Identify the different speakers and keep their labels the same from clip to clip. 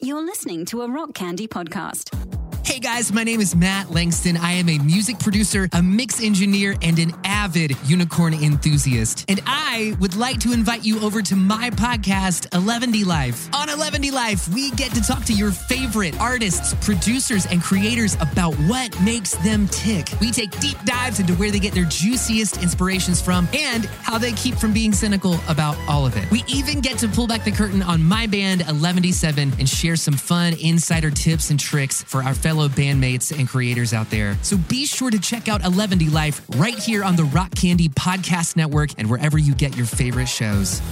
Speaker 1: You're listening to a Rock Candy podcast.
Speaker 2: Hey guys, my name is Matt Langston. I am a music producer, a mix engineer, and an avid unicorn enthusiast. And I would like to invite you over to my podcast, 11D Life. On 11D Life, we get to talk to your favorite artists, producers, and creators about what makes them tick. We take deep dives into where they get their juiciest inspirations from and how they keep from being cynical about all of it. We even get to pull back the curtain on my band, 11D7, and share some fun insider tips and tricks for our fellow bandmates and creators out there. So be sure to check out 11D Life right here on the Rock Candy Podcast Network and wherever you get your favorite shows.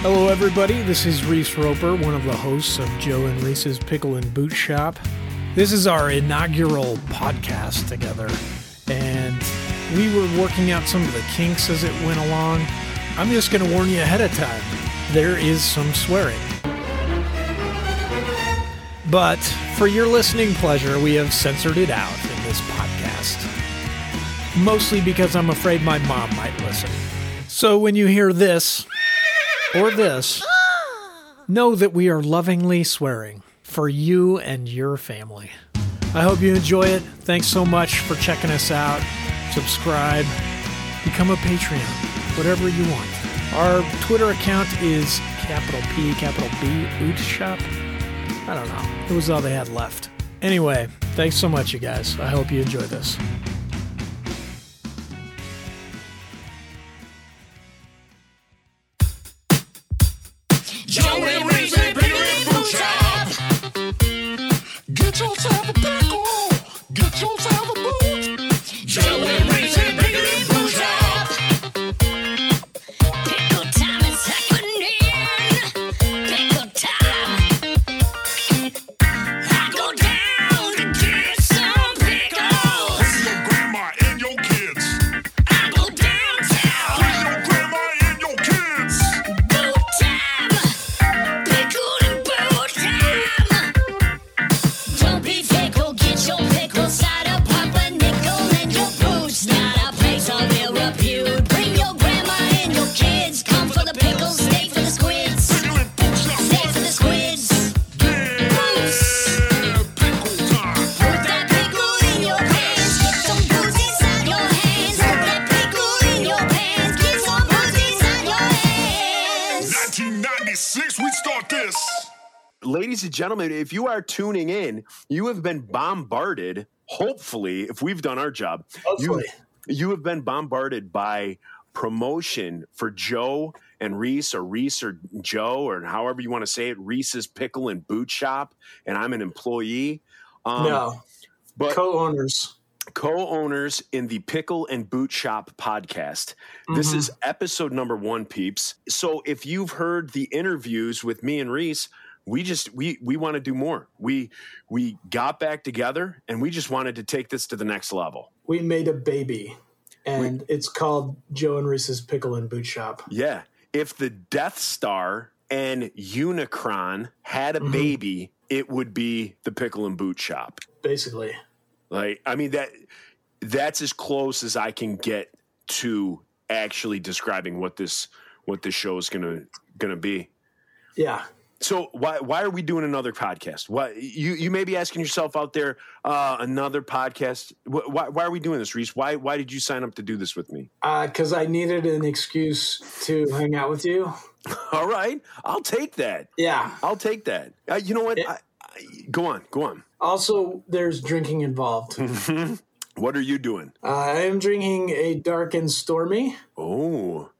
Speaker 3: Hello, everybody. This is Reese Roper, one of the hosts of Joe and Reese's Pickle and Boot Shop. This is our inaugural podcast together, and we were working out some of the kinks as it went along. I'm just going to warn you ahead of time there is some swearing. But for your listening pleasure, we have censored it out in this podcast. Mostly because I'm afraid my mom might listen. So when you hear this, or this, know that we are lovingly swearing for you and your family. I hope you enjoy it. Thanks so much for checking us out. Subscribe, become a Patreon, whatever you want. Our Twitter account is capital P, capital B, Oot Shop. I don't know. It was all they had left. Anyway, thanks so much, you guys. I hope you enjoy this.
Speaker 4: Joe and Reese and Peter and Boot Shop. Get yourself a pickle. Get yourself a boot. Joe and Reese and Peter and Boot Shop.
Speaker 5: Pickle time is happening. Pickle time.
Speaker 4: I go down to get some pickles. With your grandma and your kids.
Speaker 5: I go downtown.
Speaker 4: With your grandma and your kids.
Speaker 5: Boot time. Pickle and boot time. Don't be fickle. Get your pickles out of pop a nickel and your boots not a place of ill repute. Bring your grandma and your kids. Come for the pickles. Stay for the squids.
Speaker 4: Peter and Boot Shop.
Speaker 5: Stay for the squids. Boots.
Speaker 4: Yeah, pickle time.
Speaker 5: Put that pickle in your pants. Get some booze inside your hands. Put that pickle in your pants. Get some booze inside your hands.
Speaker 4: 1996, we start this.
Speaker 6: ladies and gentlemen, if you are tuning in, you have been bombarded. Hopefully, if we've done our job, you, you have been bombarded by promotion for Joe and Reese, or Reese or Joe, or however you want to say it. Reese's Pickle and Boot Shop, and I'm an employee. Um,
Speaker 3: No,
Speaker 6: but
Speaker 3: co-owners.
Speaker 6: co-owners in the Pickle and Boot Shop podcast. This is episode number 1 peeps. So if you've heard the interviews with me and Reese, we just we we want to do more. We we got back together and we just wanted to take this to the next level.
Speaker 3: We made a baby, and it's called Joe and Reese's Pickle and Boot Shop.
Speaker 6: Yeah. If the Death Star and Unicron had a baby, it would be the Pickle and Boot Shop.
Speaker 3: basically.
Speaker 6: Like I mean that that's as close as I can get to actually describing what this what this show is gonna gonna be.
Speaker 3: Yeah.
Speaker 6: So why why are we doing another podcast? Why you you may be asking yourself out there uh, another podcast? Wh- Why why are we doing this, Reese? Why why did you sign up to do this with me?
Speaker 3: Because Uh, I needed an excuse to hang out with you.
Speaker 6: All right, I'll take that.
Speaker 3: Yeah.
Speaker 6: I'll take that. Uh, you know what? I, I, go on, go on.
Speaker 3: Also, there's drinking involved. Uh,
Speaker 6: What are you doing?
Speaker 3: I am drinking a dark and stormy.
Speaker 6: Oh,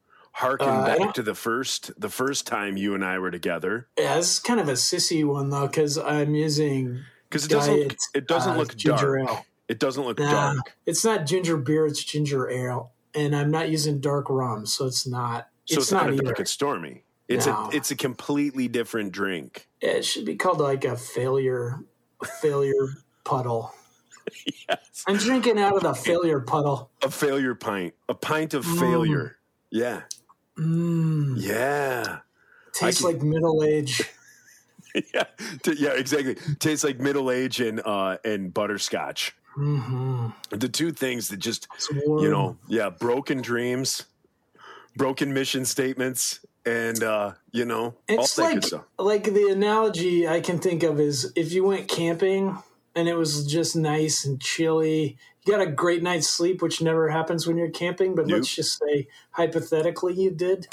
Speaker 6: harken
Speaker 3: Uh, I
Speaker 6: back
Speaker 3: don't-
Speaker 6: to the first the first time you and I were together.
Speaker 3: Yeah, this is kind of a sissy one though, because I'm using
Speaker 6: because it doesn't
Speaker 3: diet,
Speaker 6: it doesn't
Speaker 3: uh,
Speaker 6: look
Speaker 3: ginger
Speaker 6: dark.
Speaker 3: ale.
Speaker 6: It doesn't look
Speaker 3: Nah,
Speaker 6: dark.
Speaker 3: It's not ginger beer; it's ginger ale, and I'm not using dark rum, so it's not.
Speaker 6: So
Speaker 3: it's, not,
Speaker 6: a
Speaker 3: either.
Speaker 6: dark and stormy. It's
Speaker 3: No.
Speaker 6: a it's a completely different drink.
Speaker 3: Yeah, it should be called like a failure, a failure puddle. I'm drinking out of the failure puddle.
Speaker 6: A failure pint. A pint of failure. Yeah.
Speaker 3: Mm,
Speaker 6: Yeah.
Speaker 3: tastes
Speaker 6: can-
Speaker 3: like middle age.
Speaker 6: yeah, t- yeah, exactly. Tastes like middle age and uh and butterscotch.
Speaker 3: Mm-hmm.
Speaker 6: The two things that just you know, yeah, broken dreams, broken mission statements, and uh, you know,
Speaker 3: It's
Speaker 6: all that
Speaker 3: like
Speaker 6: good stuff.
Speaker 3: like the analogy I can think of is if you went camping and it was just nice and chilly, you got a great night's sleep, which never happens when you're camping, but let's
Speaker 6: Nope.
Speaker 3: just say hypothetically you did.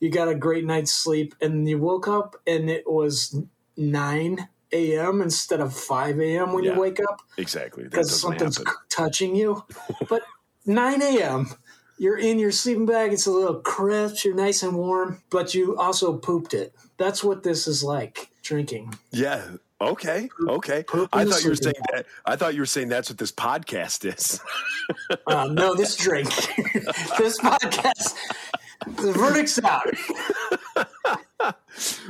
Speaker 3: You got a great night's sleep and you woke up and it was 9 a.m. instead of 5 a.m. when
Speaker 6: Yeah.
Speaker 3: you wake up
Speaker 6: Exactly. That
Speaker 3: because
Speaker 6: doesn't
Speaker 3: something's
Speaker 6: happen.
Speaker 3: touching you. But 9 a.m., you're in your sleeping bag. It's a little crisp. You're nice and warm, but you also pooped it. That's what this is like drinking.
Speaker 6: Yeah. Okay. Okay.
Speaker 3: Purple
Speaker 6: I thought you were
Speaker 3: sleeping
Speaker 6: saying that. I thought you were saying that's what this podcast is.
Speaker 3: Uh, no, this drink, this podcast, the verdict's out.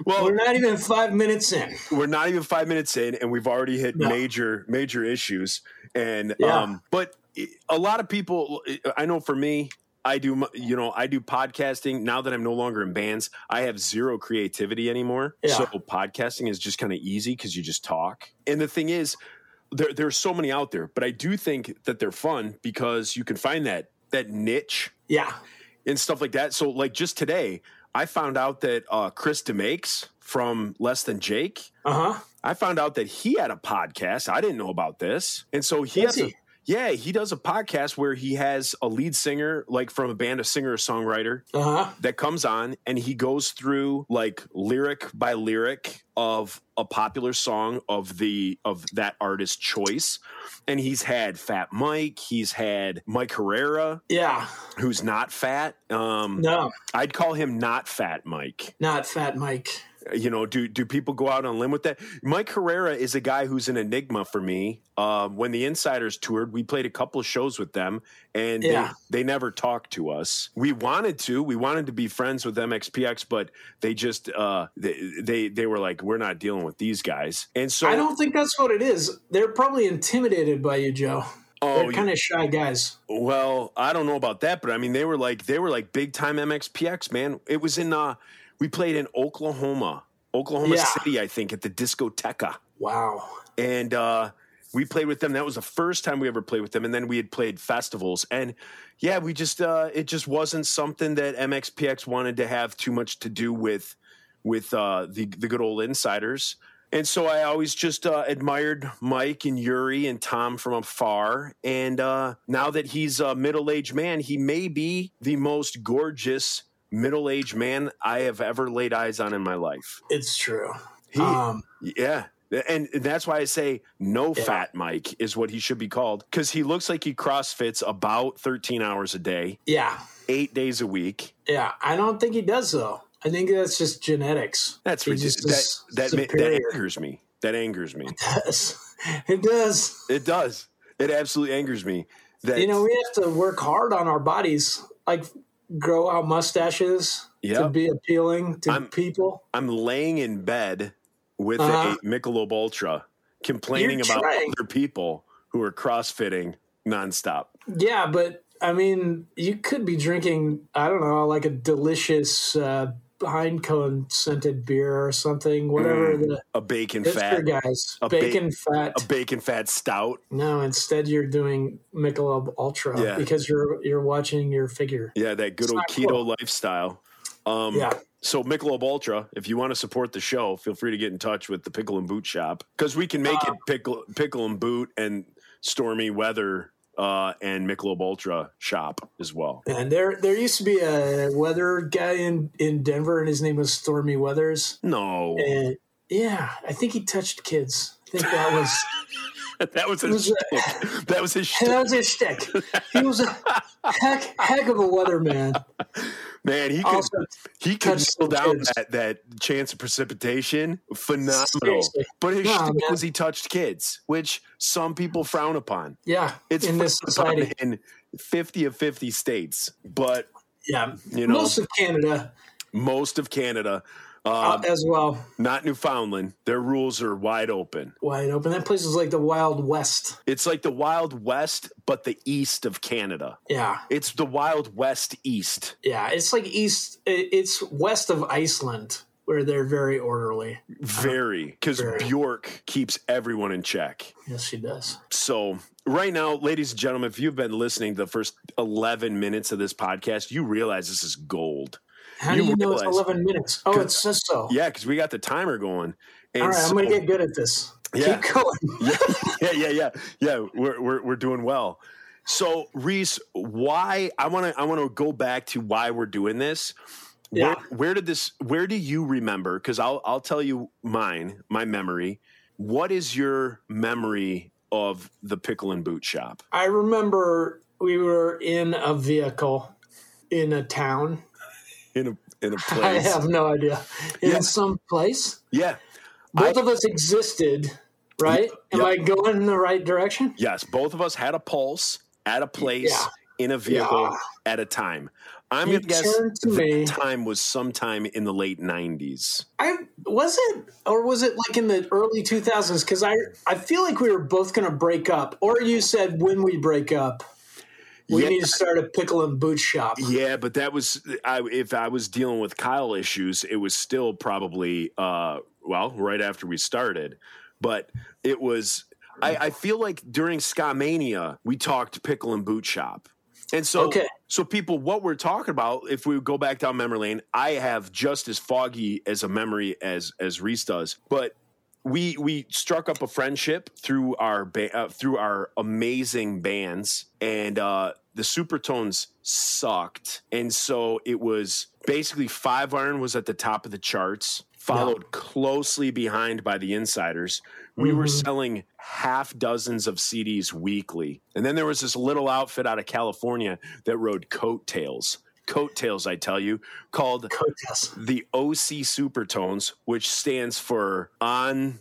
Speaker 6: Well,
Speaker 3: We're not even five minutes in.
Speaker 6: we're not even five minutes in and we've already hit
Speaker 3: No.
Speaker 6: major major issues and
Speaker 3: Yeah.
Speaker 6: um but a lot of people i know for me i do my- you know i do podcasting now that i'm no longer in bands i have zero creativity anymore
Speaker 3: Yeah.
Speaker 6: so podcasting is just kind of easy because you just talk and the thing is there, there's so many out there but i do think that they're fun because you can find that that niche
Speaker 3: Yeah.
Speaker 6: and stuff like that. So like just today, I found out that uh, Chris DeMakes from Less Than Jake,
Speaker 3: Uh huh.
Speaker 6: I found out that he had a podcast. I didn't know about this, and so he
Speaker 3: Does
Speaker 6: has. A,
Speaker 3: he?
Speaker 6: yeah, he does a podcast where he has a lead singer, like from a band, a singer or songwriter
Speaker 3: Uh huh.
Speaker 6: that comes on and he goes through like lyric by lyric of a popular song of the of that artist's choice. And he's had Fat Mike, he's had Mike Herrera,
Speaker 3: Yeah.
Speaker 6: who's not fat. Um
Speaker 3: No,
Speaker 6: I'd call him not fat Mike.
Speaker 3: not Fat Mike.
Speaker 6: You know, do do people go out on a limb with that? Mike Herrera is a guy who's an enigma for me. Um, when the Insiders toured, we played a couple of shows with them, and
Speaker 3: Yeah.
Speaker 6: they, they never talked to us. We wanted to, we wanted to be friends with MXPX, but they just uh, they, they they were like, we're not dealing with these guys. And so
Speaker 3: I don't think that's what it is. They're probably intimidated by you, Joe.
Speaker 6: Oh,
Speaker 3: They're kind of shy guys.
Speaker 6: Well, I don't know about that, but I mean, they were like they were like big time MXPX man. It was in uh, we played in Oklahoma, Oklahoma
Speaker 3: Yeah.
Speaker 6: City, I think, at the discoteca,
Speaker 3: Wow.
Speaker 6: and uh, we played with them. That was the first time we ever played with them, and then we had played festivals, and yeah, we just uh, it just wasn't something that MXPX wanted to have too much to do with with uh, the the good old insiders. And so I always just uh, admired Mike and Yuri and Tom from afar. And uh, now that he's a middle aged man, he may be the most gorgeous middle aged man I have ever laid eyes on in my life.
Speaker 3: It's true.
Speaker 6: He,
Speaker 3: um,
Speaker 6: yeah. And that's why I say no
Speaker 3: Yeah.
Speaker 6: fat Mike is what he should be called because he looks like he CrossFits about 13 hours a day,
Speaker 3: yeah,
Speaker 6: eight days a week.
Speaker 3: yeah. I don't think he does though. I think that's just genetics.
Speaker 6: That's
Speaker 3: He just
Speaker 6: ridiculous.
Speaker 3: is
Speaker 6: That, that, ma- that
Speaker 3: superior.
Speaker 6: angers me. That angers me.
Speaker 3: it does.
Speaker 6: It does. It absolutely angers me. That
Speaker 3: You know, we have to work hard on our bodies, like grow out mustaches
Speaker 6: Yeah.
Speaker 3: to be appealing to
Speaker 6: I'm-
Speaker 3: people.
Speaker 6: I'm laying in bed with
Speaker 3: Uh-huh.
Speaker 6: a Michelob Ultra, complaining
Speaker 3: You're
Speaker 6: about
Speaker 3: trying.
Speaker 6: other people who are CrossFitting nonstop.
Speaker 3: Yeah, but I mean, you could be drinking. I don't know, like a delicious uh, hindcone scented beer or something. Whatever the
Speaker 6: A bacon
Speaker 3: it's
Speaker 6: Mm, fat,
Speaker 3: for guys,
Speaker 6: A ba-
Speaker 3: bacon fat.
Speaker 6: a bacon fat stout.
Speaker 3: No, instead you're doing Michelob Ultra
Speaker 6: Yeah.
Speaker 3: because you're you're watching your figure.
Speaker 6: Yeah, that good
Speaker 3: It's
Speaker 6: old
Speaker 3: not
Speaker 6: keto
Speaker 3: cool.
Speaker 6: lifestyle. Um,
Speaker 3: Yeah,
Speaker 6: So Michelob Ultra, if you want to support the show, feel free to get in touch with the Pickle and Boot Shop because we can
Speaker 3: Um,
Speaker 6: make it pickle, pickle and boot and stormy weather uh, and Michelob Ultra shop as well.
Speaker 3: and there there used to be a weather guy in in Denver, and his name was Stormy Weathers.
Speaker 6: No,
Speaker 3: And yeah, I think he touched kids. I think that was
Speaker 6: that was
Speaker 3: was
Speaker 6: his. shtick. that was his. shtick.
Speaker 3: that was his shtick. He was a heck heck of a weatherman.
Speaker 6: Man, he could
Speaker 3: Also,
Speaker 6: he could
Speaker 3: touched
Speaker 6: nail
Speaker 3: the
Speaker 6: down
Speaker 3: kids.
Speaker 6: that that chance of precipitation. Phenomenal.
Speaker 3: Seriously.
Speaker 6: But his
Speaker 3: No,
Speaker 6: shtick
Speaker 3: man.
Speaker 6: was he touched kids, which some people frown upon.
Speaker 3: yeah,
Speaker 6: It's
Speaker 3: in this
Speaker 6: frowned upon
Speaker 3: society,
Speaker 6: in fifty of fifty states, but
Speaker 3: yeah,
Speaker 6: you know-
Speaker 3: most of Canada
Speaker 6: most of Canada,
Speaker 3: uh,
Speaker 6: uh,
Speaker 3: as well,
Speaker 6: not Newfoundland, their rules are wide open.
Speaker 3: wide open. That place is like the Wild West.
Speaker 6: It's like the Wild West, but the east of Canada.
Speaker 3: Yeah,
Speaker 6: It's the Wild West East.
Speaker 3: Yeah, it's like east. it- It's west of Iceland, where they're very orderly.
Speaker 6: Very, because
Speaker 3: Uh-huh. Very.
Speaker 6: Bjork keeps everyone in check.
Speaker 3: Yes, she does.
Speaker 6: So, right now, ladies and gentlemen, if you've been listening to the first 11 minutes of this podcast, you realize this is gold.
Speaker 3: How
Speaker 6: You
Speaker 3: do you know it's
Speaker 6: realize-
Speaker 3: 11 minutes? Oh, it says so.
Speaker 6: Yeah, because we got the timer going. And
Speaker 3: All right, I'm
Speaker 6: so-
Speaker 3: going to get good at this.
Speaker 6: Yeah.
Speaker 3: Keep going.
Speaker 6: yeah, yeah, yeah, yeah. We're we're we're doing well. So Reese, why I want to I want to go back to why we're doing this. Where,
Speaker 3: Yeah.
Speaker 6: where did this? Where do you remember? Because I'll I'll tell you mine, my memory. What is your memory of the pickle and boot shop?
Speaker 3: I remember we were in a vehicle in a town.
Speaker 6: In a in a
Speaker 3: I
Speaker 6: place,
Speaker 3: have no idea. In
Speaker 6: Yeah.
Speaker 3: some place.
Speaker 6: yeah,
Speaker 3: Both
Speaker 6: I-
Speaker 3: of us existed, right? Am
Speaker 6: yeah.
Speaker 3: I going in the right direction?
Speaker 6: yes. Both of us had a pulse at a place in a vehicle at a time. I'm
Speaker 3: You
Speaker 6: gonna guess
Speaker 3: turned to
Speaker 6: the
Speaker 3: me.
Speaker 6: time was sometime in the late '90s.
Speaker 3: I was it, or was it like in the early 2000s? Because I, I feel like we were both going to break up, or you said when we break up, we
Speaker 6: Yeah.
Speaker 3: need to start a pickle and boot shop.
Speaker 6: Yeah, but that was I, if I was dealing with Kyle issues, it was still probably uh, well right after we started, but it was. I, I feel like during Ska Mania, we talked pickle and boot shop, and so
Speaker 3: Okay.
Speaker 6: so people, what we're talking about, if we go back down memory lane, I have just as foggy as a memory as as Reese does, but we we struck up a friendship through our ba- uh, through our amazing bands and uh the supertones sucked and so it was basically five iron was at the top of the charts followed closely behind by the insiders we were selling half dozens of cds weekly and then there was this little outfit out of california that rode coattails coattails i tell you called
Speaker 3: Coattails.
Speaker 6: the OC Supertones, which stands for on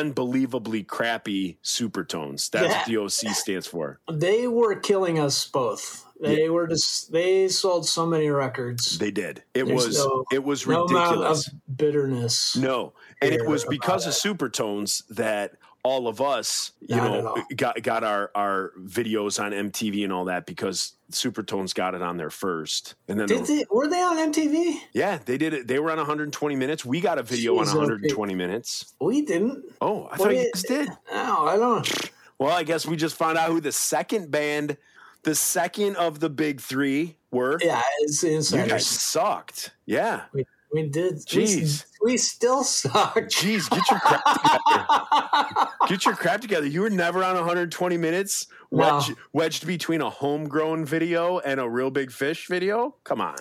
Speaker 6: unbelievably crappy supertones. That's what the OC stands for.
Speaker 3: They were killing us both. They were just they sold so many records.
Speaker 6: They did. It
Speaker 3: There's
Speaker 6: was
Speaker 3: no-
Speaker 6: it was
Speaker 3: no amount of
Speaker 6: ridiculous.
Speaker 3: bitterness.
Speaker 6: No, and it was
Speaker 3: about
Speaker 6: because of supertones that all of us, you
Speaker 3: Not at
Speaker 6: know,
Speaker 3: all.
Speaker 6: got got our our videos on MTV and all that because supertones got it on there first, and then
Speaker 3: Did
Speaker 6: the-
Speaker 3: they were they on MTV?
Speaker 6: yeah, they did it. They were on 120 minutes. We got a video
Speaker 3: Jeez,
Speaker 6: on
Speaker 3: okay.
Speaker 6: 120 minutes.
Speaker 3: We didn't.
Speaker 6: Oh, I thought you
Speaker 3: it-
Speaker 6: guys did.
Speaker 3: No, I don't.
Speaker 6: Well, I guess we just found out who the second band, the second of the big three were.
Speaker 3: Yeah, it's the
Speaker 6: You guys
Speaker 3: insiders.
Speaker 6: sucked. Yeah.
Speaker 3: We, we did.
Speaker 6: Jeez.
Speaker 3: We, we still suck.
Speaker 6: Jeez, get your crap together. get your crap together. You were never on 120 minutes
Speaker 3: No.
Speaker 6: wedged, wedged between a homegrown video and a real big fish video. Come on.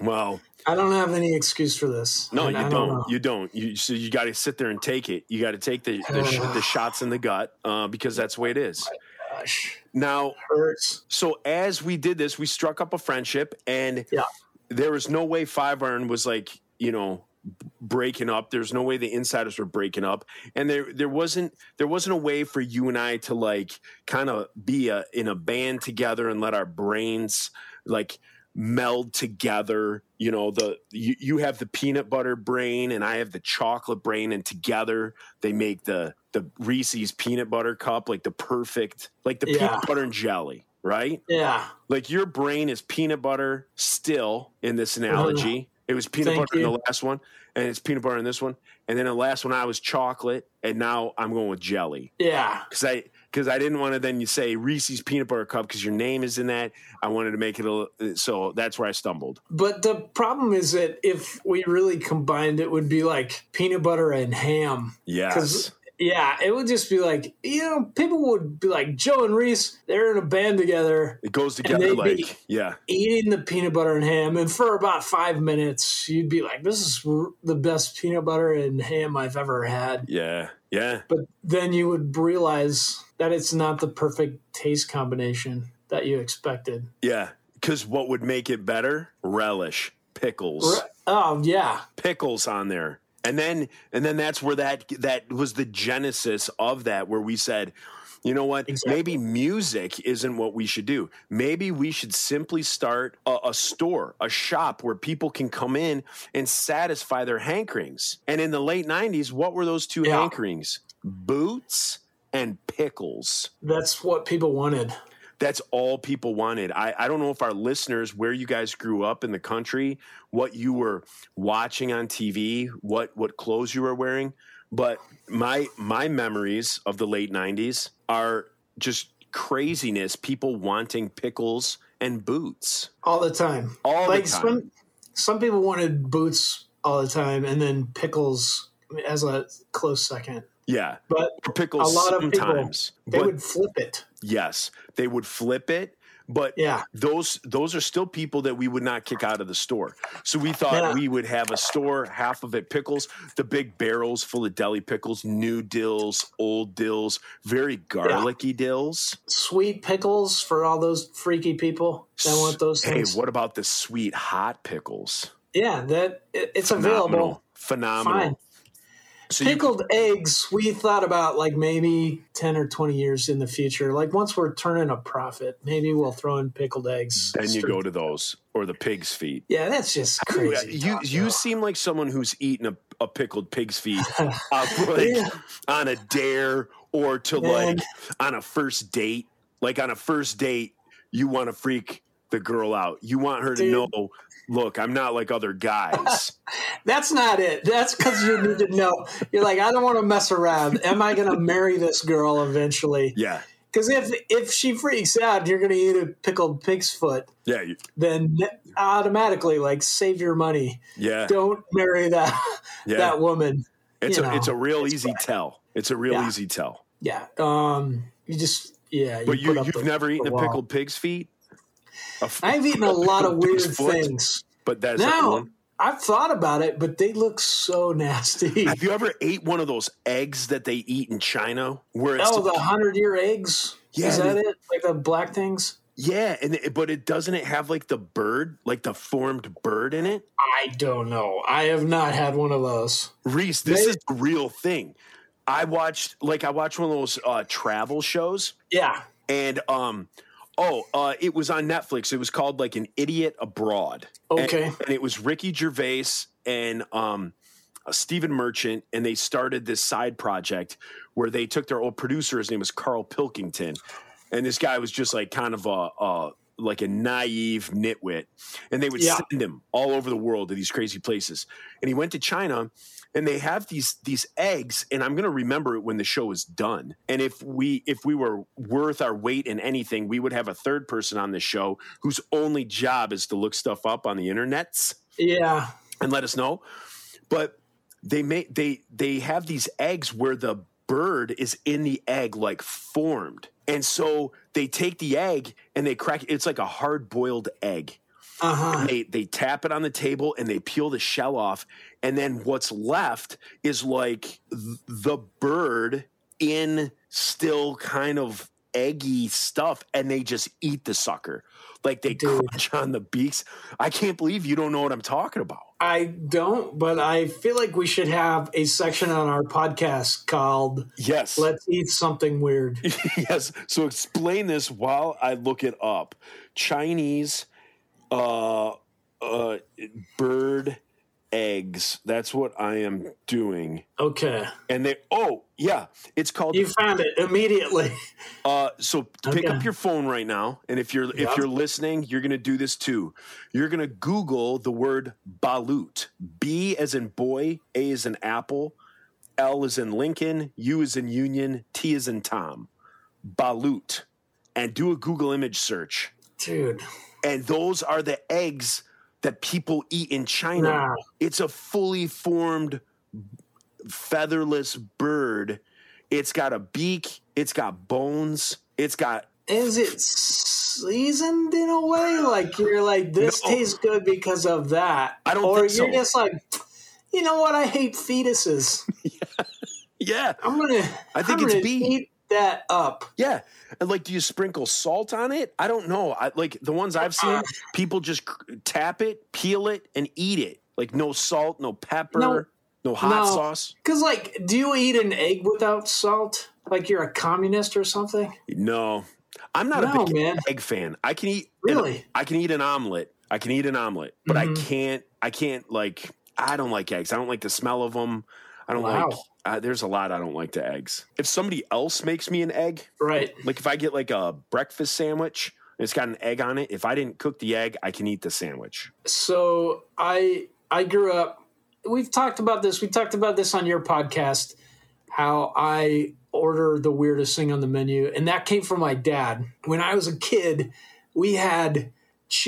Speaker 6: Well,
Speaker 3: I don't have any excuse for this.
Speaker 6: no,
Speaker 3: I-
Speaker 6: you
Speaker 3: I
Speaker 6: don't.
Speaker 3: know.
Speaker 6: you don't. You so you got to sit there and take it. You got to take the the, sh- the shots in the gut uh, because that's the way it is.
Speaker 3: Gosh,
Speaker 6: Now,
Speaker 3: hurts.
Speaker 6: so as we did this, we struck up a friendship, and
Speaker 3: Yeah.
Speaker 6: there was no way Five Iron was like you know b- breaking up. There's no way the insiders were breaking up, and there there wasn't there wasn't a way for you and I to like kind of be a, in a band together and let our brains like meld together you know the you, you have the peanut butter brain and i have the chocolate brain and together they make the the reese's peanut butter cup like the perfect like the
Speaker 3: Yeah.
Speaker 6: peanut butter and jelly right
Speaker 3: Yeah.
Speaker 6: like your brain is peanut butter still in this analogy. It was peanut
Speaker 3: Thank
Speaker 6: butter in
Speaker 3: you.
Speaker 6: the last one, and it's peanut butter in this one, and then the last one I was chocolate, and now I'm going with jelly
Speaker 3: Yeah.
Speaker 6: because I because I didn't want to then you say Reese's peanut butter cup because your name is in that. I wanted to make it a li- so that's where I stumbled.
Speaker 3: But the problem is that if we really combined, it would be like peanut butter and ham.
Speaker 6: Yes,
Speaker 3: 'Cause- Yeah, it would just be like, you know, people would be like, Joe and Reese, they're in a band together
Speaker 6: it goes together
Speaker 3: they'd
Speaker 6: like
Speaker 3: be-
Speaker 6: yeah,
Speaker 3: eating the peanut butter and ham. And for about five minutes, you'd be like, this is r- the best peanut butter and ham I've ever had.
Speaker 6: yeah, yeah.
Speaker 3: But then you would realize that it's not the perfect taste combination that you expected.
Speaker 6: Yeah, because what would make it better? Relish, pickles,
Speaker 3: R- Oh, yeah.
Speaker 6: pickles on there, and then and then that's where that that was the genesis of that, where we said, you know what?
Speaker 3: Exactly.
Speaker 6: Maybe music isn't what we should do. Maybe we should simply start a, a store, a shop where people can come in and satisfy their hankerings. And in the late '90s, what were those two
Speaker 3: Yeah.
Speaker 6: hankerings? Boots and pickles.
Speaker 3: That's what people wanted.
Speaker 6: That's all people wanted. I, I don't know if our listeners, where you guys grew up in the country, what you were watching on TV, what what clothes you were wearing, but my my memories of the late '90s are just craziness. People wanting pickles and boots.
Speaker 3: all the time.
Speaker 6: All the
Speaker 3: like
Speaker 6: time.
Speaker 3: some some people wanted boots all the time, and then pickles as a close second.
Speaker 6: Yeah,
Speaker 3: But
Speaker 6: or pickles
Speaker 3: a lot of people,
Speaker 6: sometimes.
Speaker 3: they
Speaker 6: but
Speaker 3: would flip it.
Speaker 6: yes, they would flip it. But
Speaker 3: Yeah,
Speaker 6: those those are still people that we would not kick out of the store. So we thought
Speaker 3: Yeah.
Speaker 6: we would have a store, half of it pickles, the big barrels full of deli pickles, new dills, old dills, very garlicky dills.
Speaker 3: sweet pickles for all those freaky people that want those
Speaker 6: Hey,
Speaker 3: things.
Speaker 6: what about the sweet hot pickles?
Speaker 3: Yeah, that it, it's available.
Speaker 6: Phenomenal. Phenomenal.
Speaker 3: Fine.
Speaker 6: So you-
Speaker 3: Pickled eggs, we thought about like maybe 10 or 20 years in the future. Like once we're turning a profit, maybe we'll throw in pickled eggs.
Speaker 6: then you go to those or the pig's feet.
Speaker 3: Yeah, that's just crazy.
Speaker 6: You
Speaker 3: talk,
Speaker 6: you
Speaker 3: though.
Speaker 6: seem like someone who's eaten a, a pickled pig's feet up, like, on a dare or to like
Speaker 3: Man.
Speaker 6: on a first date. Like on a first date, you want to freak the girl out. You want her
Speaker 3: Dude.
Speaker 6: to know, look, I'm not like other guys.
Speaker 3: That's not it. That's because you need to know. You're like, I don't want to mess around. Am I going to marry this girl eventually?
Speaker 6: yeah,
Speaker 3: Because if if she freaks out, you're going to eat a pickled pig's foot.
Speaker 6: yeah, you-
Speaker 3: Then automatically, like, save your money.
Speaker 6: yeah,
Speaker 3: Don't marry that
Speaker 6: yeah.
Speaker 3: that woman.
Speaker 6: it's a
Speaker 3: you know,
Speaker 6: it's a real easy tell. It's a real
Speaker 3: Yeah.
Speaker 6: easy tell.
Speaker 3: Yeah. Um. You just yeah.
Speaker 6: But you
Speaker 3: put up
Speaker 6: you've
Speaker 3: the-
Speaker 6: never eaten
Speaker 3: the
Speaker 6: a
Speaker 3: wall.
Speaker 6: pickled pig's feet. A f-
Speaker 3: I've eaten a lot of weird
Speaker 6: pig's foot?
Speaker 3: things.
Speaker 6: but that's not
Speaker 3: Now
Speaker 6: one.
Speaker 3: I've thought about it, but they look so nasty.
Speaker 6: Have you ever ate one of those eggs that they eat in China, where it's
Speaker 3: Oh, the hundred year eggs.
Speaker 6: Yeah,
Speaker 3: Is that
Speaker 6: they-
Speaker 3: it? Like the black things.
Speaker 6: Yeah, and it, but it doesn't it have like the bird, like the formed bird in it?
Speaker 3: I don't know. I have not had one of those.
Speaker 6: Reese, this
Speaker 3: They-
Speaker 6: is the real thing. I watched like I watched one of those uh, travel shows,
Speaker 3: Yeah.
Speaker 6: and um, oh, uh, it was on Netflix. It was called like an Idiot Abroad. And-
Speaker 3: Okay.
Speaker 6: and, it was Ricky Gervais and um, uh, Stephen Merchant, and they started this side project where they took their old producer. His name was Carl Pilkington, and this guy was just like kind of a, a like a naive nitwit, and they would
Speaker 3: Yeah.
Speaker 6: send him all over the world to these crazy places. And he went to China, and they have these these eggs, and I'm gonna remember it when the show is done. And if we if we were worth our weight in anything, we would have a third person on the show whose only job is to look stuff up on the internets
Speaker 3: Yeah.
Speaker 6: and let us know. But they make they they have these eggs where the bird is in the egg like formed. And so they take the egg and they crack it's like a hard boiled egg.
Speaker 3: Uh huh.
Speaker 6: They they tap it on the table and they peel the shell off and then what's left is like th- the bird in still kind of eggy stuff and they just eat the sucker. Like they
Speaker 3: Dude.
Speaker 6: crunch on the beaks. I can't believe you don't know what I'm talking about.
Speaker 3: I don't, but I feel like we should have a section on our podcast called
Speaker 6: Yes.
Speaker 3: Let's Eat Something Weird.
Speaker 6: yes. So explain this while I look it up. Chinese uh uh bird eggs. That's what I am doing.
Speaker 3: Okay.
Speaker 6: And they oh, yeah. It's called
Speaker 3: You found it immediately.
Speaker 6: uh so pick
Speaker 3: Okay.
Speaker 6: up your phone right now and if you're if
Speaker 3: Yep.
Speaker 6: you're listening, you're going to do this too. You're going to google the word balut. B as in boy, A as in apple, L is in Lincoln, U is in Union, T is in Tom. Balut. And do a Google image search.
Speaker 3: Dude.
Speaker 6: And those are the eggs that people eat in China.
Speaker 3: Nah.
Speaker 6: It's a fully formed featherless bird. It's got a beak, it's got bones, it's got
Speaker 3: Is it seasoned in a way? Like you're like, this
Speaker 6: No.
Speaker 3: tastes good because of that.
Speaker 6: I don't
Speaker 3: Or
Speaker 6: think so.
Speaker 3: you're just like, you know what? I hate fetuses.
Speaker 6: yeah,
Speaker 3: I'm gonna.
Speaker 6: I think
Speaker 3: I'm
Speaker 6: it's
Speaker 3: gonna
Speaker 6: B.
Speaker 3: Eat that up.
Speaker 6: yeah. And like do you sprinkle salt on it? I don't know. I like the ones I've
Speaker 3: Ah.
Speaker 6: seen, people just c- tap it, peel it and eat it. Like no salt, no pepper,
Speaker 3: No.
Speaker 6: no hot
Speaker 3: No.
Speaker 6: sauce.
Speaker 3: Because, like, do you eat an egg without salt? Like, you're a communist or something?
Speaker 6: No, I'm not
Speaker 3: No,
Speaker 6: a big
Speaker 3: man.
Speaker 6: egg fan. I can eat
Speaker 3: Really? Mm-hmm.
Speaker 6: I can eat an omelet. I can eat an omelet, but I can't. I can't like. I don't like eggs. I don't like the smell of them. I don't
Speaker 3: Wow.
Speaker 6: like. Uh, there's a lot I don't like to eggs. If somebody else makes me an egg,
Speaker 3: Right.
Speaker 6: like if I get like a breakfast sandwich and it's got an egg on it, if I didn't cook the egg, I can eat the sandwich.
Speaker 3: So I I grew up. We've talked about this. We talked about this on your podcast. How I order the weirdest thing on the menu, and that came from my dad. When I was a kid, we had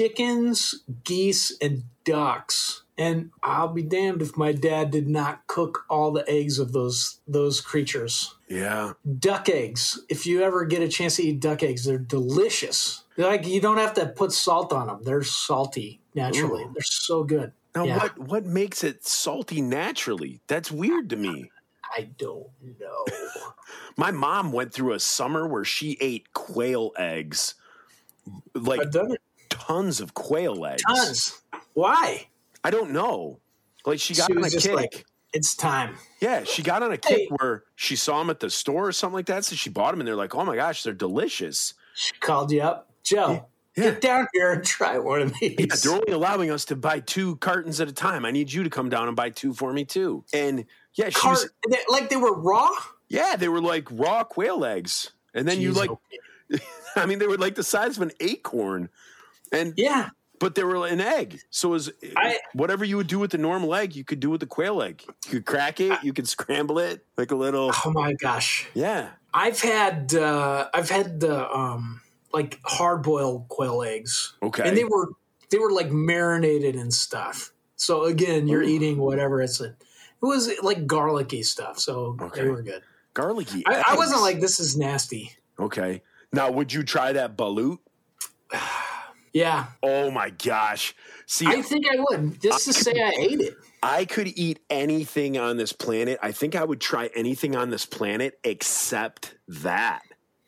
Speaker 3: chickens, geese, and ducks. And I'll be damned if my dad did not cook all the eggs of those those creatures.
Speaker 6: Yeah.
Speaker 3: duck eggs. If you ever get a chance to eat duck eggs, they're delicious. They're like you don't have to put salt on them. They're salty naturally. They're so good.
Speaker 6: Now
Speaker 3: Yeah.
Speaker 6: what what makes it salty naturally? That's weird to me.
Speaker 3: I don't know.
Speaker 6: My mom went through a summer where she ate quail eggs. Like
Speaker 3: I've done it
Speaker 6: tons of quail eggs.
Speaker 3: tons. Why?
Speaker 6: I don't know. Like she got
Speaker 3: She
Speaker 6: on
Speaker 3: was
Speaker 6: a
Speaker 3: just
Speaker 6: kick.
Speaker 3: like- It's time.
Speaker 6: yeah, she got on a
Speaker 3: Hey.
Speaker 6: kick where she saw them at the store or something like that. So she bought them and they're like, oh my gosh, they're delicious.
Speaker 3: She called you up, Joe.
Speaker 6: Yeah.
Speaker 3: Get down here and try one of these.
Speaker 6: Yeah, they're only allowing us to buy two cartons at a time. I need you to come down and buy two for me too. And yeah, she
Speaker 3: Cart-
Speaker 6: was,
Speaker 3: they- like they were raw.
Speaker 6: yeah, they were like raw quail eggs. And then you
Speaker 3: Jeez,
Speaker 6: like,
Speaker 3: okay.
Speaker 6: I mean, they were like the size of an acorn, and
Speaker 3: yeah.
Speaker 6: but they were an egg. So it was
Speaker 3: I-
Speaker 6: whatever you would do with the normal egg, you could do with the quail egg. You could crack it, you could scramble it like a little.
Speaker 3: Oh my gosh.
Speaker 6: Yeah,
Speaker 3: I've had uh, I've had the um, like hard boiled quail eggs.
Speaker 6: Okay.
Speaker 3: and they were they were like marinated and stuff. So again, you're eating whatever it's in. It was like garlicky stuff, so
Speaker 6: Okay.
Speaker 3: they were good.
Speaker 6: garlicky.
Speaker 3: I, I wasn't
Speaker 6: eggs.
Speaker 3: like this is nasty.
Speaker 6: okay. Now, would you try that balut?
Speaker 3: Yeah,
Speaker 6: Oh my gosh! See,
Speaker 3: I think I would just to say I ate it.
Speaker 6: I could eat anything on this planet. I think I would try anything on this planet except that.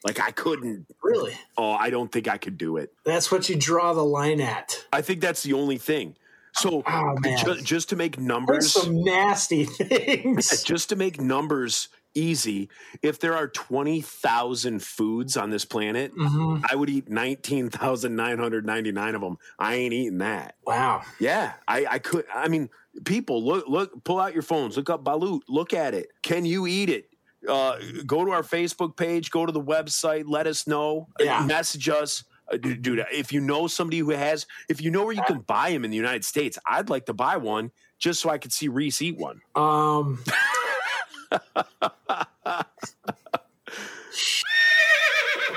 Speaker 6: Like I couldn't.
Speaker 3: Really,
Speaker 6: Oh, I don't think I could do it.
Speaker 3: that's what you draw the line at.
Speaker 6: I think that's the only thing. So
Speaker 3: Oh, man.
Speaker 6: ju- just to make
Speaker 3: There's
Speaker 6: numbers,
Speaker 3: some nasty things.
Speaker 6: just to make numbers easy, if there are twenty thousand foods on this
Speaker 3: Mm-hmm.
Speaker 6: planet, I would eat nineteen thousand nine hundred ninety nine of them. I ain't eating that.
Speaker 3: Wow.
Speaker 6: Yeah, I, I could. I mean, people, look, look, pull out your phones, look up Balut, look at it. Can you eat it? Uh, go to our Facebook page, go to the website, let us know, uh,
Speaker 3: Yeah.
Speaker 6: message us. Uh, dude, dude, if you know somebody who has, if you know where you can buy them in the United States, I'd like to buy one just so I could see Reese eat one.
Speaker 3: Um,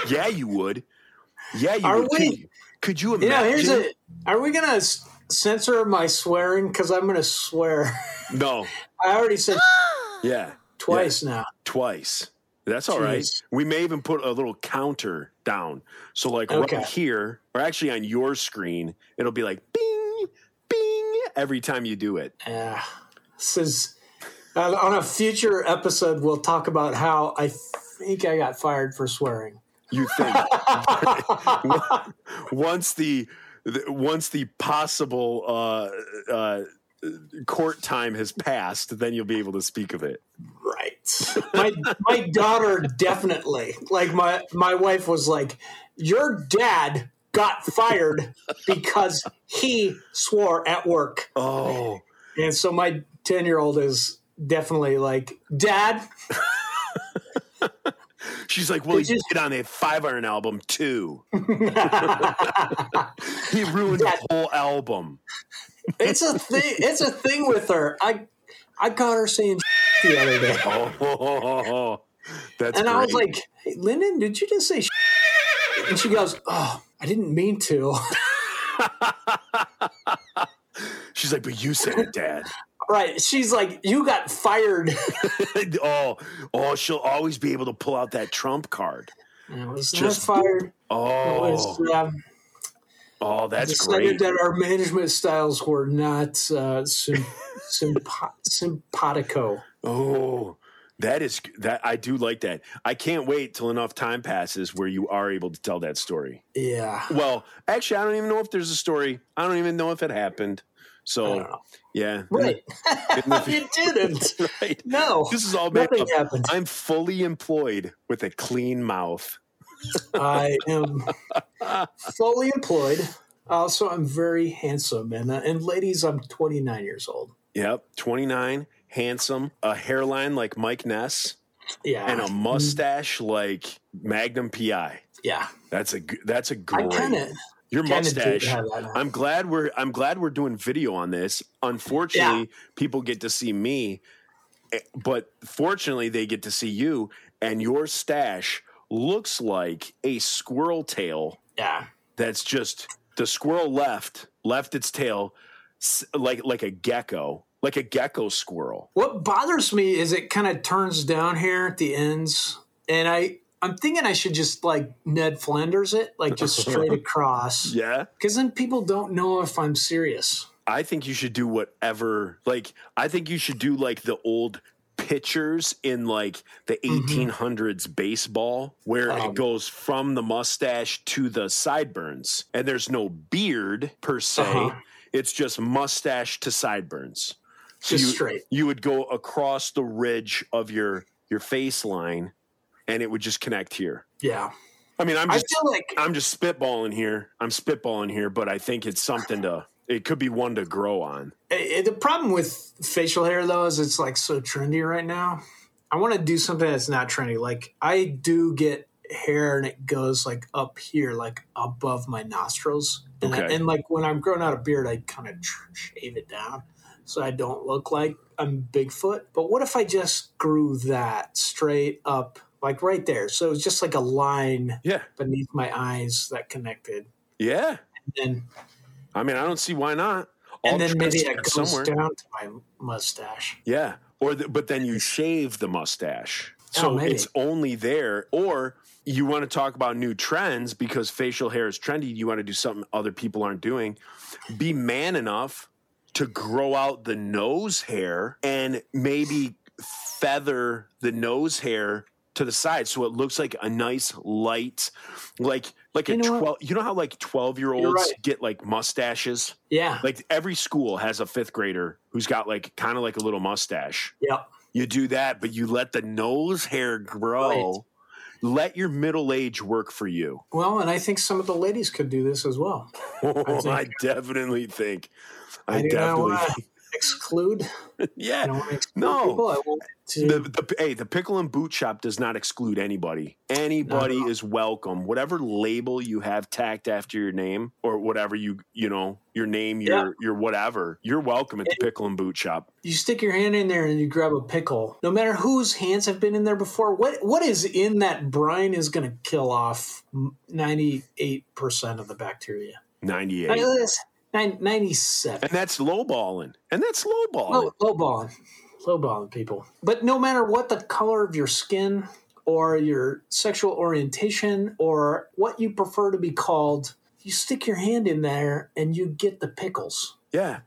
Speaker 6: Yeah, you would. Yeah, you
Speaker 3: Are
Speaker 6: would.
Speaker 3: we-
Speaker 6: Could, you- could you
Speaker 3: yeah. Here's
Speaker 6: imagine?
Speaker 3: a. Are we gonna s- censor my swearing? Because I'm gonna swear.
Speaker 6: No.
Speaker 3: I already said
Speaker 6: Yeah.
Speaker 3: twice now.
Speaker 6: twice. That's all right.
Speaker 3: Jeez.
Speaker 6: We may even put a little counter down. So like
Speaker 3: Okay.
Speaker 6: right here, or actually on your screen, it'll be like bing, bing every time you do it.
Speaker 3: Yeah. This is uh, on a future episode. We'll talk about how I think I got fired for swearing.
Speaker 6: You think once the, the once the possible uh, uh, court time has passed, then you'll be able to speak of it.
Speaker 3: Right. My my daughter definitely like my my wife was like, your dad got fired because he swore at work,
Speaker 6: Oh,
Speaker 3: and so my ten year old is definitely like, Dad,
Speaker 6: she's like, well, he
Speaker 3: Did you-
Speaker 6: did on a five iron album too. he ruined the whole album.
Speaker 3: it's a thing. It's a thing with her. I I caught her saying the other day.
Speaker 6: Oh, that's
Speaker 3: and I was
Speaker 6: great.
Speaker 3: like, hey, Lyndon, did you just say? Sh-? And she goes, Oh, I didn't mean to.
Speaker 6: she's like, but you said it, Dad.
Speaker 3: right? She's like, You got fired.
Speaker 6: oh, oh, she'll always be able to pull out that trump card.
Speaker 3: And I was
Speaker 6: Just-
Speaker 3: not fired. I was,
Speaker 6: Oh,
Speaker 3: um,
Speaker 6: oh, that's
Speaker 3: decided
Speaker 6: great.
Speaker 3: that our management styles were not uh, sim- sympa- simpatico.
Speaker 6: Oh, that is that. I do like that. I can't wait till enough time passes where you are able to tell that story.
Speaker 3: Yeah.
Speaker 6: Well, actually, I don't even know if there's a story. I don't even know if it happened.
Speaker 3: I don't
Speaker 6: So,
Speaker 3: know.
Speaker 6: yeah,
Speaker 3: Oh.
Speaker 6: Mm,
Speaker 3: Right. you didn't.
Speaker 6: right.
Speaker 3: No.
Speaker 6: This is all made
Speaker 3: Nothing
Speaker 6: up.
Speaker 3: happened.
Speaker 6: I'm fully employed with a clean mouth.
Speaker 3: I am fully employed. Also, I'm very handsome. And, uh, and ladies, I'm 29 years old.
Speaker 6: Yep, 29, handsome, a hairline like Mike Ness,
Speaker 3: Yeah.
Speaker 6: and a mustache like Magnum PI.
Speaker 3: yeah.
Speaker 6: That's a g- that's a
Speaker 3: I
Speaker 6: great.
Speaker 3: kind of.
Speaker 6: Your
Speaker 3: kinda do
Speaker 6: mustache.
Speaker 3: have that now.
Speaker 6: I'm glad we're I'm glad we're doing video on this. Unfortunately, people get to see me, eh, but fortunately they get to see you and your stash looks like a squirrel tail
Speaker 3: Yeah.
Speaker 6: that's just the squirrel left left its tail s- like like a gecko, like a gecko squirrel.
Speaker 3: What bothers me is it kind of turns down here at the ends, and I I'm thinking I should just like Ned Flanders it, like just straight across,
Speaker 6: Yeah.
Speaker 3: because then people don't know if I'm serious.
Speaker 6: I think you should do whatever. Like, I think you should do like the old pictures in like the
Speaker 3: Mm-hmm.
Speaker 6: 1800s baseball where
Speaker 3: Um.
Speaker 6: it goes from the mustache to the sideburns and there's no beard per se.
Speaker 3: Uh-huh.
Speaker 6: It's just mustache to sideburns. So
Speaker 3: Just
Speaker 6: you,
Speaker 3: straight.
Speaker 6: you would go across the ridge of your your face line and it would just connect here.
Speaker 3: Yeah,
Speaker 6: I mean, I'm
Speaker 3: I
Speaker 6: just
Speaker 3: feel like
Speaker 6: I'm just spitballing here. I'm spitballing here, but I think it's something to it could be one to grow on.
Speaker 3: eh, eh, the problem with facial hair though is it's like so trendy right now. I want to do something that's not trendy. Like I do get hair and it goes like up here, like above my nostrils, and, I-
Speaker 6: Okay.
Speaker 3: and like when I'm growing out a beard, I kind of tr- shave it down. so I don't look like I'm Bigfoot. But what if I just grew that straight up, like right there? So it's just like a line
Speaker 6: Yeah.
Speaker 3: beneath my eyes that connected.
Speaker 6: Yeah.
Speaker 3: And,
Speaker 6: I mean, I don't see why not.
Speaker 3: and
Speaker 6: I'll
Speaker 3: then maybe
Speaker 6: transfer
Speaker 3: it goes
Speaker 6: it
Speaker 3: down to my mustache.
Speaker 6: Yeah. Or the, but then you shave the mustache.
Speaker 3: Oh,
Speaker 6: So
Speaker 3: maybe.
Speaker 6: it's only there or you want to talk about new trends because facial hair is trendy, you want to do something other people aren't doing. Be man enough to grow out the nose hair and maybe feather the nose hair to the side so it looks like a nice light like like
Speaker 3: You
Speaker 6: a
Speaker 3: know what?
Speaker 6: 12 you know how like 12 year
Speaker 3: You're
Speaker 6: olds
Speaker 3: right.
Speaker 6: get like mustaches
Speaker 3: Yeah.
Speaker 6: like every school has a fifth grader who's got like kind of like a little mustache.
Speaker 3: Yep.
Speaker 6: You do that, but you let the nose hair grow. Let your middle age work for you.
Speaker 3: Well, and I think some of the ladies could do this as well.
Speaker 6: I,
Speaker 3: think-
Speaker 6: definitely think.
Speaker 3: I,
Speaker 6: I,
Speaker 3: do not
Speaker 6: definitely.
Speaker 3: want to exclude. I don't
Speaker 6: yeah.
Speaker 3: want to exclude
Speaker 6: No.
Speaker 3: people. I want to.
Speaker 6: The, the, hey, the pickle and boot shop does not exclude anybody. Anybody is welcome. Whatever label you have tacked after your name, or whatever you you know your name, your your whatever, you're welcome at the pickle and boot shop.
Speaker 3: you stick your hand in there and you grab a pickle. No matter whose hands have been in there before, what what is in that brine is going to kill off ninety eight percent of the bacteria.
Speaker 6: Ninety
Speaker 3: I
Speaker 6: eight.
Speaker 3: mean, that's nine-
Speaker 6: And
Speaker 3: 97.
Speaker 6: that's lowballing. And that's lowballing.
Speaker 3: Low, low balling, low balling people. But no matter what the color of your skin or your sexual orientation or what you prefer to be called, you stick your hand in there and you get the pickles.
Speaker 6: Yeah.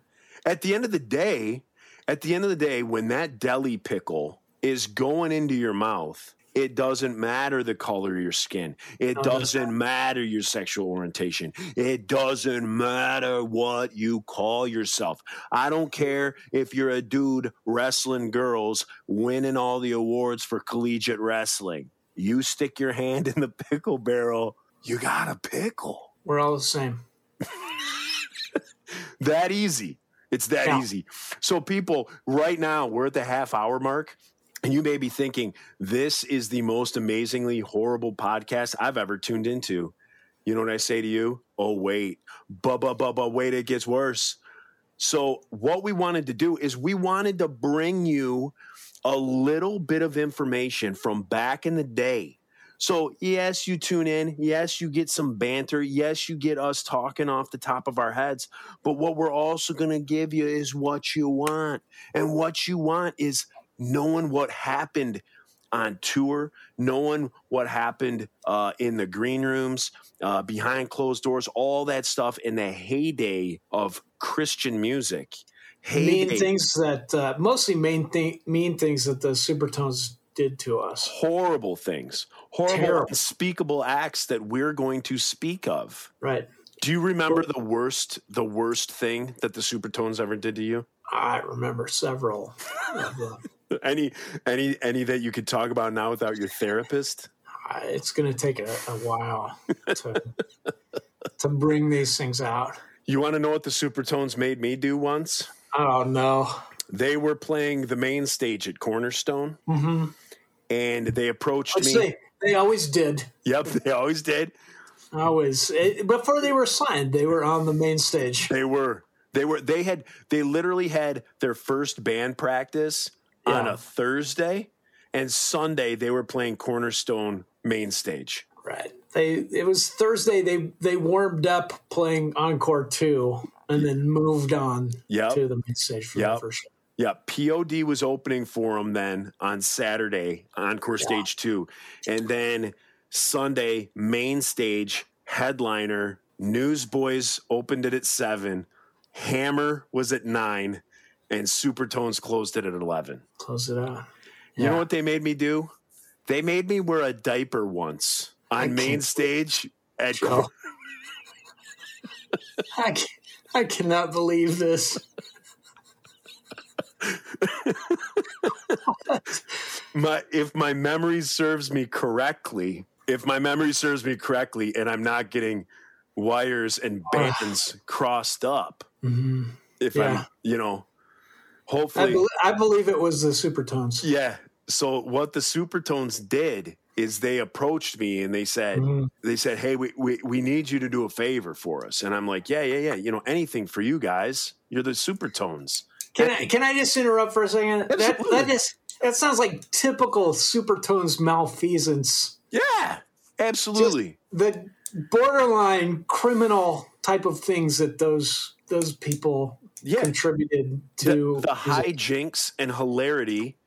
Speaker 6: At the end of the day, at the end of the day, when that deli pickle is going into your mouth, it doesn't matter the color of your skin. It
Speaker 3: No, it doesn't.
Speaker 6: doesn't matter your sexual orientation. It doesn't matter what you call yourself. I don't care if you're a dude wrestling girls, winning all the awards for collegiate wrestling. You stick your hand in the pickle barrel, you got a pickle
Speaker 3: We're all the same.
Speaker 6: that easy. It's that
Speaker 3: Yeah.
Speaker 6: easy. So, people, right now we're at the half hour mark, and you may be thinking, this is the most amazingly horrible podcast I've ever tuned into. You know what I say to you? Oh, wait. Bubba, bubba, wait, it gets worse. So, what we wanted to do is we wanted to bring you a little bit of information from back in the day. So, yes, you tune in. Yes, you get some banter. Yes, you get us talking off the top of our heads. But what we're also going to give you is what you want. And what you want is knowing what happened on tour, knowing what happened uh, in the green rooms, uh, behind closed doors, all that stuff in the heyday of Christian music.
Speaker 3: mean
Speaker 6: Heyday.
Speaker 3: things that uh, mostly main thing mean things that the supertones did to us
Speaker 6: horrible things, horrible,
Speaker 3: Terrible.
Speaker 6: unspeakable acts that we're going to speak of.
Speaker 3: right
Speaker 6: Do you remember the worst, the worst thing that the Supertones ever did to you?
Speaker 3: i remember several of them.
Speaker 6: Any, any, any that you could talk about now without your therapist?
Speaker 3: I- it's going to take a, a while to, to bring these things out
Speaker 6: You want to know what the Supertones made me do once?
Speaker 3: oh no
Speaker 6: They were playing the main stage at Cornerstone, and they approached
Speaker 3: Mm-hmm. Let's
Speaker 6: me.
Speaker 3: see. They always did.
Speaker 6: Yep, they always did.
Speaker 3: Always. It, before they were signed, they were on the main stage.
Speaker 6: They were. They were. They had. They literally had their first band practice on
Speaker 3: Yeah.
Speaker 6: a Thursday, and Sunday they were playing Cornerstone main stage.
Speaker 3: Right. They it was Thursday they they warmed up playing Encore 2 and then moved on
Speaker 6: Yep.
Speaker 3: to the main stage for
Speaker 6: Yep.
Speaker 3: the first show.
Speaker 6: Yeah, POD was opening for them then on Saturday, Encore Stage 2. And then Sunday, main stage, headliner, Newsboys opened it at 7, Hammer was at 9, and Supertones closed it at 11.
Speaker 3: Close it out.
Speaker 6: You know what they made me do? They made me wear a diaper once on main stage at Cor-
Speaker 3: I, ca- I cannot believe this.
Speaker 6: my if my memory serves me correctly, if my memory serves me correctly, and I'm not getting wires and bands crossed up, if
Speaker 3: Mm-hmm. Yeah.
Speaker 6: I'm, you know,
Speaker 3: I,
Speaker 6: hopefully,
Speaker 3: bel I believe it was the Supertones.
Speaker 6: yeah. So what the Supertones did is they approached me and they said, they said, hey, we, we we need you to do a favor for us, and I'm like, yeah, yeah, yeah, you know, anything for you guys. You're the Supertones.
Speaker 3: Can I can I just interrupt for a second? That
Speaker 6: Absolutely.
Speaker 3: that just that sounds like typical Supertones malfeasance.
Speaker 6: Yeah, absolutely.
Speaker 3: the borderline criminal type of things that those those people
Speaker 6: Yeah.
Speaker 3: contributed
Speaker 6: the,
Speaker 3: to
Speaker 6: the hijinks and hilarity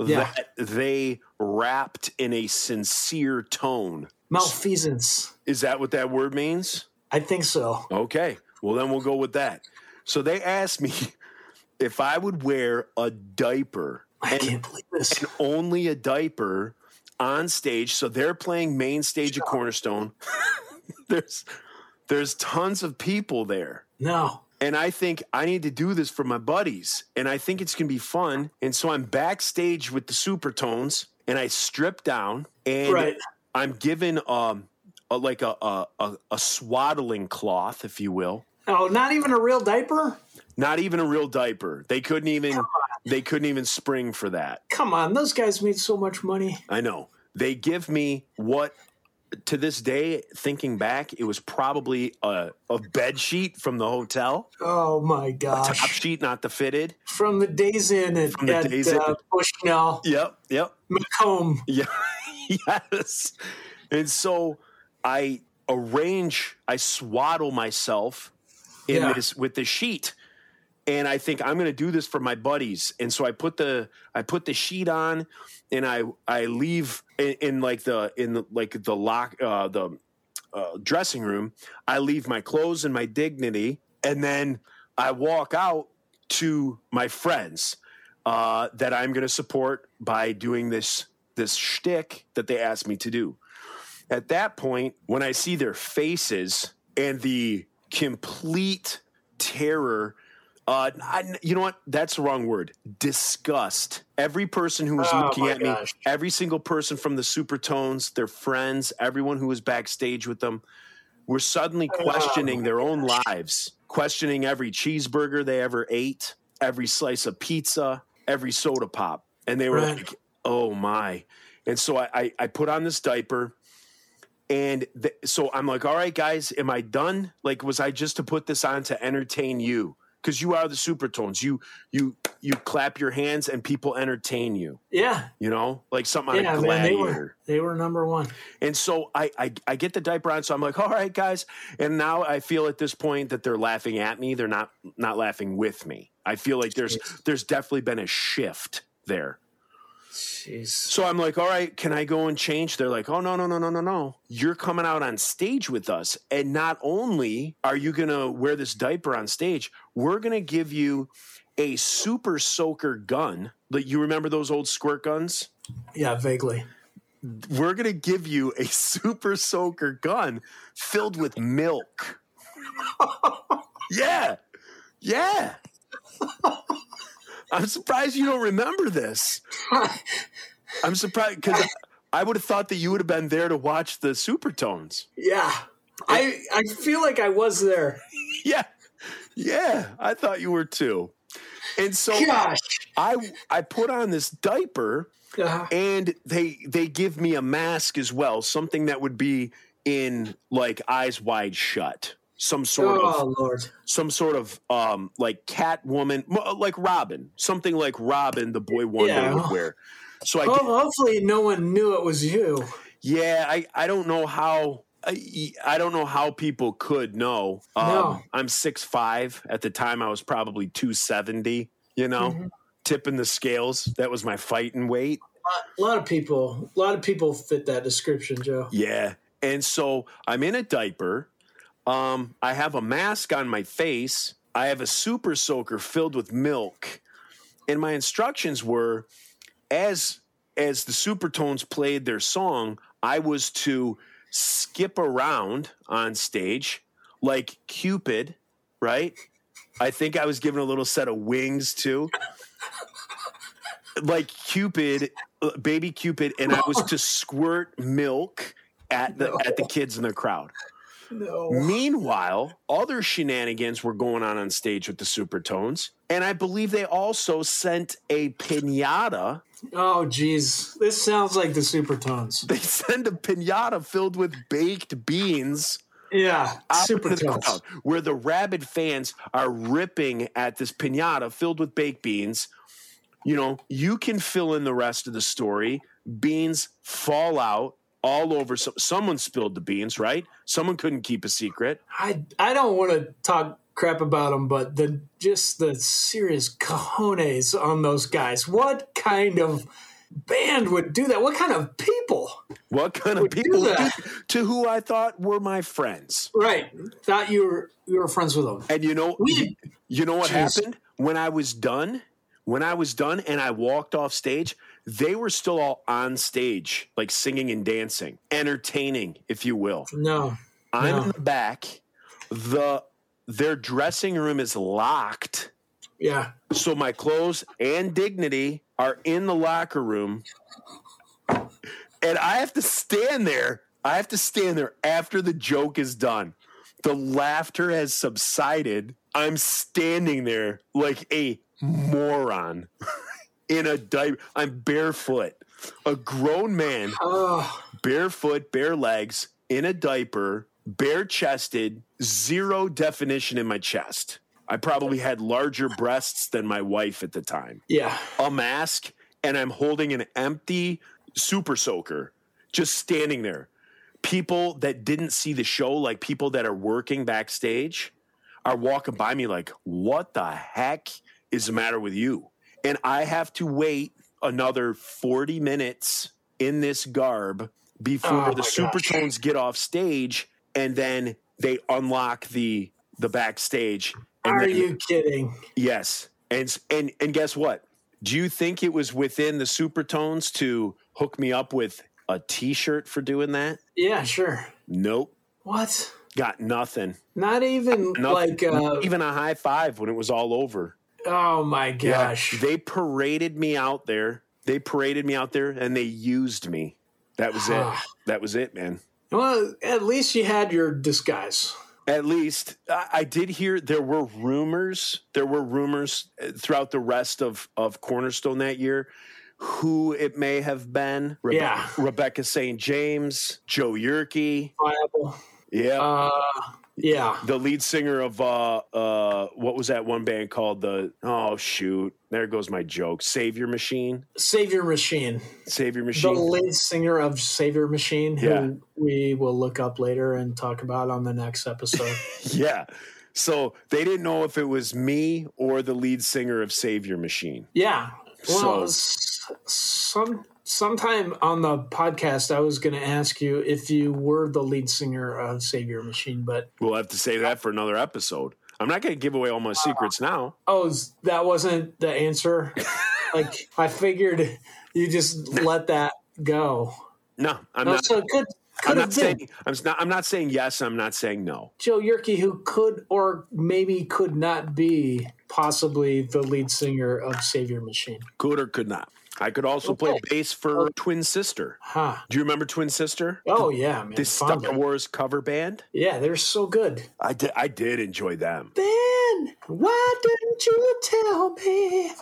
Speaker 3: Yeah.
Speaker 6: that they rapped in a sincere tone.
Speaker 3: malfeasance.
Speaker 6: Is that what that word means?
Speaker 3: I think so.
Speaker 6: Okay. Well, then we'll go with that. So they asked me if I would wear a diaper
Speaker 3: I can't believe this.
Speaker 6: only a diaper on stage. So they're playing main stage at Cornerstone. there's there's tons of people there.
Speaker 3: No.
Speaker 6: And I think I need to do this for my buddies. And I think it's going to be fun. And so I'm backstage with the Supertones and I strip down and
Speaker 3: Right.
Speaker 6: I'm given um a, like a, a a a swaddling cloth, if you will.
Speaker 3: Oh, not even a real diaper?
Speaker 6: Not even a real diaper. They couldn't even they couldn't even spring for that.
Speaker 3: Come on, those guys made so much money.
Speaker 6: I know. They give me what to this day, thinking back, it was probably a, a bed sheet from the hotel.
Speaker 3: Oh my
Speaker 6: Top
Speaker 3: gosh.
Speaker 6: sheet, not the fitted.
Speaker 3: From the days in at,
Speaker 6: the
Speaker 3: at
Speaker 6: Days
Speaker 3: uh,
Speaker 6: Inn.
Speaker 3: Bushnell,
Speaker 6: Yep, yep.
Speaker 3: Macomb.
Speaker 6: Yeah. yes. And so I arrange, I swaddle myself in
Speaker 3: Yeah.
Speaker 6: this with the sheet. And I think I'm gonna do this for my buddies. And so I put the I put the sheet on and I I leave in, in like the in the, like the lock uh the uh, dressing room. I leave my clothes and my dignity, and then I walk out to my friends uh, that I'm going to support by doing this this shtick that they asked me to do. At that point, when I see their faces and the complete terror. Uh, I, you know what? That's the wrong word. Disgust. Every person who was
Speaker 3: Oh,
Speaker 6: looking
Speaker 3: my
Speaker 6: at me,
Speaker 3: gosh.
Speaker 6: every single person from the Supertones, their friends, everyone who was backstage with them, were suddenly
Speaker 3: Oh,
Speaker 6: questioning their own lives, questioning every cheeseburger they ever ate, every slice of pizza, every soda pop. And they were
Speaker 3: Right.
Speaker 6: like, oh my. And so I, I, I put on this diaper. And th- so I'm like, all right, guys, am I done? Like, was I just to put this on to entertain you? Because you are the supertones. You you you clap your hands and people entertain you.
Speaker 3: Yeah.
Speaker 6: You know, like something on
Speaker 3: Yeah,
Speaker 6: a
Speaker 3: man, they
Speaker 6: gladiator.
Speaker 3: were they were number one.
Speaker 6: And so I, I I get the diaper on, so I'm like, all right, guys. And now I feel at this point that they're laughing at me. They're not not laughing with me. I feel like there's there's definitely been a shift there.
Speaker 3: Jeez.
Speaker 6: So I'm like, all right, can I go and change? They're like, oh no, no, no, no, no, no. You're coming out on stage with us. And not only are you gonna wear this diaper on stage, we're gonna give you a super soaker gun. Like you remember those old squirt guns?
Speaker 3: Yeah, vaguely.
Speaker 6: we're gonna give you a super soaker gun filled with milk. yeah, yeah. I'm surprised you don't remember this. I'm surprised because I would have thought that you would have been there to watch the supertones.
Speaker 3: Yeah. I I feel like I was there.
Speaker 6: Yeah, yeah. I thought you were too. And so
Speaker 3: Gosh.
Speaker 6: I I put on this diaper
Speaker 3: Uh,
Speaker 6: and they they give me a mask as well, something that would be in like eyes wide shut. Some sort of
Speaker 3: oh Lord.
Speaker 6: some sort of um like Catwoman, mo- like Robin, something like Robin, the boy Wonder
Speaker 3: Yeah. Oh.
Speaker 6: would wear. So I
Speaker 3: Well, hopefully no one knew it was you.
Speaker 6: Yeah, I, I don't know how I, I don't know how people could know. Um,
Speaker 3: No.
Speaker 6: I'm six five at the time. I was probably two seventy. You know,
Speaker 3: Mm-hmm.
Speaker 6: tipping the scales. That was my fighting weight.
Speaker 3: A lot of people, a lot of people fit that description, Joe.
Speaker 6: Yeah, and so I'm in a diaper. Um, I have a mask on my face. I have a super soaker filled with milk, and my instructions were, as as the supertones played their song, I was to skip around on stage like Cupid, right? I think I was given a little set of wings too. like Cupid, uh, baby Cupid, and I was to squirt milk at the at the kids in the crowd.
Speaker 3: No.
Speaker 6: Meanwhile, other shenanigans were going on on stage with the Supertones, and I believe they also sent a pinata.
Speaker 3: Oh, geez. This sounds like the Supertones.
Speaker 6: They sent a pinata filled with baked beans
Speaker 3: Yeah,
Speaker 6: out into the
Speaker 3: Supertones.
Speaker 6: crowd, where the rabid fans are ripping at this pinata filled with baked beans. You know, you can fill in the rest of the story. Beans fall out all over. So- someone spilled the beans, right? Someone couldn't keep a secret.
Speaker 3: I I don't want to talk crap about them, but the just the serious cojones on those guys. What kind of band would do that? What kind of people?
Speaker 6: What kind of
Speaker 3: Would do
Speaker 6: people do
Speaker 3: that.
Speaker 6: to who I thought were my friends?
Speaker 3: Right? Thought you were you were friends with them.
Speaker 6: And you know,
Speaker 3: We-
Speaker 6: you know what
Speaker 3: Jeez.
Speaker 6: happened when I was done. When I was done and I walked off stage, they were still all on stage, like singing and dancing, entertaining, if you will.
Speaker 3: No.
Speaker 6: I'm
Speaker 3: Yeah.
Speaker 6: in the back. The their dressing room is locked,
Speaker 3: Yeah.
Speaker 6: so my clothes and dignity are in the locker room, and I have to stand there. I have to stand there after the joke is done. The laughter has subsided. I'm standing there like a moron in a diaper. I'm barefoot, a grown man
Speaker 3: Oh,
Speaker 6: barefoot, bare legs, in a diaper, bare chested, zero definition in my chest. I probably had larger breasts than my wife at the time.
Speaker 3: yeah.
Speaker 6: A mask, and I'm holding an empty super soaker, just standing there. People that didn't see the show, like people that are working backstage, are walking by me like, what the heck is the matter with you? And I have to wait another 40 minutes in this garb before
Speaker 3: Oh
Speaker 6: the
Speaker 3: my gosh.
Speaker 6: supertones get off stage and then they unlock the the backstage and
Speaker 3: Are
Speaker 6: then-
Speaker 3: you kidding?
Speaker 6: yes and s- and and guess what do you think it was within the supertones to hook me up with a t-shirt for doing that
Speaker 3: Yeah, sure.
Speaker 6: nope
Speaker 3: What?
Speaker 6: got nothing
Speaker 3: Not even
Speaker 6: Nothing.
Speaker 3: like uh,
Speaker 6: even a high five when it was all over
Speaker 3: oh my
Speaker 6: Yeah,
Speaker 3: gosh.
Speaker 6: They paraded me out there. They paraded me out there and they used me. That was it. That was it, man.
Speaker 3: well, at least you had your disguise.
Speaker 6: At least I, I did hear there were rumors. There were rumors uh, throughout the rest of, of Cornerstone that year who it may have been. Rebe-
Speaker 3: Yeah.
Speaker 6: Rebecca St. James, Joe Yerke.
Speaker 3: Viable.
Speaker 6: Yeah.
Speaker 3: Uh, yeah.
Speaker 6: the lead singer of uh uh what was that one band called the oh shoot there goes my joke savior machine
Speaker 3: Savior Machine.
Speaker 6: savior
Speaker 3: the
Speaker 6: machine
Speaker 3: lead singer of Savior Machine, who
Speaker 6: Yeah.
Speaker 3: we will look up later and talk about on the next episode.
Speaker 6: Yeah. So they didn't know if it was me or the lead singer of Savior Machine.
Speaker 3: yeah.
Speaker 6: So-
Speaker 3: Well, s some sometime on the podcast, I was going to ask you if you were the lead singer of Savior Machine, but
Speaker 6: We'll have to say that for another episode. I'm not going to give away all my secrets now.
Speaker 3: oh, s- that wasn't the answer. like I figured, you just let that go.
Speaker 6: No, I'm
Speaker 3: No,
Speaker 6: not.
Speaker 3: so it could
Speaker 6: I'm
Speaker 3: could
Speaker 6: not
Speaker 3: have been
Speaker 6: saying. I'm s- not. I'm not saying yes. I'm not saying no.
Speaker 3: Joe Yerke, who could or maybe could not be possibly the lead singer of Savior Machine.
Speaker 6: Could or could not. I could also play bass for Twin Sister.
Speaker 3: Huh.
Speaker 6: Do you remember Twin Sister?
Speaker 3: Oh yeah, man.
Speaker 6: This
Speaker 3: Fondly.
Speaker 6: Star Wars cover band.
Speaker 3: Yeah, they're so good.
Speaker 6: I did. I did enjoy them.
Speaker 3: They Woman, why didn't you tell me?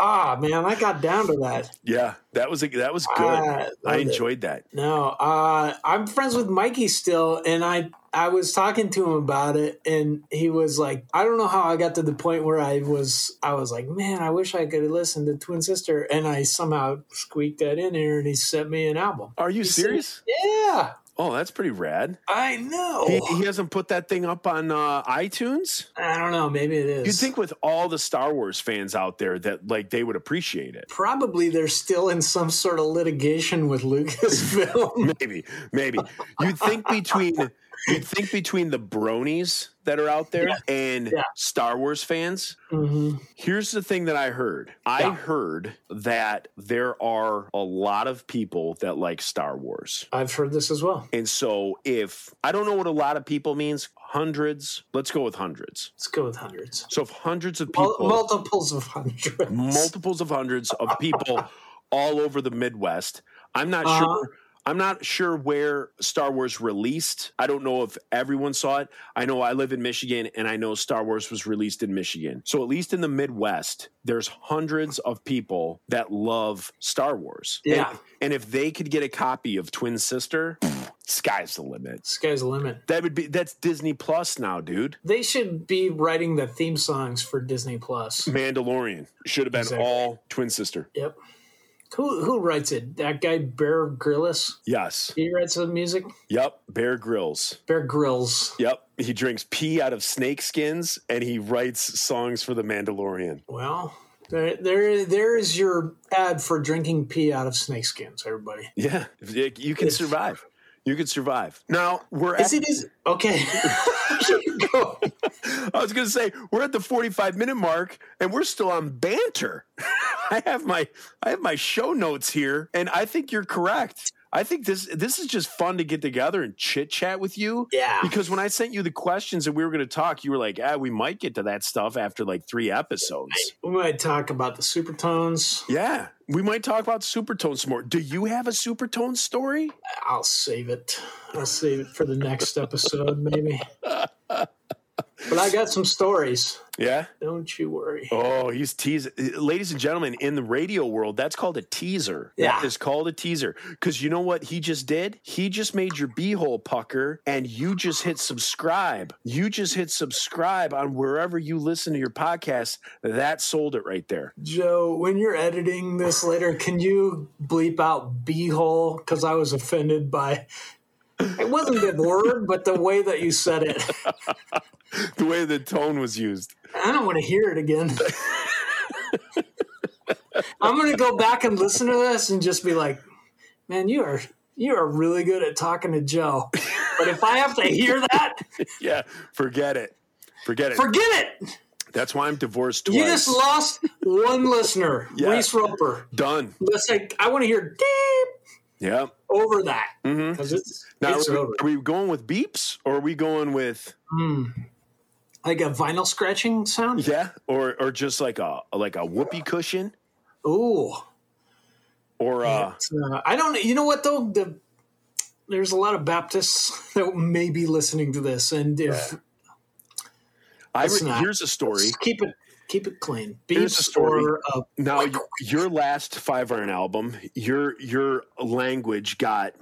Speaker 3: Ah, man, I got down to that.
Speaker 6: Yeah, that was a, that was good.
Speaker 3: Ah, I loved
Speaker 6: I
Speaker 3: it.
Speaker 6: enjoyed that.
Speaker 3: No, uh, I'm friends with Mikey still, and I I was talking to him about it, and he was like, I don't know how I got to the point where I was I was like, man, I wish I could have listened to Twin Sister, and I somehow squeaked that in here, and he sent me an album.
Speaker 6: Are you
Speaker 3: He said-
Speaker 6: serious?
Speaker 3: Yeah,
Speaker 6: Oh, that's pretty rad.
Speaker 3: I know.
Speaker 6: He, he hasn't put that thing up on uh, iTunes.
Speaker 3: I don't know. Maybe it is.
Speaker 6: You'd think with all the Star Wars fans out there that like they would appreciate it.
Speaker 3: probably they're still in some sort of litigation with Lucasfilm.
Speaker 6: Maybe, maybe. You'd think between you'd think between the bronies that are out there and
Speaker 3: Yeah.
Speaker 6: Star Wars fans.
Speaker 3: Mhm.
Speaker 6: Here's the thing that I heard. I
Speaker 3: Yeah.
Speaker 6: heard that there are a lot of people that like Star Wars.
Speaker 3: I've heard this as well.
Speaker 6: And so if I don't know what a lot of people means, hundreds, let's go with hundreds.
Speaker 3: Let's go with hundreds.
Speaker 6: So if hundreds of
Speaker 3: Mul-
Speaker 6: people
Speaker 3: Multiples of hundreds.
Speaker 6: multiples of hundreds of people all over the Midwest. I'm not
Speaker 3: Uh-huh.
Speaker 6: sure. I'm not sure where Star Wars released. I don't know if everyone saw it. I know I live in Michigan and I know Star Wars was released in Michigan. So at least in the Midwest, there's hundreds of people that love Star Wars. And-
Speaker 3: Yeah.
Speaker 6: And, if they could get a copy of Twin Sister, sky's the limit.
Speaker 3: Sky's the limit.
Speaker 6: That would be that's Disney Plus now, dude.
Speaker 3: They should be writing the theme songs for Disney Plus.
Speaker 6: Mandalorian should have been
Speaker 3: Exactly.
Speaker 6: all Twin Sister.
Speaker 3: Yep. Who who writes it? That guy Bear Grylls.
Speaker 6: Yes.
Speaker 3: He writes the music.
Speaker 6: Yep. Bear Grylls.
Speaker 3: Bear Grylls.
Speaker 6: Yep. He drinks pee out of snake skins and he writes songs for the Mandalorian.
Speaker 3: Well, there there there is your ad for drinking pee out of snakeskins, everybody.
Speaker 6: Yeah. Vic, You can survive. You can survive. Now we're at,
Speaker 3: Is it is okay? Keep going.
Speaker 6: I was gonna say we're at the 45 minute mark and we're still on banter. I have my I have my show notes here, and I think you're correct. I think this this is just fun to get together and chit chat with you.
Speaker 3: Yeah.
Speaker 6: Because when I sent you the questions and we were gonna talk, you were like, ah, we might get to that stuff after like three episodes.
Speaker 3: We might talk about the supertones.
Speaker 6: Yeah, we might talk about supertone some more. Do you have a supertone story?
Speaker 3: I'll save it. I'll save it for the next episode, maybe. But I got some stories.
Speaker 6: Yeah.
Speaker 3: Don't you worry.
Speaker 6: Oh, he's teasing. Ladies and gentlemen, in the radio world, that's called a teaser.
Speaker 3: Yeah.
Speaker 6: That is called a teaser. Because you know what he just did? He just made your beehole pucker and you just hit subscribe. You just hit subscribe on wherever you listen to your podcast. That sold it right there.
Speaker 3: Joe, when you're editing this later, can you bleep out beehole? Because I was offended by it wasn't the word, but the way that you said it.
Speaker 6: The way the tone was used.
Speaker 3: I don't want to hear it again. I'm gonna go back and listen to this and just be like, man, you are you are really good at talking to Joe. But if I have to hear that,
Speaker 6: Yeah. Forget it. Forget it.
Speaker 3: forget it.
Speaker 6: that's why I'm divorced twice.
Speaker 3: You just lost one listener,
Speaker 6: Yeah.
Speaker 3: Reese Roper.
Speaker 6: Done.
Speaker 3: Let's like I want to hear deep
Speaker 6: Yeah.
Speaker 3: over that because it's,
Speaker 6: Mm-hmm. Now,
Speaker 3: it's
Speaker 6: are, we,
Speaker 3: over.
Speaker 6: are we going with beeps or are we going with
Speaker 3: Like a vinyl scratching sound.
Speaker 6: yeah or or just like a like a whoopee cushion
Speaker 3: Ooh,
Speaker 6: or uh
Speaker 3: It's, uh, I don't. You know what though? The there's a lot of Baptists that may be listening to this, and if
Speaker 6: I
Speaker 3: it's
Speaker 6: re-
Speaker 3: not.
Speaker 6: here's a story.
Speaker 3: just keep it keep it clean.
Speaker 6: Here's a
Speaker 3: Beeps
Speaker 6: story.
Speaker 3: or uh,
Speaker 6: Now y- your last Five Iron album, your your language got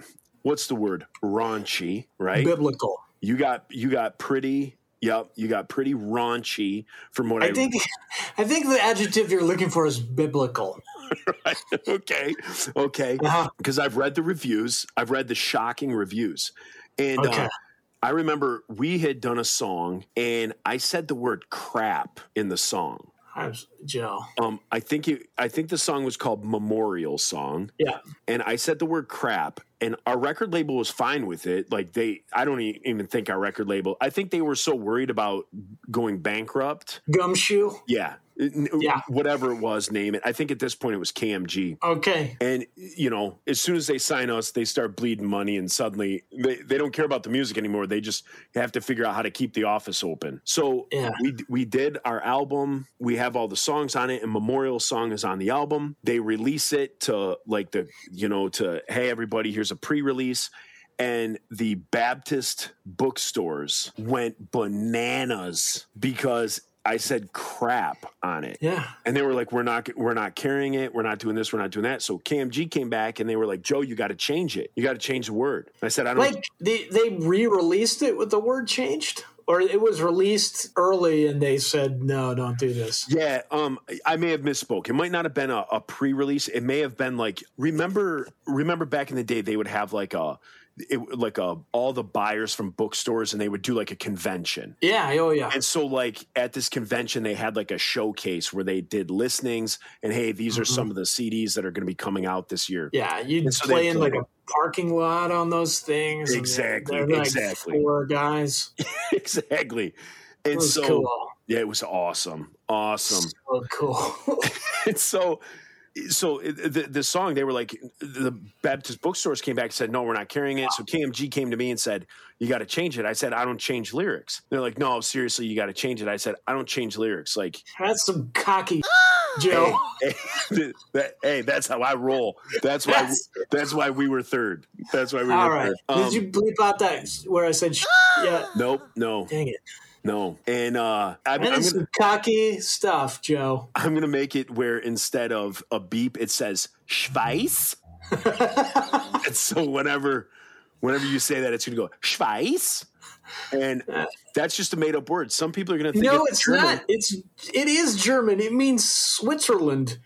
Speaker 6: what's the word raunchy, right?
Speaker 3: biblical.
Speaker 6: You got you got pretty. Yep, you got pretty raunchy from what I,
Speaker 3: I think I think the adjective you're looking for is biblical.
Speaker 6: okay, okay.
Speaker 3: Uh-huh.
Speaker 6: Because I've read the reviews. I've read the shocking reviews, and uh,
Speaker 3: Okay.
Speaker 6: I remember we had done a song, and I said the word "crap" in the song.
Speaker 3: I was- Joe.
Speaker 6: Um, I think it, I think the song was called "Memorial Song,"
Speaker 3: Yeah.
Speaker 6: and I said the word "crap," and our record label was fine with it. Like they, I don't e- even think our record label. I think they were so worried about going bankrupt.
Speaker 3: Gumshoe.
Speaker 6: Yeah, N-
Speaker 3: Yeah.
Speaker 6: whatever it was, name it. I think at this point it was KMG.
Speaker 3: Okay.
Speaker 6: And you know, as soon as they sign us, they start bleeding money, and suddenly they, they don't care about the music anymore. They just have to figure out how to keep the office open. So
Speaker 3: Yeah.
Speaker 6: we we did our album. We have all the songs on it, and Memorial Song is on the album. They release it to like the you know to hey everybody, here's a pre-release. And the Baptist bookstores went bananas because I said crap on it.
Speaker 3: Yeah.
Speaker 6: And they were like, "We're not, we're not carrying it. We're not doing this. We're not doing that." So KMG came back and they were like, "Joe, you got to change it. You got to change the word." And I said, "I don't."
Speaker 3: Like they they re-released it with the word changed, or it was released early and they said no, don't do this.
Speaker 6: yeah, um, I may have misspoke. It might not have been a, a pre-release. It may have been like remember remember back in the day they would have like a it, like a all the buyers from bookstores and they would do like a convention.
Speaker 3: Yeah. Oh yeah.
Speaker 6: And so, like at this convention, they had like a showcase where they did listenings, and hey, these are
Speaker 3: Mm-hmm.
Speaker 6: some of the CDs that are going to be coming out this year.
Speaker 3: Yeah, you'd
Speaker 6: And so they
Speaker 3: play in
Speaker 6: play
Speaker 3: like a parking lot on those things. and
Speaker 6: Exactly,
Speaker 3: they're, like
Speaker 6: exactly.
Speaker 3: Four guys. It
Speaker 6: exactly. And
Speaker 3: was
Speaker 6: so,
Speaker 3: cool.
Speaker 6: yeah, it was awesome, awesome.
Speaker 3: So cool.
Speaker 6: and so, so it- the the song they were like the Baptist bookstores came back and said, no, we're not carrying it. So KMG came to me and said, you got to change it. I said, I don't change lyrics. They're like, no, seriously, you got to change it. I said, I don't change lyrics. Like
Speaker 3: That's some cocky Joe.
Speaker 6: hey, that, hey, that's how I roll. That's why.
Speaker 3: Yes.
Speaker 6: That's why we were third. That's why we
Speaker 3: All
Speaker 6: were
Speaker 3: right.
Speaker 6: third. Um,
Speaker 3: Did you bleep out that where I said? Sh- yeah.
Speaker 6: Nope. No.
Speaker 3: Dang it.
Speaker 6: No. And uh, I'm,
Speaker 3: That
Speaker 6: I'm
Speaker 3: is
Speaker 6: gonna
Speaker 3: some cocky stuff, Joe.
Speaker 6: I'm gonna make it where instead of a beep, it says Schweiß. and so whenever whenever you say that, it's gonna go Schweiß. And that's just a made up word. Some people are gonna think
Speaker 3: No,
Speaker 6: it's,
Speaker 3: it's
Speaker 6: German.
Speaker 3: not. It's it is German. It means Switzerland.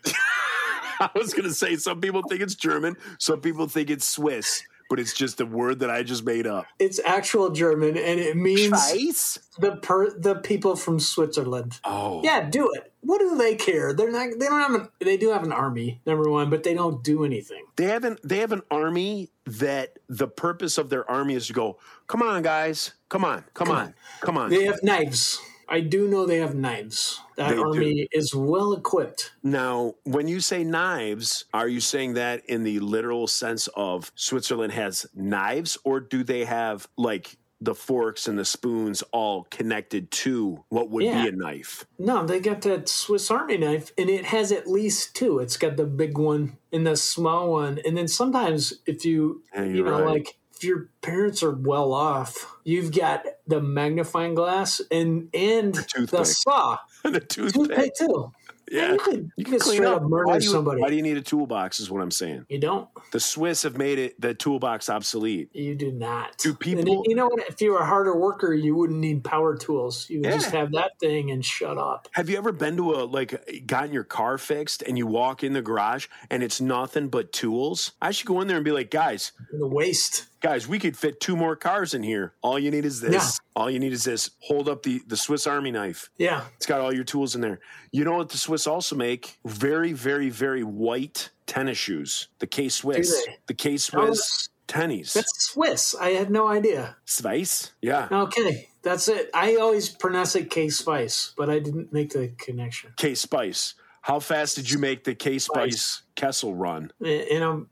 Speaker 6: I was gonna say some people think it's German. Some people think it's Swiss. But it's just a word that I just made up.
Speaker 3: It's actual German, and it means
Speaker 6: Schweiß.
Speaker 3: the per, the people from Switzerland.
Speaker 6: Oh.
Speaker 3: Yeah, do it. What do they care? They're not. They don't have. An, they do have an army, number one, but they don't do anything.
Speaker 6: they have an they have an army that the purpose of their army is to go come on guys come on come, on, come on
Speaker 3: They have knives. I do know they have knives. That
Speaker 6: They do.
Speaker 3: army is well equipped.
Speaker 6: now when you say knives are you saying that in the literal sense of switzerland has knives or do they have like the forks and the spoons all connected to what would
Speaker 3: Yeah.
Speaker 6: be a knife
Speaker 3: No, they got that Swiss Army knife, and it has at least two. It's got the big one and the small one, and then sometimes if you
Speaker 6: Yeah,
Speaker 3: you
Speaker 6: you're
Speaker 3: know
Speaker 6: right.
Speaker 3: like if your parents are well off, you've got the magnifying glass and and the
Speaker 6: toothpick.
Speaker 3: saw,
Speaker 6: and a toothpick
Speaker 3: toothpick too.
Speaker 6: yeah
Speaker 3: You could, you could
Speaker 6: Clean
Speaker 3: straight
Speaker 6: up.
Speaker 3: up murder
Speaker 6: why do, you,
Speaker 3: somebody.
Speaker 6: why do you need a toolbox is what i'm saying
Speaker 3: You don't.
Speaker 6: the swiss have made it the toolbox obsolete
Speaker 3: You do not.
Speaker 6: Do people-
Speaker 3: And you- you know what? If you were a harder worker, you wouldn't need power tools. You would
Speaker 6: Yeah.
Speaker 3: just have that thing and shut up.
Speaker 6: Have you ever been to a like gotten your car fixed and you walk in the garage and it's nothing but tools? I should go in there and be like, guys,
Speaker 3: The waste.
Speaker 6: guys, we could fit two more cars in here. All you need is this. All you need is this. Hold up the the Swiss Army knife.
Speaker 3: Yeah.
Speaker 6: It's got all your tools in there. You know what the Swiss also make? Very, very, very white tennis shoes. The K Swiss.
Speaker 3: they?
Speaker 6: The K
Speaker 3: that's-
Speaker 6: Swiss tennies.
Speaker 3: That's Oh. Swiss. I had no idea.
Speaker 6: Swiss. Yeah.
Speaker 3: Okay. That's it. I always pronounce it K Spice, but I didn't make the connection.
Speaker 6: K Spice. How fast did you make the K Spice Kessel run?
Speaker 3: And I'm,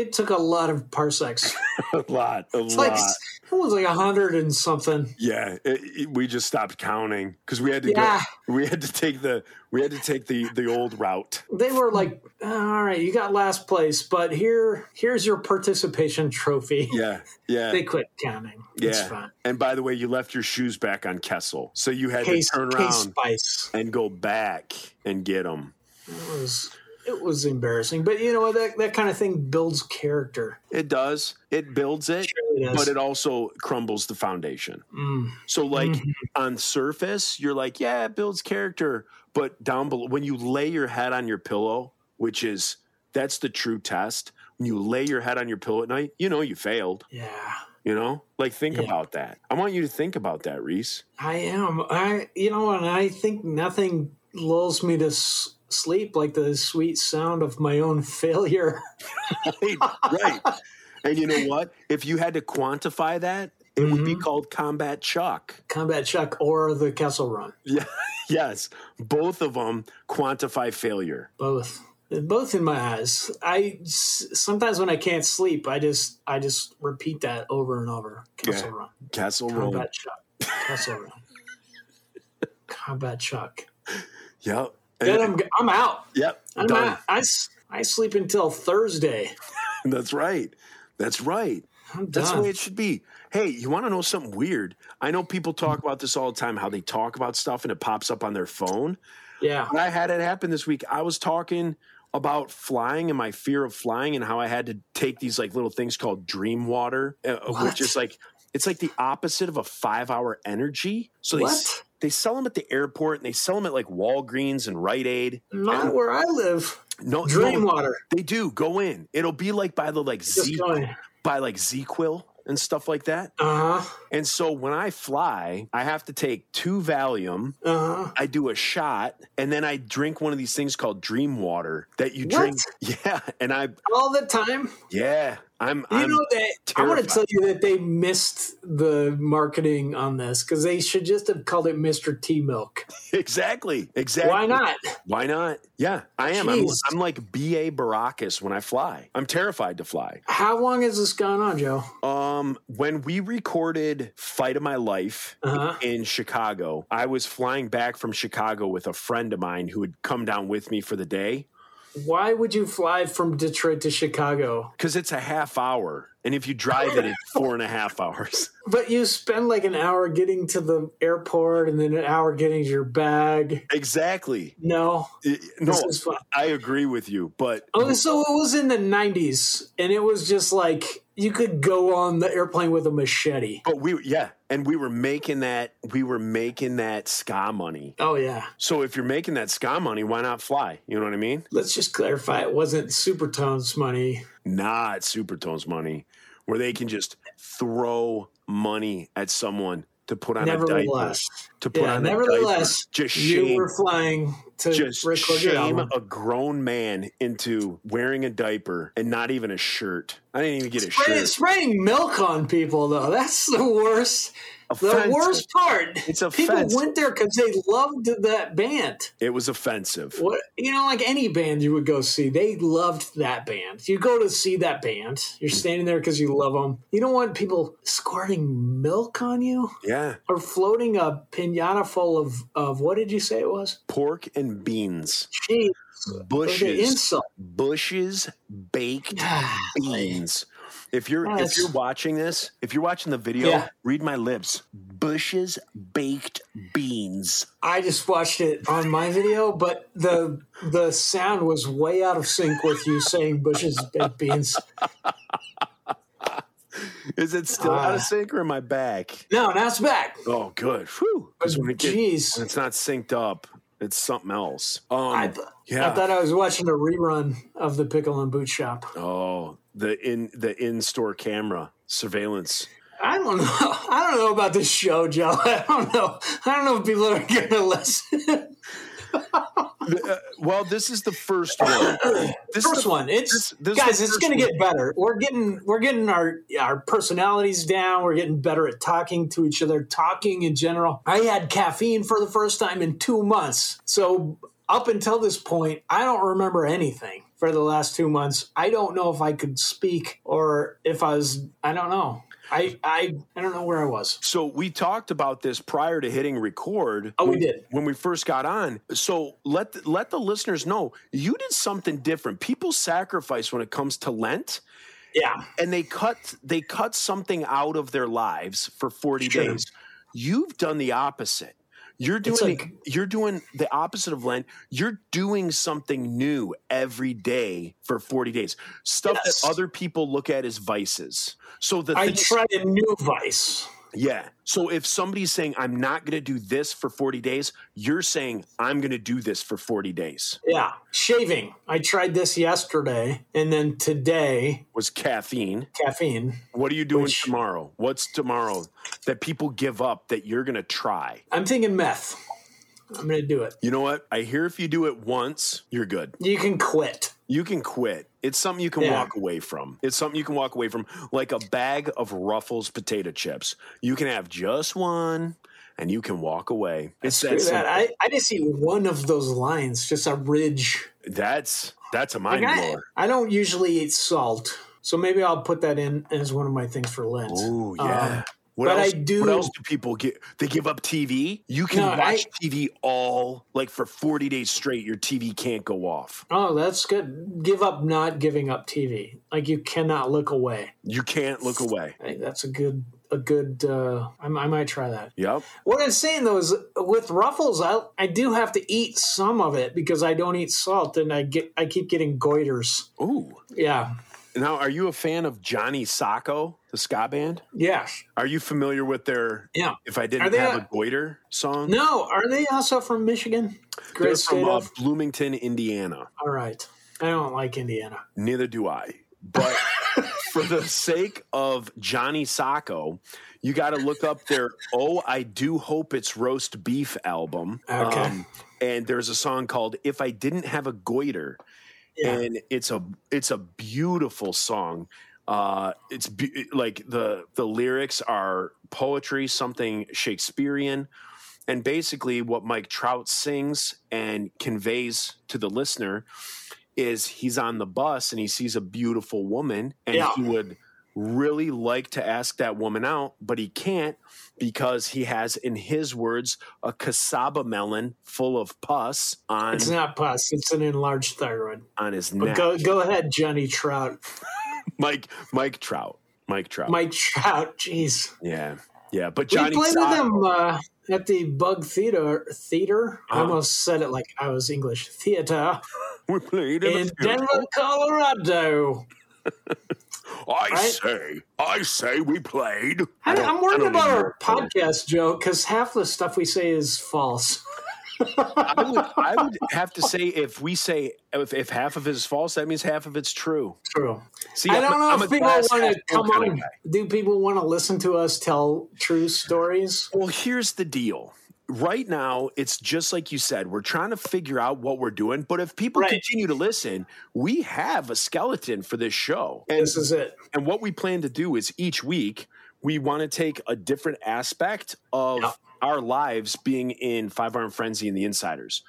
Speaker 3: it took a lot of parsecs.
Speaker 6: a lot. A
Speaker 3: It's
Speaker 6: lot.
Speaker 3: like, it was like a hundred and something.
Speaker 6: Yeah, it, it- we just stopped counting because we had to
Speaker 3: Yeah.
Speaker 6: go. We had to take the we had to take the the old route.
Speaker 3: They were like, "Oh, all right, you got last place, but here, here's your participation trophy.
Speaker 6: Yeah, yeah,
Speaker 3: They quit counting.
Speaker 6: yeah.
Speaker 3: It's fine.
Speaker 6: And by the way, you left your shoes back on Kessel, so you had
Speaker 3: Case,
Speaker 6: to turn
Speaker 3: Case
Speaker 6: around
Speaker 3: Spice.
Speaker 6: and go back and get them.
Speaker 3: It was it was embarrassing, but you know what? That that kind of thing builds character.
Speaker 6: It does. It builds it,
Speaker 3: Sure it does. Mm.
Speaker 6: but it also crumbles the foundation. So, like
Speaker 3: Mm-hmm.
Speaker 6: on surface, you're like, yeah, it builds character. But down below, when you lay your head on your pillow, which is that's the true test. When you lay your head on your pillow at night, you know you failed.
Speaker 3: Yeah,
Speaker 6: You know, like think
Speaker 3: Yeah.
Speaker 6: about that. I want you to think about that, Reese.
Speaker 3: I am. I you know, and I think nothing lulls me to s- sleep like the sweet sound of my own failure.
Speaker 6: right, right. And you know what? If you had to quantify that, it would
Speaker 3: Mm-hmm.
Speaker 6: be called combat chuck.
Speaker 3: Combat Chuck or the Kessel Run,
Speaker 6: Yeah, yes. Both of them quantify failure.
Speaker 3: both. Both in my eyes. I s- sometimes when I can't sleep, I just I just repeat that over and over. Kessel
Speaker 6: Yeah.
Speaker 3: Run,
Speaker 6: Castle Roll.
Speaker 3: Combat Chuck, Kessel Run, Combat Chuck.
Speaker 6: Yep.
Speaker 3: Then
Speaker 6: And-
Speaker 3: I'm I'm out.
Speaker 6: yep.
Speaker 3: I'm
Speaker 6: Done.
Speaker 3: not, I, s- I sleep until Thursday.
Speaker 6: That's right. That's right.
Speaker 3: I'm done.
Speaker 6: That's the way it should be. Hey, you want to know something weird? I know people talk about this all the time how they talk about stuff and it pops up on their phone.
Speaker 3: yeah.
Speaker 6: But I had it happen this week. I was talking about flying and my fear of flying and how I had to take these like little things called dream water, uh, which is like it's like the opposite of a five hour energy. So they s-
Speaker 3: What?
Speaker 6: they sell them at the airport and they sell them at like Walgreens and Rite Aid.
Speaker 3: Not where I live.
Speaker 6: No,
Speaker 3: Dream
Speaker 6: no,
Speaker 3: water.
Speaker 6: They do go in. It'll be like by the like
Speaker 3: Just
Speaker 6: Z
Speaker 3: going.
Speaker 6: by like Z-Quil and stuff like that.
Speaker 3: Uh huh.
Speaker 6: And so when I fly, I have to take two Valium.
Speaker 3: Uh huh.
Speaker 6: I do a shot and then I drink one of these things called dream water that you
Speaker 3: What?
Speaker 6: drink. Yeah. And I,
Speaker 3: All the time.
Speaker 6: yeah, I'm,
Speaker 3: You
Speaker 6: I'm
Speaker 3: know that I want
Speaker 6: terrified.
Speaker 3: to tell you that they missed the marketing on this because they should just have called it Mr. T Milk.
Speaker 6: exactly, exactly.
Speaker 3: Why not?
Speaker 6: Why not? Yeah, I am. I'm,
Speaker 3: Jeez.
Speaker 6: I'm like B.A. Baracus when I fly. I'm terrified to fly.
Speaker 3: How long has this gone on, Joe?
Speaker 6: Um, when we recorded Fight of My Life
Speaker 3: Uh-huh.
Speaker 6: in Chicago, I was flying back from Chicago with a friend of mine who had come down with me for the day.
Speaker 3: Why would you fly from Detroit to Chicago?
Speaker 6: Because it's a half hour. And if you drive it, it's four and a half hours.
Speaker 3: But you spend like an hour getting to the airport and then an hour getting to your bag.
Speaker 6: Exactly.
Speaker 3: No,
Speaker 6: I-
Speaker 3: this
Speaker 6: No,
Speaker 3: is fun.
Speaker 6: I agree with you, but
Speaker 3: Oh, so it was in the '90s, and it was just like you could go on the airplane with a machete.
Speaker 6: but we yeah, and we were making that we were making that ska money.
Speaker 3: Oh yeah.
Speaker 6: So if you're making that ska money, why not fly? You know what I mean?
Speaker 3: Let's just clarify: it wasn't Supertones money.
Speaker 6: Not Supertones money, where they can just throw money at someone to put on a diaper.
Speaker 3: Nevertheless,
Speaker 6: To put
Speaker 3: Yeah,
Speaker 6: on a
Speaker 3: nevertheless,
Speaker 6: diaper. Just
Speaker 3: you
Speaker 6: shame
Speaker 3: were flying to
Speaker 6: just
Speaker 3: record your
Speaker 6: shame
Speaker 3: album.
Speaker 6: a grown man into wearing a diaper and not even a shirt. I didn't even get a
Speaker 3: Spray-
Speaker 6: shirt.
Speaker 3: Spraying milk on people, though, that's the worst. The
Speaker 6: Offensive.
Speaker 3: worst part.
Speaker 6: It's
Speaker 3: people
Speaker 6: offensive.
Speaker 3: went there because they loved that band.
Speaker 6: It was offensive.
Speaker 3: What you know, like any band you would go see, they loved that band. You go to see that band,
Speaker 6: Mm.
Speaker 3: you're standing there because you love them. You don't want people squirting milk on you
Speaker 6: Yeah.
Speaker 3: or floating a pinata full of of what did you say it was?
Speaker 6: Pork and beans.
Speaker 3: Gee, what an
Speaker 6: Bushes.
Speaker 3: insult.
Speaker 6: bushes baked beans. If you're
Speaker 3: Yes.
Speaker 6: if you're watching this, if you're watching the video,
Speaker 3: Yeah.
Speaker 6: read my lips. Bushes baked beans.
Speaker 3: I just watched it on my video, but the the sound was way out of sync with you saying bushes baked beans.
Speaker 6: Is it still out
Speaker 3: Ah.
Speaker 6: of sync or am I back?
Speaker 3: No, now it's back.
Speaker 6: Oh, good. Whew. 'Cause when it get-
Speaker 3: Jeez.
Speaker 6: when it's not synced up, it's something else. Um,
Speaker 3: I, th-
Speaker 6: yeah.
Speaker 3: I thought I was watching a rerun of the Pickle and Boot Shop.
Speaker 6: oh, the in the in store camera surveillance.
Speaker 3: I don't know. I don't know about this show, Joe. I don't know. I don't know if people are going to listen.
Speaker 6: Uh, Well, this is the first one. This is
Speaker 3: First
Speaker 6: the-
Speaker 3: one, it's
Speaker 6: this- this is
Speaker 3: guys.
Speaker 6: the
Speaker 3: It's
Speaker 6: first
Speaker 3: going to
Speaker 6: one.
Speaker 3: get better. We're getting we're getting our our personalities down. We're getting better at talking to each other, talking in general. I had caffeine for the first time in two months. So up until this point, I don't remember anything for the last two months. I don't know if I could speak or if I was. I don't know. I I I don't know where I was.
Speaker 6: So we talked about this prior to hitting record.
Speaker 3: Oh, we
Speaker 6: when-
Speaker 3: did.
Speaker 6: when we first got on. So let the, let the listeners know you did something different. People sacrifice when it comes to Lent,
Speaker 3: Yeah.
Speaker 6: and they cut they cut something out of their lives for forty
Speaker 3: Sure.
Speaker 6: days. You've done the opposite. You're doing
Speaker 3: It's
Speaker 6: the-
Speaker 3: like-
Speaker 6: you're doing the opposite of Lent. You're doing something new every day for forty days. Stuff
Speaker 3: Yes.
Speaker 6: that other people look at as vices. So the
Speaker 3: I
Speaker 6: things-
Speaker 3: tried a new vice.
Speaker 6: yeah. So if somebody's saying, I'm not going to do this for 40 days, you're saying, I'm going to do this for 40 days
Speaker 3: Yeah, shaving. I tried this yesterday, and then today
Speaker 6: was caffeine.
Speaker 3: caffeine.
Speaker 6: What are you doing
Speaker 3: Which-
Speaker 6: tomorrow? What's tomorrow that people give up that you're going to try?
Speaker 3: I'm thinking meth. I'm gonna do it.
Speaker 6: You know what? I hear if you do it once, you're good.
Speaker 3: You can quit.
Speaker 6: You can quit. It's something you can
Speaker 3: Yeah.
Speaker 6: walk away from. It's something you can walk away from, like a bag of Ruffles potato chips. You can have just one and you can walk away. It's
Speaker 3: Screw
Speaker 6: that
Speaker 3: that.
Speaker 6: simple.
Speaker 3: I, I just see one of those lines, just a ridge.
Speaker 6: That's that's a mind
Speaker 3: Like, I,
Speaker 6: blower.
Speaker 3: I don't usually eat salt, so maybe I'll put that in as one of my things for Lent.
Speaker 6: Oh
Speaker 3: Um,
Speaker 6: yeah. What
Speaker 3: But I
Speaker 6: else?
Speaker 3: do-
Speaker 6: What else do people get? They give up TV. You can
Speaker 3: No,
Speaker 6: watch
Speaker 3: I-
Speaker 6: TV all like for forty days straight. Your TV can't go off.
Speaker 3: Oh, that's good. Give up not giving up TV. Like you cannot look away.
Speaker 6: You can't look away.
Speaker 3: I think that's a good a good. Uh, I, I might try that.
Speaker 6: Yep.
Speaker 3: What I'm saying though is with Ruffles, I I do have to eat some of it because I don't eat salt and I get I keep getting goiters.
Speaker 6: Ooh.
Speaker 3: Yeah.
Speaker 6: Now, are you a fan of Johnny Sacco, the ska band?
Speaker 3: Yes.
Speaker 6: Are you familiar with their
Speaker 3: Yeah.
Speaker 6: "If I
Speaker 3: Are
Speaker 6: Didn't
Speaker 3: they
Speaker 6: Have
Speaker 3: a-
Speaker 6: a Goiter" song?
Speaker 3: No, are they also from Michigan? Great
Speaker 6: They're
Speaker 3: state
Speaker 6: from uh,
Speaker 3: of.
Speaker 6: Bloomington, Indiana.
Speaker 3: All right. I don't like Indiana.
Speaker 6: Neither do I. But for the sake of Johnny Sacco, you got to look up their "Oh, I Do Hope It's Roast Beef" album. Um,
Speaker 3: Okay.
Speaker 6: and there's a song called "If I Didn't Have a Goiter,"
Speaker 3: Yeah.
Speaker 6: and it's a it's a beautiful song. Uh, it's be- like the the lyrics are poetry, something Shakespearean, and basically what Mike Trout sings and conveys to the listener is he's on the bus and he sees a beautiful woman and
Speaker 3: Yeah.
Speaker 6: he would really like to ask that woman out but he can't because he has in his words a cassava melon full of pus on
Speaker 3: It's not pus. It's an enlarged thyroid.
Speaker 6: on his
Speaker 3: But
Speaker 6: neck
Speaker 3: go go ahead, Johnny Trout,
Speaker 6: mike mike trout mike trout
Speaker 3: Mike Trout. Jeez,
Speaker 6: yeah yeah but
Speaker 3: we
Speaker 6: johnny
Speaker 3: played with
Speaker 6: Sacco-
Speaker 3: him uh, at the Bug Theater. Theater. I
Speaker 6: Uh-huh.
Speaker 3: almost said it like I was English. Theater
Speaker 6: we played in
Speaker 3: in
Speaker 6: the theater.
Speaker 3: Denver, Colorado.
Speaker 6: i
Speaker 3: right?
Speaker 6: say i say we played
Speaker 3: I,
Speaker 6: don't-
Speaker 3: I'm worried
Speaker 6: don't
Speaker 3: about
Speaker 6: even
Speaker 3: our
Speaker 6: know.
Speaker 3: podcast, Joe, because half the stuff we say is false.
Speaker 6: I would, I would have to say if we say if, if half of it is false that means half of it's true
Speaker 3: True.
Speaker 6: See,
Speaker 3: I
Speaker 6: I'm a-
Speaker 3: don't know
Speaker 6: I'm
Speaker 3: if
Speaker 6: a
Speaker 3: people
Speaker 6: glass
Speaker 3: want
Speaker 6: half
Speaker 3: to
Speaker 6: full
Speaker 3: come
Speaker 6: kinda
Speaker 3: on.
Speaker 6: guy.
Speaker 3: Do people want to listen to us tell true stories?
Speaker 6: Well, here's the deal. Right now, it's just like you said, we're trying to figure out what we're doing. But if people
Speaker 3: Right.
Speaker 6: continue to listen, we have a skeleton for this show. And,
Speaker 3: This is it.
Speaker 6: and what we plan to do is each week, we want to take a different aspect of
Speaker 3: Yeah.
Speaker 6: our lives being in Five Arm Frenzy and the Insiders.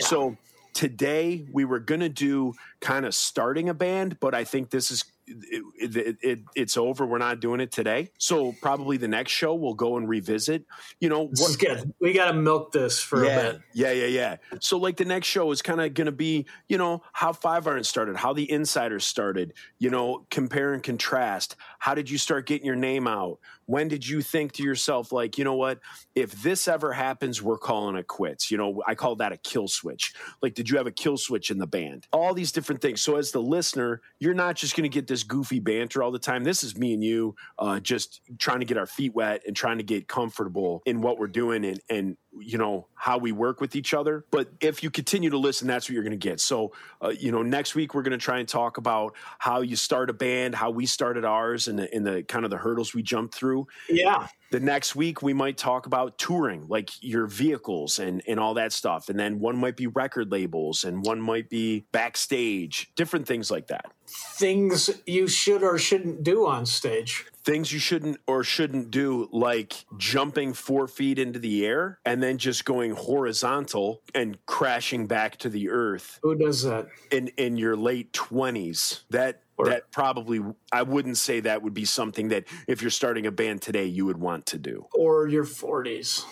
Speaker 6: So today, we were going to do kind of starting a band, but I think this is. It, it, it, it's over. We're not doing it today. So probably the next show we'll go and revisit. You know
Speaker 3: This is good. We got to milk this for
Speaker 6: yeah.
Speaker 3: a bit.
Speaker 6: Yeah, yeah, yeah. So like the next show is kind of going to be, you know, how Five Iron started, how the Insiders started, you know, compare and contrast. How did you start getting your name out? When did you think to yourself like, you know what, if this ever happens, we're calling it quits. You know, I call that a kill switch. Like did you have a kill switch in the band? All these different things. So as the listener, you're not just going to get this goofy banter all the time. This is me and you uh, just trying to get our feet wet and trying to get comfortable in what we're doing and and you know how we work with each other. But if you continue to listen, that's what you're going to get. So uh, you know, next week we're going to try and talk about how you start a band, how we started ours, and the, and the kind of the hurdles we jumped through
Speaker 3: Yeah.
Speaker 6: the next week we might talk about touring like your vehicles and and all that stuff and then one might be record labels and one might be backstage different things like that
Speaker 3: Things you should or shouldn't do on stage.
Speaker 6: things you shouldn't or shouldn't do like jumping four feet into the air and then just going horizontal and crashing back to the earth
Speaker 3: Who does that?
Speaker 6: in in your late 20s that
Speaker 3: Or-
Speaker 6: that probably i wouldn't say that would be something that if you're starting a band today you would want to do
Speaker 3: Or your 40s.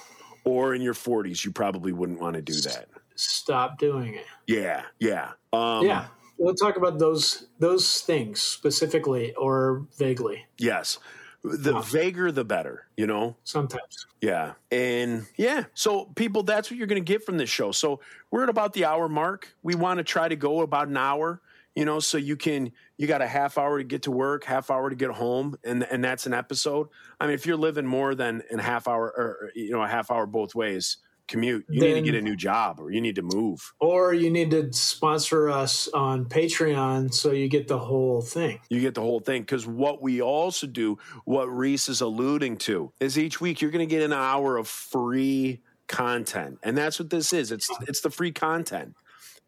Speaker 6: or in your 40s you probably wouldn't want to do that
Speaker 3: Stop doing it.
Speaker 6: Yeah, yeah, um,
Speaker 3: yeah. We'll talk about those those things specifically or vaguely
Speaker 6: Yes, the vaguer the better. You know.
Speaker 3: sometimes.
Speaker 6: Yeah, and yeah. So people, that's what you're going to get from this show. So we're at about the hour mark. We want to try to go about an hour. You know, so you can you got a half hour to get to work, half hour to get home, and and that's an episode. I mean, if you're living more than a half hour or you know a half hour both ways commute, you need
Speaker 3: Then-
Speaker 6: to get a new job or you need to move.
Speaker 3: Or you need to sponsor us on Patreon so you get the whole thing.
Speaker 6: You get the whole thing. Because what we also do, what Reese is alluding to, is each week you're going to get an hour of free content, and that's what this is. It's it's the free content.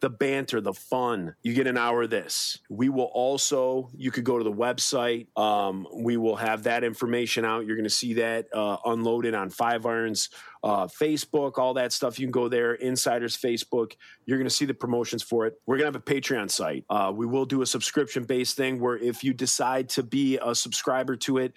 Speaker 6: The banter, the fun. You get an hour of this. We will also, you could go to the website. Um, we will have that information out. You're going to see that uh, unloaded on Five Irons uh, Facebook, all that stuff. You can go there, Insiders Facebook. You're going to see the promotions for it. We're going to have a Patreon site. Uh, we will do a subscription based thing where if you decide to be a subscriber to it,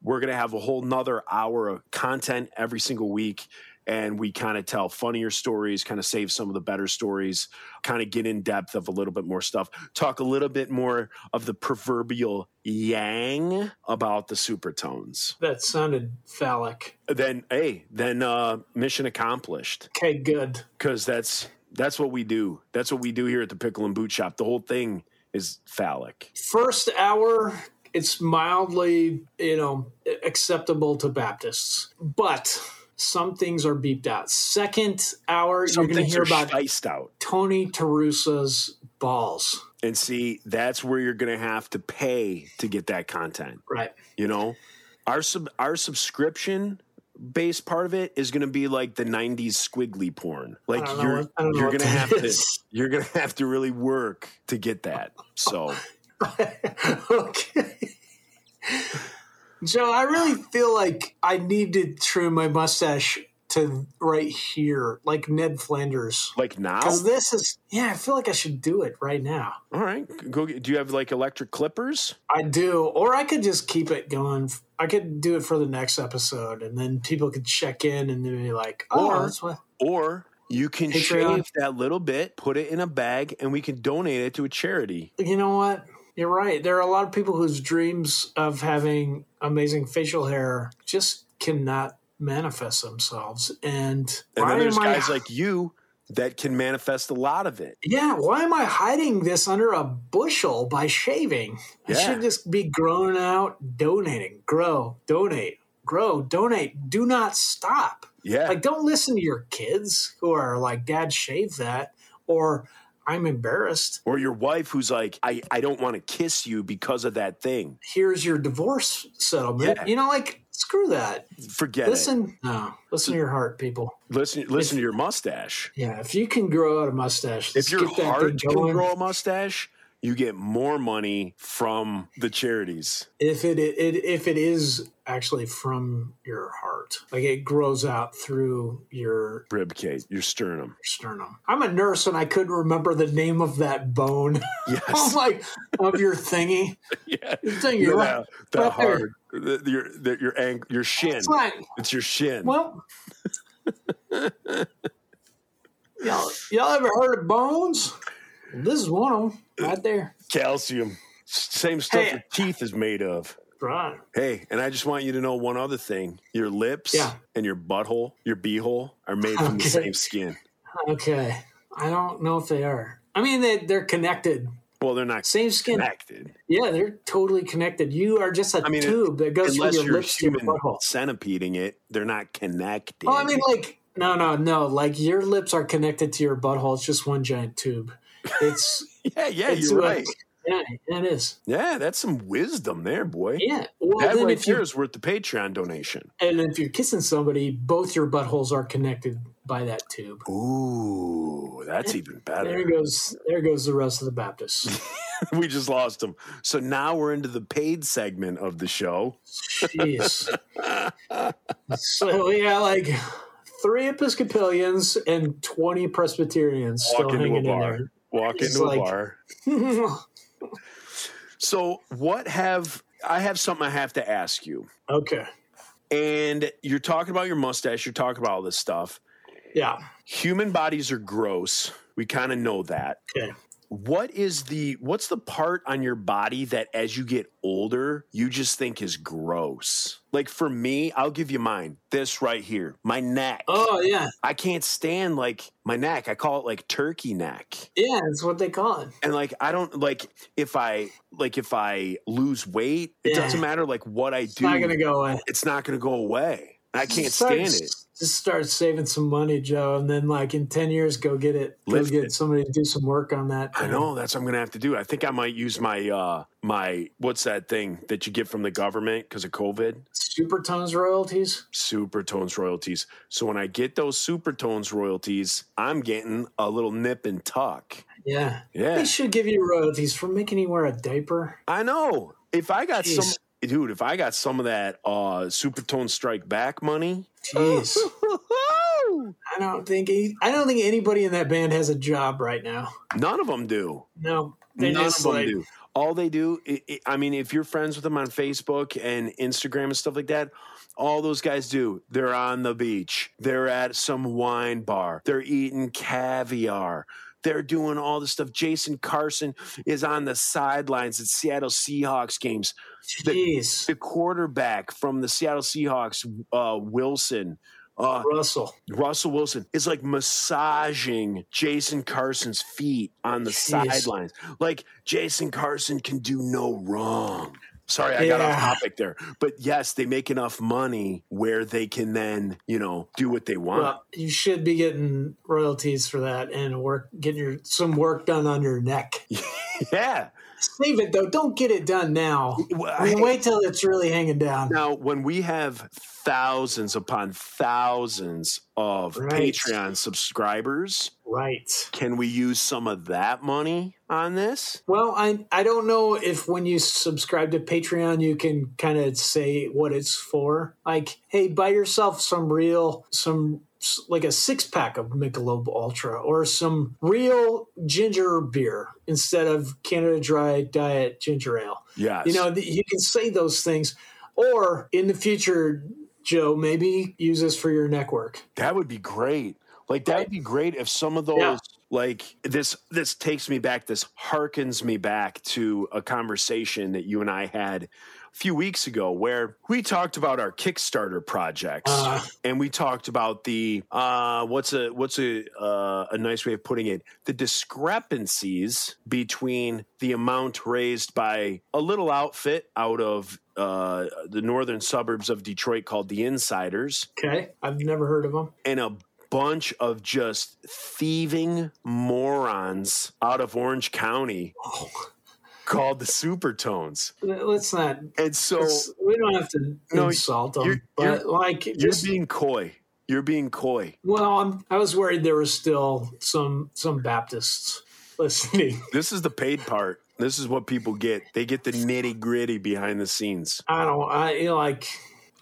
Speaker 6: we're going to have a whole nother hour of content every single week. And we kind of tell funnier stories, kind of save some of the better stories, kind of get in depth of a little bit more stuff, talk a little bit more of the proverbial yang about the supertones.
Speaker 3: That sounded phallic.
Speaker 6: Then, hey, then uh, mission accomplished
Speaker 3: Okay, good.
Speaker 6: because that's that's what we do. That's what we do here at the Pickle and Boot Shop. The whole thing is phallic.
Speaker 3: First hour, it's mildly, you know, acceptable to Baptists, but some things are beeped out. Second hour,
Speaker 6: Some
Speaker 3: you're going to
Speaker 6: things
Speaker 3: hear
Speaker 6: are
Speaker 3: about
Speaker 6: spiced out.
Speaker 3: Tony Terusa's balls.
Speaker 6: And see, that's where you're going to have to pay to get that content.
Speaker 3: Right.
Speaker 6: You know, our sub our subscription based part of it is going to be like the 90s squiggly porn. Like
Speaker 3: don't know
Speaker 6: you're
Speaker 3: what- I don't know
Speaker 6: you're
Speaker 3: what
Speaker 6: going to
Speaker 3: that
Speaker 6: have to
Speaker 3: is.
Speaker 6: you're going to have to really work to get that. So,
Speaker 3: okay. Joe, I really feel like I need to trim my mustache to right here, like Ned Flanders.
Speaker 6: like now,
Speaker 3: Because this is, yeah, I feel like I should do it right now.
Speaker 6: all right, go get, do you have like electric clippers?
Speaker 3: I do. Or I could just keep it going. I could do it for the next episode, and then people could check in and then be like, oh,
Speaker 6: Or-
Speaker 3: that's what.
Speaker 6: Or you can
Speaker 3: Patreon.
Speaker 6: shave that little bit, put it in a bag, and we can donate it to a charity.
Speaker 3: You know what? You're right. There are a lot of people whose dreams of having amazing facial hair just cannot manifest themselves. And,
Speaker 6: And
Speaker 3: why
Speaker 6: then there's
Speaker 3: am I-
Speaker 6: guys like you that can manifest a lot of it.
Speaker 3: yeah, why am I hiding this under a bushel by shaving? I
Speaker 6: Yeah.
Speaker 3: should just be growing out, donating, grow, donate, grow, donate. Do not stop.
Speaker 6: Yeah.
Speaker 3: Like, don't listen to your kids who are like, Dad, shave that, or I'm embarrassed.
Speaker 6: or your wife who's like, I, I don't want to kiss you because of that thing.
Speaker 3: Here's your divorce settlement.
Speaker 6: Yeah.
Speaker 3: You know, like, screw that.
Speaker 6: Forget it.
Speaker 3: Listen, no, listen to your heart, people.
Speaker 6: Listen, listen to your mustache.
Speaker 3: Yeah, if you can grow out a mustache,
Speaker 6: If
Speaker 3: let's
Speaker 6: your
Speaker 3: get that
Speaker 6: heart
Speaker 3: thing
Speaker 6: can
Speaker 3: going.
Speaker 6: grow a mustache, you get more money from the charities.
Speaker 3: if it, it if it is actually from your heart, like it grows out through your
Speaker 6: Ribcage, your sternum.
Speaker 3: sternum. I'm a nurse and I couldn't remember the name of that bone.
Speaker 6: Yes.
Speaker 3: I'm like of your thingy.
Speaker 6: yeah.
Speaker 3: Your Thing,
Speaker 6: The,
Speaker 3: you're right.
Speaker 6: the
Speaker 3: Right there.
Speaker 6: hard, the, your, the, your, ang- your shin.
Speaker 3: It's like
Speaker 6: It's your shin.
Speaker 3: Well, y'all, y'all ever heard of bones? This is one of them right there.
Speaker 6: calcium. Same stuff
Speaker 3: Hey.
Speaker 6: your teeth is made of.
Speaker 3: Right.
Speaker 6: Hey, and I just want you to know one other thing. Your lips
Speaker 3: Yeah.
Speaker 6: and your butthole, your beehole, are made from the
Speaker 3: Okay.
Speaker 6: same skin.
Speaker 3: Okay. I don't know if they are. I mean, they, they're connected.
Speaker 6: Well, they're not
Speaker 3: Same skin.
Speaker 6: connected.
Speaker 3: Yeah, they're totally connected. You are just a
Speaker 6: I mean,
Speaker 3: tube that goes from
Speaker 6: Unless
Speaker 3: your
Speaker 6: you're
Speaker 3: lips to your
Speaker 6: human
Speaker 3: butthole.
Speaker 6: centipeding it, they're not connected.
Speaker 3: Oh, I mean, like, no, no, no. Like, your lips are connected to your butthole. It's just one giant tube. It's,
Speaker 6: yeah, yeah,
Speaker 3: it's
Speaker 6: you're
Speaker 3: what-
Speaker 6: right.
Speaker 3: Yeah, it is.
Speaker 6: Yeah, that's some wisdom there, boy.
Speaker 3: Yeah. Well,
Speaker 6: that
Speaker 3: then
Speaker 6: right
Speaker 3: if you
Speaker 6: there is worth the Patreon donation.
Speaker 3: And if you're kissing somebody, both your buttholes are connected by that tube.
Speaker 6: Ooh, that's even
Speaker 3: There
Speaker 6: better.
Speaker 3: goes there goes the rest of the Baptists.
Speaker 6: we just lost him. So now we're into the paid segment of the show.
Speaker 3: Jeez. so we got like three Episcopalians and twenty Presbyterians still
Speaker 6: Walk into a
Speaker 3: hanging in
Speaker 6: bar.
Speaker 3: there.
Speaker 6: Walk
Speaker 3: It's
Speaker 6: into a
Speaker 3: like-
Speaker 6: bar. So, what have I have something I have to ask you?
Speaker 3: okay.
Speaker 6: And you're talking about your mustache, you're talking about all this stuff.
Speaker 3: Yeah.
Speaker 6: Human bodies are gross. We kind of know that.
Speaker 3: Okay.
Speaker 6: What is the what's the part on your body that as you get older, you just think is gross? Like for me, I'll give you mine. This right here, my neck.
Speaker 3: Oh yeah.
Speaker 6: I can't stand like my neck. I call it like turkey neck.
Speaker 3: Yeah, that's what they call it.
Speaker 6: and like i don't like if i like if i lose weight it
Speaker 3: Yeah.
Speaker 6: doesn't matter like what i
Speaker 3: It's
Speaker 6: do
Speaker 3: not gonna go away.
Speaker 6: it's not gonna go away i can't
Speaker 3: Just start-
Speaker 6: stand it
Speaker 3: Just start saving some money, Joe, and then like in ten years, go get it. Go
Speaker 6: Lift
Speaker 3: get
Speaker 6: it.
Speaker 3: somebody to do some work on that.
Speaker 6: i know that's what i'm gonna have to do i think i might use my uh my what's that thing that you get from the government because of covid
Speaker 3: Supertones royalties.
Speaker 6: supertones royalties so when i get those supertones royalties i'm getting a little nip and tuck
Speaker 3: Yeah.
Speaker 6: yeah
Speaker 3: They should give you royalties for making you wear a diaper.
Speaker 6: i know if i got some
Speaker 3: Jeez.
Speaker 6: dude if i got some of that uh supertone strike back money
Speaker 3: Jeez. I don't think he, I don't think anybody in that band has a job right now.
Speaker 6: none of them do
Speaker 3: No, they
Speaker 6: None of
Speaker 3: just
Speaker 6: them
Speaker 3: like
Speaker 6: do. all they do i- i- i mean if you're friends with them on facebook and instagram and stuff like that all those guys do they're on the beach they're at some wine bar they're eating caviar they're doing all this stuff jason carson is on the sidelines at seattle seahawks games The-
Speaker 3: Jeez,
Speaker 6: the quarterback from the seattle seahawks uh, wilson uh,
Speaker 3: Russell.
Speaker 6: Russell Wilson is like massaging Jason Carson's feet on the
Speaker 3: Jeez.
Speaker 6: sidelines. Like Jason Carson can do no wrong. Sorry, I got off
Speaker 3: Yeah.
Speaker 6: topic there. But yes, they make enough money where they can then, you know, do what they want.
Speaker 3: Well, you should be getting royalties for that and work getting your some work done on your neck.
Speaker 6: yeah.
Speaker 3: Save it though. Don't get it done now.
Speaker 6: Well,
Speaker 3: I mean,
Speaker 6: I-
Speaker 3: wait till it's really hanging down.
Speaker 6: now, when we have thousands upon thousands of
Speaker 3: Right.
Speaker 6: Patreon subscribers,
Speaker 3: Right.
Speaker 6: can we use some of that money on this?
Speaker 3: Well, I I don't know if when you subscribe to Patreon you can kind of say what it's for. Like, hey, buy yourself some real some s- like a six pack of Michelob Ultra or some real ginger beer instead of Canada Dry Diet ginger ale.
Speaker 6: Yes.
Speaker 3: You know, th- you can say those things, or in the future, Joe, maybe use this for your network.
Speaker 6: That would be great. Like that would be great if some of those
Speaker 3: Yeah.
Speaker 6: like this this takes me back this harkens me back to a conversation that you and I had a few weeks ago where we talked about our Kickstarter projects
Speaker 3: Uh.
Speaker 6: and we talked about the uh what's a what's a uh, a nice way of putting it the discrepancies between the amount raised by a little outfit out of uh the northern suburbs of Detroit called the Insiders
Speaker 3: Okay, I've never heard of them.
Speaker 6: and a bunch of just thieving morons out of Orange County
Speaker 3: Oh.
Speaker 6: called the Supertones.
Speaker 3: Let's not.
Speaker 6: And so
Speaker 3: let's- we don't have to
Speaker 6: No,
Speaker 3: insult them,
Speaker 6: you're-
Speaker 3: but
Speaker 6: you're-
Speaker 3: like,
Speaker 6: you're
Speaker 3: just,
Speaker 6: being coy. You're being coy.
Speaker 3: well, I'm, I was worried there was still some some Baptists listening.
Speaker 6: This is the paid part. This is what people get. They get the nitty gritty behind the scenes.
Speaker 3: I don't. I you know, like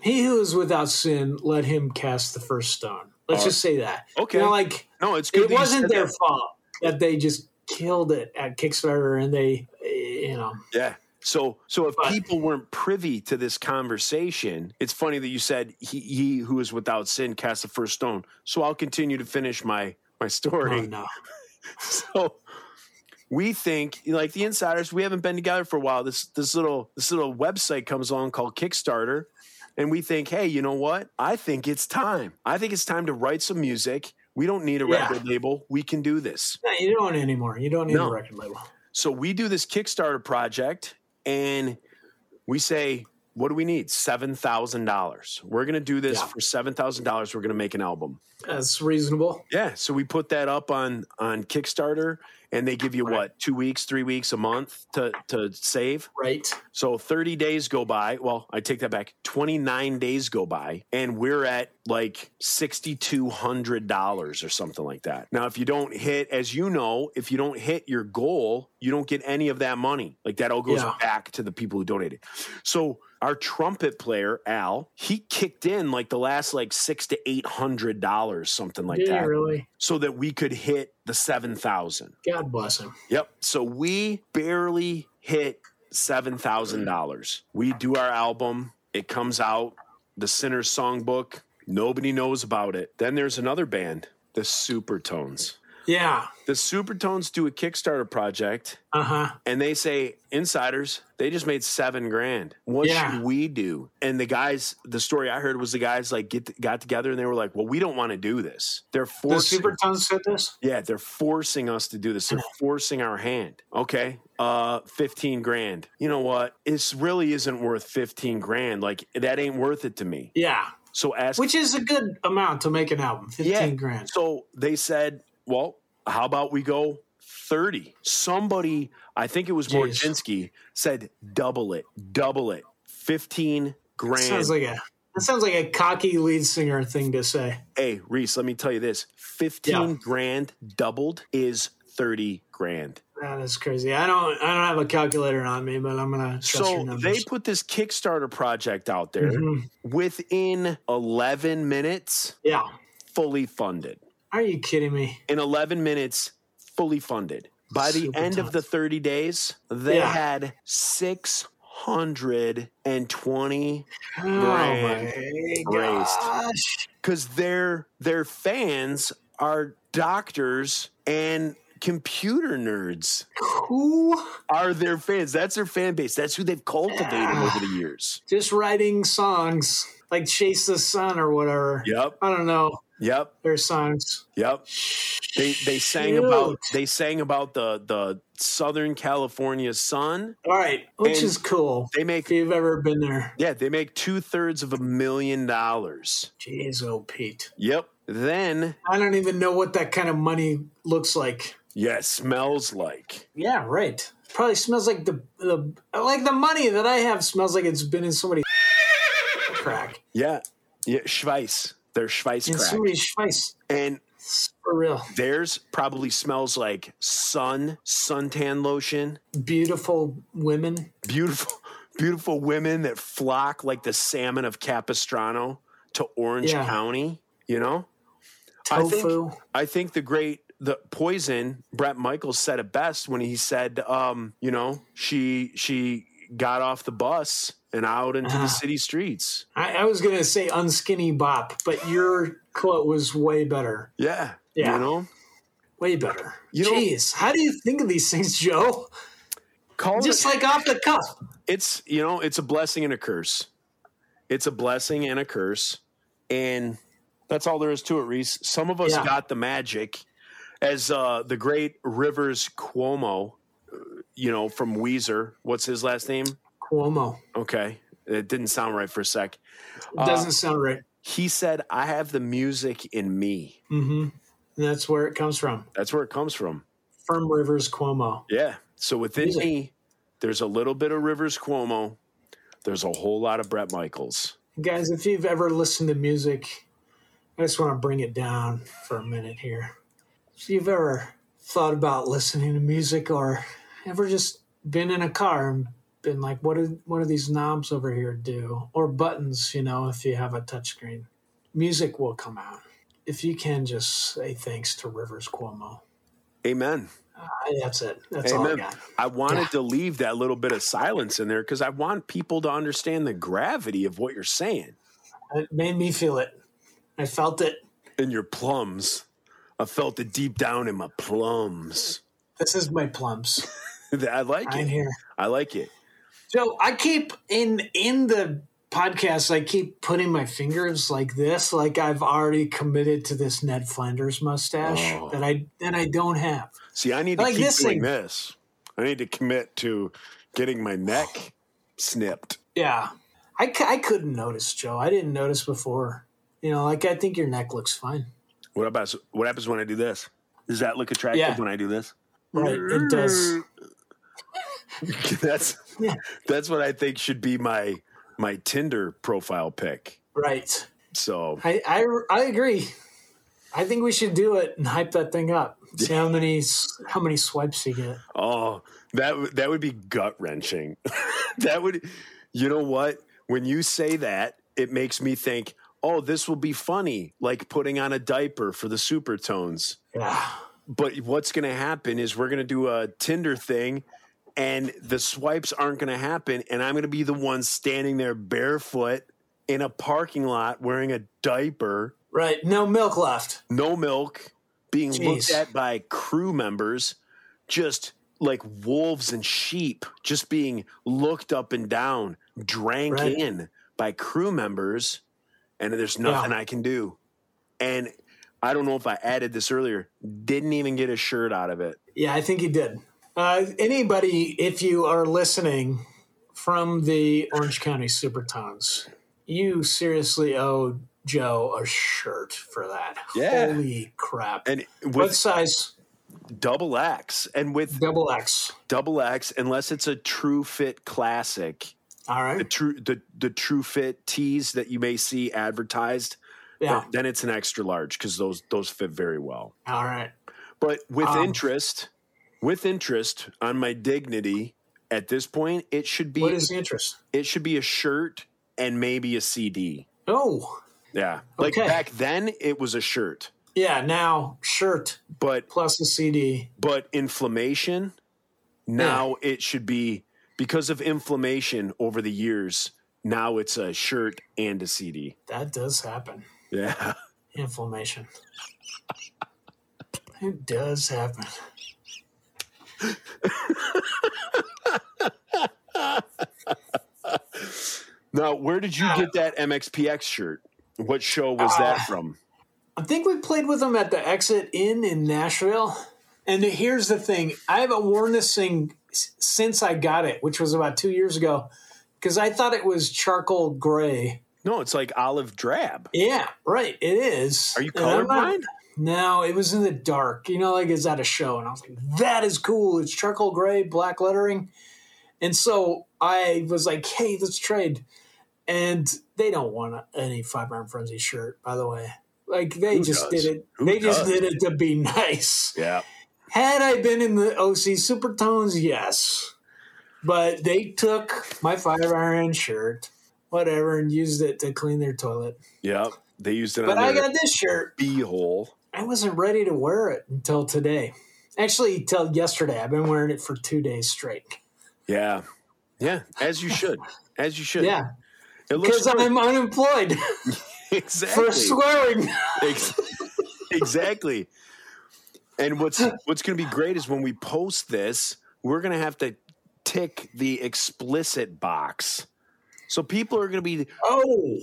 Speaker 3: he who is without sin. Let him cast the first stone. Let's just say that.
Speaker 6: Okay.
Speaker 3: You know, like
Speaker 6: No, it's good.
Speaker 3: it
Speaker 6: that you
Speaker 3: wasn't
Speaker 6: said
Speaker 3: their
Speaker 6: that.
Speaker 3: fault that they just killed it at Kickstarter and they, eh, you know,
Speaker 6: Yeah. So, so if
Speaker 3: But-
Speaker 6: people weren't privy to this conversation, it's funny that you said he, he who is without sin cast the first stone. So I'll continue to finish my my story.
Speaker 3: oh no,
Speaker 6: so we think like the insiders we haven't been together for a while this this little this little website comes along called kickstarter and we think hey you know what i think it's time i think it's time to write some music we don't need a
Speaker 3: Yeah.
Speaker 6: record label we can do this
Speaker 3: no, you don't anymore. You don't need
Speaker 6: No.
Speaker 3: a record label.
Speaker 6: so we do this kickstarter project and we say what do we need $7000 we're going to do this
Speaker 3: Yeah.
Speaker 6: for $7000 we're going to make an album
Speaker 3: That's reasonable.
Speaker 6: yeah, so we put that up on on Kickstarter, and they give you what two weeks, three weeks, a month to to save.
Speaker 3: Right.
Speaker 6: So thirty days go by. Well, I take that back. Twenty nine days go by, and we're at like sixty two hundred dollars or something like that. Now, if you don't hit, as you know, if you don't hit your goal, you don't get any of that money. Like that all goes
Speaker 3: Yeah.
Speaker 6: back to the people who donated. So our trumpet player Al, he kicked in like the last like six to eight hundred dollars, something like
Speaker 3: Did
Speaker 6: that
Speaker 3: he really?
Speaker 6: so that we could hit the 7,000.
Speaker 3: God bless him.
Speaker 6: Yep. So we barely hit $7,000.
Speaker 3: Mm.
Speaker 6: We do our album, it comes out, the Sinner's Songbook. Nobody knows about it. Then there's another band, the Supertones.
Speaker 3: Yeah.
Speaker 6: The Supertones do a Kickstarter project
Speaker 3: Uh huh.
Speaker 6: and they say insiders they just made seven grand what
Speaker 3: Yeah.
Speaker 6: should we do and the guys the story i heard was the guys like get got together and they were like well we don't want to do this they're
Speaker 3: The
Speaker 6: forcing
Speaker 3: Supertones said this.
Speaker 6: yeah, they're forcing us to do this. They're forcing our hand. Okay. Uh 15 grand. You know what? It's really isn't worth 15 grand. Like that ain't worth it to me.
Speaker 3: Yeah,
Speaker 6: So ask
Speaker 3: which is a good amount to make an album. Fifteen
Speaker 6: yeah.
Speaker 3: grand.
Speaker 6: So they said, well, how about we go 30? Somebody, I think it was
Speaker 3: Jeez.
Speaker 6: Morjinsky, said double it, double it. 15 grand.
Speaker 3: Sounds like a that sounds like a cocky lead singer thing to say.
Speaker 6: hey, Reese, let me tell you this. 15
Speaker 3: Yeah.
Speaker 6: grand doubled is 30 grand.
Speaker 3: That is crazy. I don't I don't have a calculator on me, but I'm gonna trust your
Speaker 6: So
Speaker 3: numbers. Mm-hmm.
Speaker 6: they put this Kickstarter project out there within 11 minutes,
Speaker 3: yeah.
Speaker 6: fully funded.
Speaker 3: Are you kidding me?
Speaker 6: In 11 minutes, fully funded. By the
Speaker 3: Super
Speaker 6: end of
Speaker 3: tough.
Speaker 6: the 30 days, they
Speaker 3: Yeah.
Speaker 6: had 620
Speaker 3: my
Speaker 6: raised.
Speaker 3: gosh.
Speaker 6: because their their fans are doctors and computer nerds
Speaker 3: Who
Speaker 6: are their fans. That's their fan base. That's who they've cultivated over the years.
Speaker 3: just writing songs like Chase the Sun or whatever.
Speaker 6: Yep.
Speaker 3: I don't know
Speaker 6: Yep.
Speaker 3: their songs.
Speaker 6: Yep. They they sang
Speaker 3: Shoot.
Speaker 6: about they sang about the the Southern California sun.
Speaker 3: All right, which
Speaker 6: And
Speaker 3: is cool.
Speaker 6: They make
Speaker 3: If you've ever been there,
Speaker 6: yeah, they make two thirds of a million dollars.
Speaker 3: jeez, oh Pete,
Speaker 6: Yep. Then
Speaker 3: I don't even know what that kind of money looks like.
Speaker 6: yeah, it smells like.
Speaker 3: Yeah, right. Probably smells like the the like the money that I have smells like it's been in somebody's crack
Speaker 6: Yeah. Yeah. Schweiss. They're Schweiss
Speaker 3: in
Speaker 6: crack.
Speaker 3: somebody's face
Speaker 6: And
Speaker 3: for real.
Speaker 6: theirs probably smells like sun, suntan lotion,
Speaker 3: Beautiful women.
Speaker 6: beautiful, beautiful women that flock like the salmon of Capistrano to Orange
Speaker 3: Yeah.
Speaker 6: County. You know, I think-
Speaker 3: Tofu.
Speaker 6: I think the great the poison Brett Michaels said it best when he said, um, you know, she she got off the bus and out into
Speaker 3: Ah.
Speaker 6: the city streets.
Speaker 3: I, I was gonna say unskinny bop, but your quote was way better.
Speaker 6: Yeah.
Speaker 3: Yeah.
Speaker 6: You know,
Speaker 3: Way better.
Speaker 6: You know-
Speaker 3: Jeez, how do you think of these things, Joe?
Speaker 6: call
Speaker 3: Just
Speaker 6: it,
Speaker 3: like off the cuff.
Speaker 6: it's you know, it's a blessing and a curse. It's a blessing and a curse. And that's all there is to it, Reese. Some of us
Speaker 3: Yeah.
Speaker 6: got the magic as uh the great Rivers Cuomo, uh, you know, from Weezer. What's his last name?
Speaker 3: Cuomo.
Speaker 6: Okay. It didn't sound right for a sec.
Speaker 3: It doesn't sound right.
Speaker 6: He said, I have the music in me.
Speaker 3: And that's where it comes from.
Speaker 6: That's where it comes from.
Speaker 3: From Rivers Cuomo.
Speaker 6: Yeah. So within me, there's a little bit of Rivers Cuomo. There's a whole lot of Brett Michaels.
Speaker 3: Guys, if you've ever listened to music, I just want to bring it down for a minute here. If you've ever thought about listening to music or ever just been in a car and been like, what do, what do these knobs over here do? Or buttons, you know, if you have a touchscreen. Music will come out. If you can just say thanks to Rivers Cuomo.
Speaker 6: Amen.
Speaker 3: I- That's it. That's all I
Speaker 6: Amen.
Speaker 3: got.
Speaker 6: I wanted to leave that little bit of silence in there because I want people to understand the gravity of what you're saying
Speaker 3: It made me feel it. I felt it.
Speaker 6: in your plums. I felt it deep down in my plums.
Speaker 3: This is my plums.
Speaker 6: I like
Speaker 3: I'm
Speaker 6: it.
Speaker 3: here.
Speaker 6: I like it.
Speaker 3: So I keep in in the podcast. I keep putting my fingers like this, like I've already committed to this Ned Flanders mustache that I that I don't have.
Speaker 6: See, I need to
Speaker 3: Like
Speaker 6: keep
Speaker 3: this
Speaker 6: doing
Speaker 3: thing.
Speaker 6: this. I need to commit to getting my neck snipped.
Speaker 3: Yeah, I, cou- I couldn't notice, Joe. I didn't notice before. You know, like I think your neck looks fine.
Speaker 6: What about what happens when I do this? Does that look attractive
Speaker 3: Yeah.
Speaker 6: when I do this?
Speaker 3: Right, it does.
Speaker 6: that's
Speaker 3: Yeah.
Speaker 6: that's what I think should be my my Tinder profile pic.
Speaker 3: Right.
Speaker 6: So
Speaker 3: I, I I agree. I think we should do it and hype that thing up. See how many s- how many swipes you get.
Speaker 6: Oh, that w- that would be gut wrenching. that would, you know what? When you say that, it makes me think. Oh, this will be funny, like putting on a diaper for the supertones.
Speaker 3: Yeah.
Speaker 6: But what's going to happen is we're going to do a Tinder thing, and the swipes aren't going to happen, and I'm going to be the one standing there barefoot in a parking lot wearing a diaper,
Speaker 3: Right. No milk left.
Speaker 6: no milk, being looked
Speaker 3: Jeez.
Speaker 6: at by crew members, just like wolves and sheep, just being looked up and down, drank
Speaker 3: Right.
Speaker 6: in by crew members, and there's nothing I can do. And I don't know if I added this earlier, didn't even get a shirt out of it.
Speaker 3: Yeah, I think he did. Uh, anybody, if you are listening from the Orange County Supertones, you seriously owe Joe a shirt for that.
Speaker 6: Yeah.
Speaker 3: Holy crap.
Speaker 6: And with
Speaker 3: what size?
Speaker 6: double X, and with
Speaker 3: Double X.
Speaker 6: double X, unless it's a true fit classic,
Speaker 3: All
Speaker 6: the
Speaker 3: right.
Speaker 6: true the the true fit tees that you may see advertised,
Speaker 3: Yeah.
Speaker 6: then it's an extra large because those those fit very well.
Speaker 3: All right.
Speaker 6: But with
Speaker 3: Um,
Speaker 6: interest, with interest on my dignity at this point, it should be
Speaker 3: What is the interest?
Speaker 6: it should be a shirt and maybe a CD.
Speaker 3: Oh,
Speaker 6: Yeah, like
Speaker 3: Okay.
Speaker 6: back then it was a shirt.
Speaker 3: Yeah, now shirt
Speaker 6: But
Speaker 3: plus a CD.
Speaker 6: but inflammation now it should be because of inflammation over the years now it's a shirt and a cd
Speaker 3: That does happen.
Speaker 6: yeah
Speaker 3: Inflammation. it does happen.
Speaker 6: now where did you get that mxpx shirt what show was
Speaker 3: Uh.
Speaker 6: that from
Speaker 3: I think we played with them at the Exit Inn in Nashville. And here's the thing I haven't worn this thing s- since I got it, which was about two years ago, because I thought it was charcoal gray.
Speaker 6: no it's like olive drab
Speaker 3: Yeah, right. It is.
Speaker 6: are you
Speaker 3: And I'm not-
Speaker 6: colorblind
Speaker 3: No, it was in the dark. You know, like it's at a show, and I was like, "That is cool. It's charcoal gray, black lettering." And so I was like, "Hey, let's trade." And they don't want any Five Iron Frenzy shirt, by the way. Like they
Speaker 6: Who
Speaker 3: just
Speaker 6: does?
Speaker 3: did it.
Speaker 6: Who
Speaker 3: they just
Speaker 6: does?
Speaker 3: did it to be nice.
Speaker 6: yeah
Speaker 3: Had I been in the OC Supertones, yes, but they took my Five Iron shirt, whatever, and used it to clean their toilet.
Speaker 6: yeah they used it
Speaker 3: But I
Speaker 6: on their
Speaker 3: got this shirt.
Speaker 6: beehole
Speaker 3: I wasn't ready to wear it until today. Actually, until yesterday. I've been wearing it for two days straight.
Speaker 6: yeah yeah as you should as you should
Speaker 3: Yeah,
Speaker 6: it looks
Speaker 3: because I'm unemployed
Speaker 6: exactly
Speaker 3: for swearing.
Speaker 6: Ex- exactly. And what's what's going to be great is when we post this, we're going to have to tick the explicit box. So people are going to be
Speaker 3: Oh,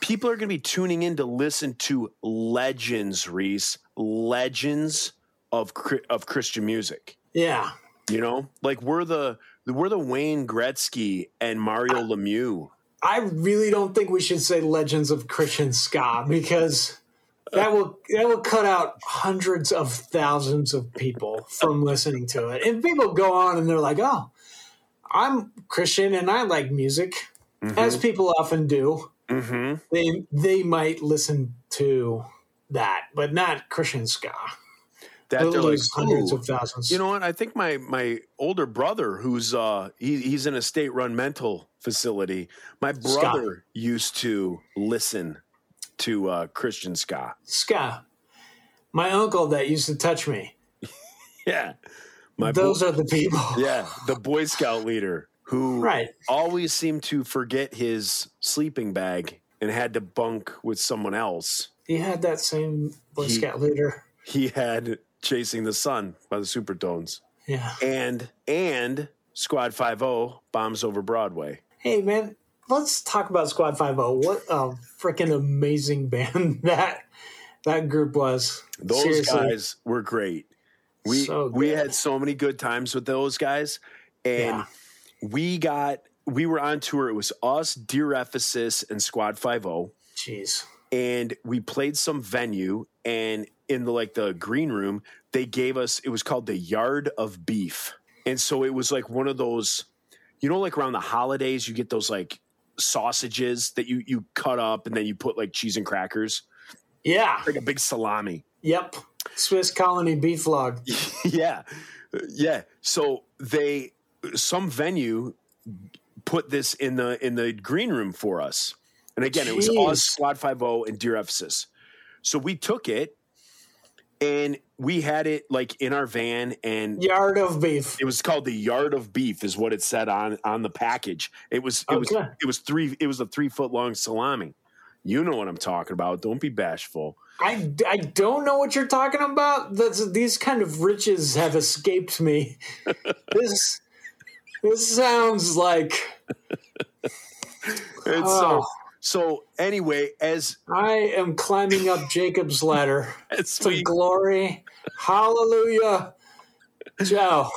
Speaker 6: people are going to be tuning in to listen to legends, Reese, legends of Chri- of Christian music.
Speaker 3: yeah.
Speaker 6: You know, like we're the we're the Wayne Gretzky and Mario Lemieux.
Speaker 3: I really don't think we should say legends of Christian ska because that will that will cut out hundreds of thousands of people from listening to it. And people go on and they're like, "Oh, I'm Christian and I like music," as people often do.
Speaker 6: Mm-hmm.
Speaker 3: they they might listen to that, but not Christian ska.
Speaker 6: That
Speaker 3: They'll
Speaker 6: they're like
Speaker 3: lose hundreds
Speaker 6: "Ooh."
Speaker 3: of thousands.
Speaker 6: You know what? I think my my older brother, who's uh, he, he's in a state run mental facility. My brother used to listen to uh, Christian ska.
Speaker 3: ska. My uncle that used to touch me.
Speaker 6: Yeah, my
Speaker 3: Those
Speaker 6: boy,
Speaker 3: are the people.
Speaker 6: yeah the Boy Scout leader who
Speaker 3: Right.
Speaker 6: always seemed to forget his sleeping bag and had to bunk with someone else.
Speaker 3: He had that same Boy
Speaker 6: He-
Speaker 3: Scout leader.
Speaker 6: He had "Chasing the Sun" by the Supertones
Speaker 3: Yeah.
Speaker 6: and and Squad Five O bombs over Broadway.
Speaker 3: Hey man, let's talk about Squad Five O. What a freaking amazing band that that group was.
Speaker 6: Those
Speaker 3: Seriously.
Speaker 6: guys were great. We
Speaker 3: So
Speaker 6: we
Speaker 3: good.
Speaker 6: had so many good times with those guys, and
Speaker 3: Yeah.
Speaker 6: we got we were on tour. It was us, Dear Ephesus, and Squad Five O,
Speaker 3: Jeez.
Speaker 6: and we played some venue. And in the like the green room, they gave us it was called the Yard of Beef, and so it was like one of those, you know, like around the holidays you get those like sausages that you you cut up and then you put like cheese and crackers,
Speaker 3: Yeah.
Speaker 6: like a big salami.
Speaker 3: Yep. Swiss Colony Beef Log.
Speaker 6: yeah yeah so they some venue put this in the in the green room for us and again it was
Speaker 3: Jeez.
Speaker 6: us squad 50 and dear ephesus so we took it and we had it like in our van and
Speaker 3: Yard of Beef.
Speaker 6: it was called the yard of beef is what it said on on the package it was it was
Speaker 3: Okay.
Speaker 6: it was three it was a three foot long salami you know what i'm talking about don't be bashful
Speaker 3: I, I don't know what you're talking about. That's, these kind of riches have escaped me. this this sounds like
Speaker 6: and
Speaker 3: oh,
Speaker 6: so so anyway as
Speaker 3: I am climbing up Jacob's ladder
Speaker 6: as
Speaker 3: to glory. Hallelujah. Joe,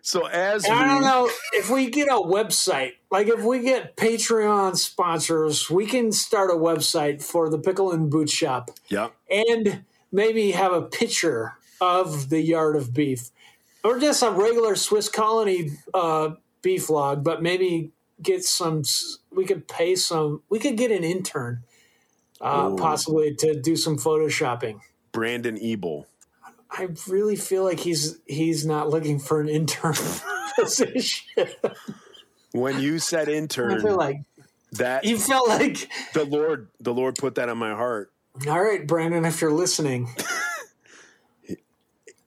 Speaker 6: so as
Speaker 3: And I don't
Speaker 6: we-
Speaker 3: know if we get a website, like if we get Patreon sponsors, we can start a website for the Pickle and Boot Shop.
Speaker 6: yeah
Speaker 3: and maybe have a picture of the yard of beef or just a regular Swiss colony uh, beef log, but maybe get some, s- we could pay some, we could get an intern uh,
Speaker 6: Ooh.
Speaker 3: possibly to do some photoshopping.
Speaker 6: Brandon Ebel.
Speaker 3: I really feel like he's he's not looking for an intern position.
Speaker 6: When you said
Speaker 3: I
Speaker 6: intern,
Speaker 3: feel like
Speaker 6: that
Speaker 3: he felt like
Speaker 6: the Lord, the Lord put that on my heart.
Speaker 3: All right, Brandon, if you're listening,
Speaker 6: And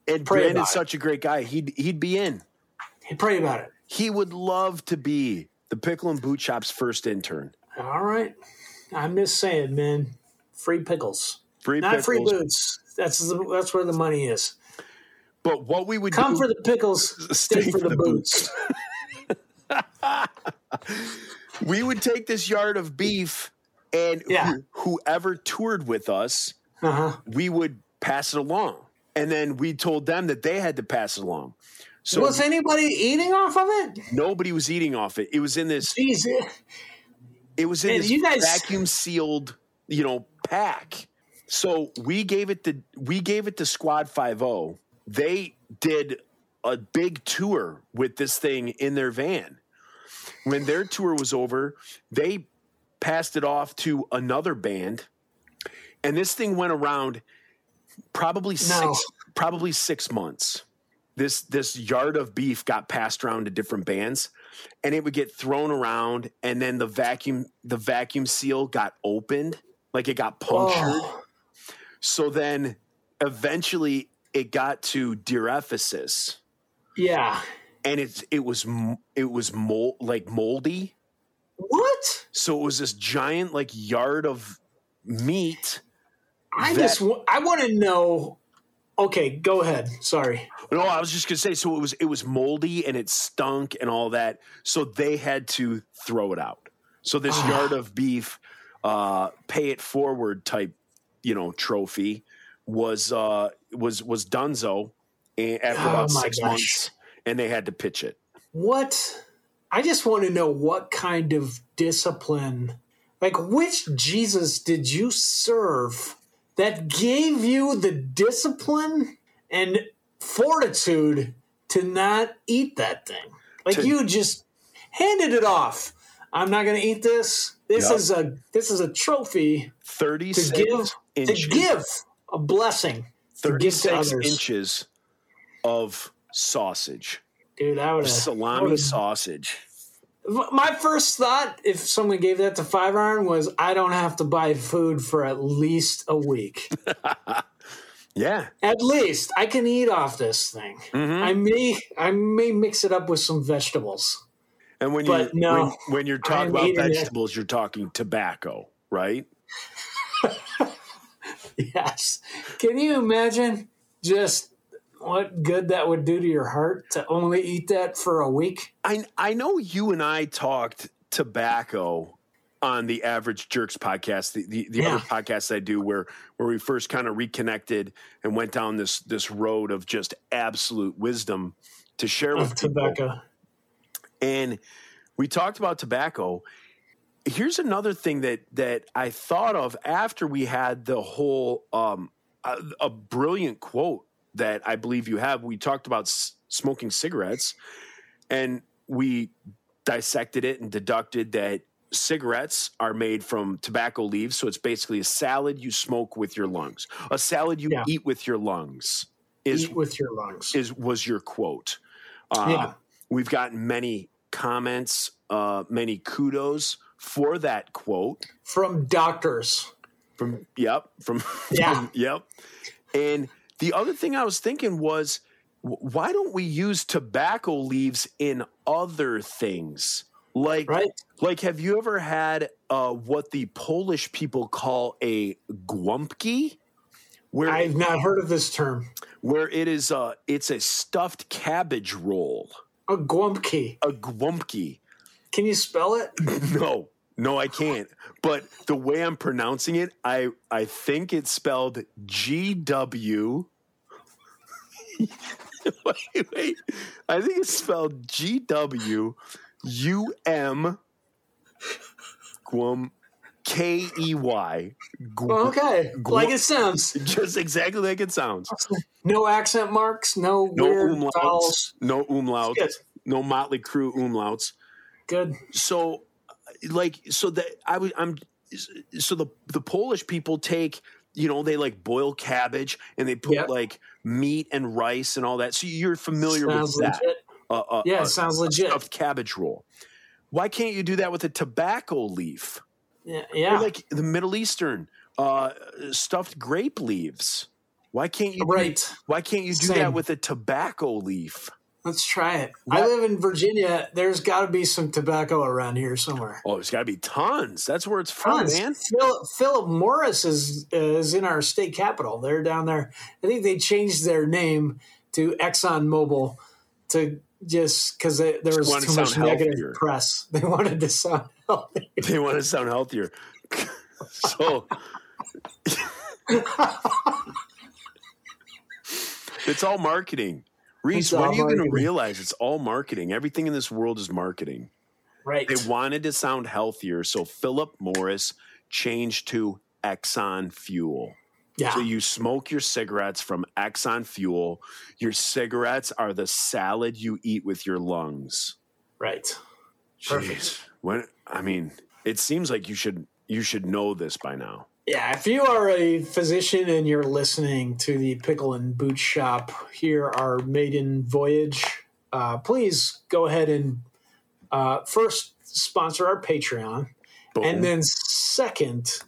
Speaker 3: Pray about
Speaker 6: Brandon's
Speaker 3: it.
Speaker 6: such a great guy. He'd he'd be in.
Speaker 3: pray about it.
Speaker 6: He would love to be the pickle and boot shop's first intern.
Speaker 3: All right. I'm just saying, man, free pickles,
Speaker 6: Free
Speaker 3: not
Speaker 6: pickles.
Speaker 3: free boots. That's the, that's where the money is.
Speaker 6: But what we would
Speaker 3: Come
Speaker 6: do,
Speaker 3: for the pickles, stay, for, the, boots.
Speaker 6: we would take this yard of beef, and who-
Speaker 3: Yeah.
Speaker 6: whoever toured with us,
Speaker 3: Uh huh.
Speaker 6: we would pass it along, and then we told them that they had to pass it along. So
Speaker 3: Was anybody eating off of it?
Speaker 6: nobody was eating off it. It was in this.
Speaker 3: Jeez, eh,
Speaker 6: It was in
Speaker 3: Man,
Speaker 6: this
Speaker 3: you guys-
Speaker 6: vacuum sealed, you know, pack. So we gave it to we gave it to Squad Five O. They did a big tour with this thing in their van. When their tour was over, they passed it off to another band, and this thing went around probably
Speaker 3: No.
Speaker 6: six probably six months. This this yard of beef got passed around to different bands and it would get thrown around and then the vacuum the vacuum seal got opened like it got punctured
Speaker 3: Oh.
Speaker 6: so then eventually it got to direphysis
Speaker 3: Yeah.
Speaker 6: and it's it was m- it was mold like moldy
Speaker 3: What?
Speaker 6: so it was this giant like yard of meat
Speaker 3: I
Speaker 6: That-
Speaker 3: just wa- I want to know. Okay, go ahead. Sorry.
Speaker 6: no i was just gonna say so it was it was moldy and it stunk and all that so they had to throw it out so this
Speaker 3: Ah.
Speaker 6: yard of beef uh pay it forward type you know trophy was uh was was dunzo and after
Speaker 3: Oh
Speaker 6: about
Speaker 3: my
Speaker 6: six
Speaker 3: gosh.
Speaker 6: months and they had to pitch it
Speaker 3: What? I just want to know what kind of discipline, like which Jesus did you serve that gave you the discipline and fortitude to not eat that thing? Like
Speaker 6: To-
Speaker 3: you just handed it off. I'm not going to eat this. This
Speaker 6: Yeah.
Speaker 3: is a this is a trophy to
Speaker 6: 36
Speaker 3: give
Speaker 6: inches
Speaker 3: to give a blessing to give to
Speaker 6: 36
Speaker 3: others.
Speaker 6: inches of sausage
Speaker 3: Dude, I would
Speaker 6: salami sausage
Speaker 3: My first thought, if someone gave that to Five Iron, was I don't have to buy food for at least a week.
Speaker 6: yeah
Speaker 3: at least I can eat off this thing.
Speaker 6: Mm-hmm.
Speaker 3: I may, I may mix it up with some vegetables.
Speaker 6: And when you
Speaker 3: But no,
Speaker 6: when, when you're
Speaker 3: I'm
Speaker 6: talking about
Speaker 3: eating it.
Speaker 6: vegetables, you're talking tobacco, right?
Speaker 3: Yes. Can you imagine just what good that would do to your heart to only eat that for a week?
Speaker 6: I I know you and I talked tobacco on the Average Jerks podcast, the the, the
Speaker 3: Yeah.
Speaker 6: other podcast I do, where where we first kind of reconnected and went down this this road of just absolute wisdom to share
Speaker 3: Of
Speaker 6: with people.
Speaker 3: tobacco.
Speaker 6: And we talked about tobacco. Here's another thing that that I thought of after we had the whole um, a, a brilliant quote that I believe you have. We talked about s- smoking cigarettes, and we dissected it and deducted that cigarettes are made from tobacco leaves. So it's basically a salad you smoke with your lungs. A salad you
Speaker 3: Yeah.
Speaker 6: eat with your lungs is
Speaker 3: Eat with your lungs.
Speaker 6: is was your quote. Uh,
Speaker 3: Yeah.
Speaker 6: We've gotten many comments, uh, many kudos for that quote.
Speaker 3: From doctors.
Speaker 6: From yep, from
Speaker 3: Yeah.
Speaker 6: yep. And the other thing I was thinking was, wh- why don't we use tobacco leaves in other things? Like,
Speaker 3: Right?
Speaker 6: like, have you ever had uh, what the Polish people call a gumpki? Where
Speaker 3: I've not heard of this term.
Speaker 6: where it is uh it's a stuffed cabbage roll.
Speaker 3: A guamki.
Speaker 6: a gwumpki.
Speaker 3: Can you spell it?
Speaker 6: No, no, I can't. But the way I'm pronouncing it, I I think it's spelled G W. wait, wait. I think it's spelled G W U M Gwum K E Y. Gwum-
Speaker 3: Okay. Like it sounds.
Speaker 6: Just exactly like it sounds.
Speaker 3: No accent marks, no,
Speaker 6: No
Speaker 3: weird vowels.
Speaker 6: umlauts. No umlauts.
Speaker 3: Good.
Speaker 6: No Motley Crue umlauts.
Speaker 3: Good.
Speaker 6: so like so that i would i'm so the the polish people take you know they like boil cabbage and they put
Speaker 3: Yep.
Speaker 6: like meat and rice and all that so you're familiar
Speaker 3: Sounds
Speaker 6: with that
Speaker 3: legit.
Speaker 6: uh, uh,
Speaker 3: Yeah,
Speaker 6: uh,
Speaker 3: it sounds legit.
Speaker 6: stuffed cabbage roll why can't you do that with a tobacco leaf
Speaker 3: Yeah.
Speaker 6: Or
Speaker 3: yeah.
Speaker 6: like the middle eastern uh, stuffed grape leaves. Why can't you? do-
Speaker 3: Right.
Speaker 6: why can't you do
Speaker 3: Same.
Speaker 6: that with a tobacco leaf?
Speaker 3: Let's try it. I live in Virginia. There's got to be some tobacco around here somewhere.
Speaker 6: Oh, there's got to be tons. That's where it's from,
Speaker 3: Tons.
Speaker 6: Oh, man.
Speaker 3: Phil, Philip Morris is is in our state capital. They're down there. I think they changed their name to ExxonMobil to just because there was
Speaker 6: wanted to
Speaker 3: too much
Speaker 6: sound
Speaker 3: negative
Speaker 6: healthier.
Speaker 3: press. They wanted to sound healthy.
Speaker 6: They want to sound healthier. so it's all marketing. Reese,
Speaker 3: It's
Speaker 6: when
Speaker 3: all
Speaker 6: are you going to
Speaker 3: marketing.
Speaker 6: realize it's all marketing? Everything in this world is marketing.
Speaker 3: Right.
Speaker 6: They wanted to sound healthier, so Philip Morris changed to Exxon Fuel.
Speaker 3: yeah.
Speaker 6: So you smoke your cigarettes from Exxon Fuel. Your cigarettes are the salad you eat with your lungs.
Speaker 3: right.
Speaker 6: Jeez. When I mean, it seems like you should you should know this by now.
Speaker 3: Yeah, if you are a physician and you're listening to the Pickle and Boot Shop, here our maiden voyage. Uh, please go ahead and uh, first sponsor our Patreon, and then second,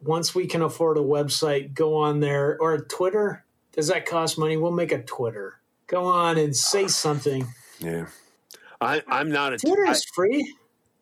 Speaker 3: once we can afford a website, go on there or a Twitter. Does that cost money? We'll make a Twitter. Go on and say something.
Speaker 6: Yeah. I, I'm not a
Speaker 3: Twitter
Speaker 6: I-
Speaker 3: is free.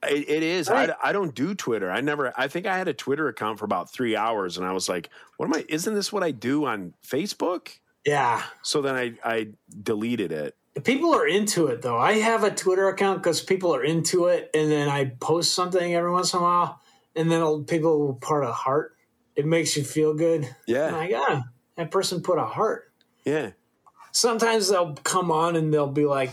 Speaker 6: It, it is.
Speaker 3: Right.
Speaker 6: I, I don't do Twitter. I never. I think I had a Twitter account for about three hours, and I was like, "What am I? Isn't this what I do on Facebook?"
Speaker 3: Yeah,
Speaker 6: So then I I deleted it.
Speaker 3: People are into it though. I have a Twitter account because people are into it, and then I post something every once in a while, and then it'll- people will part a heart. It makes you feel good.
Speaker 6: Yeah.
Speaker 3: I'm like, ah, that person put a heart.
Speaker 6: Yeah.
Speaker 3: Sometimes they'll come on and they'll be like,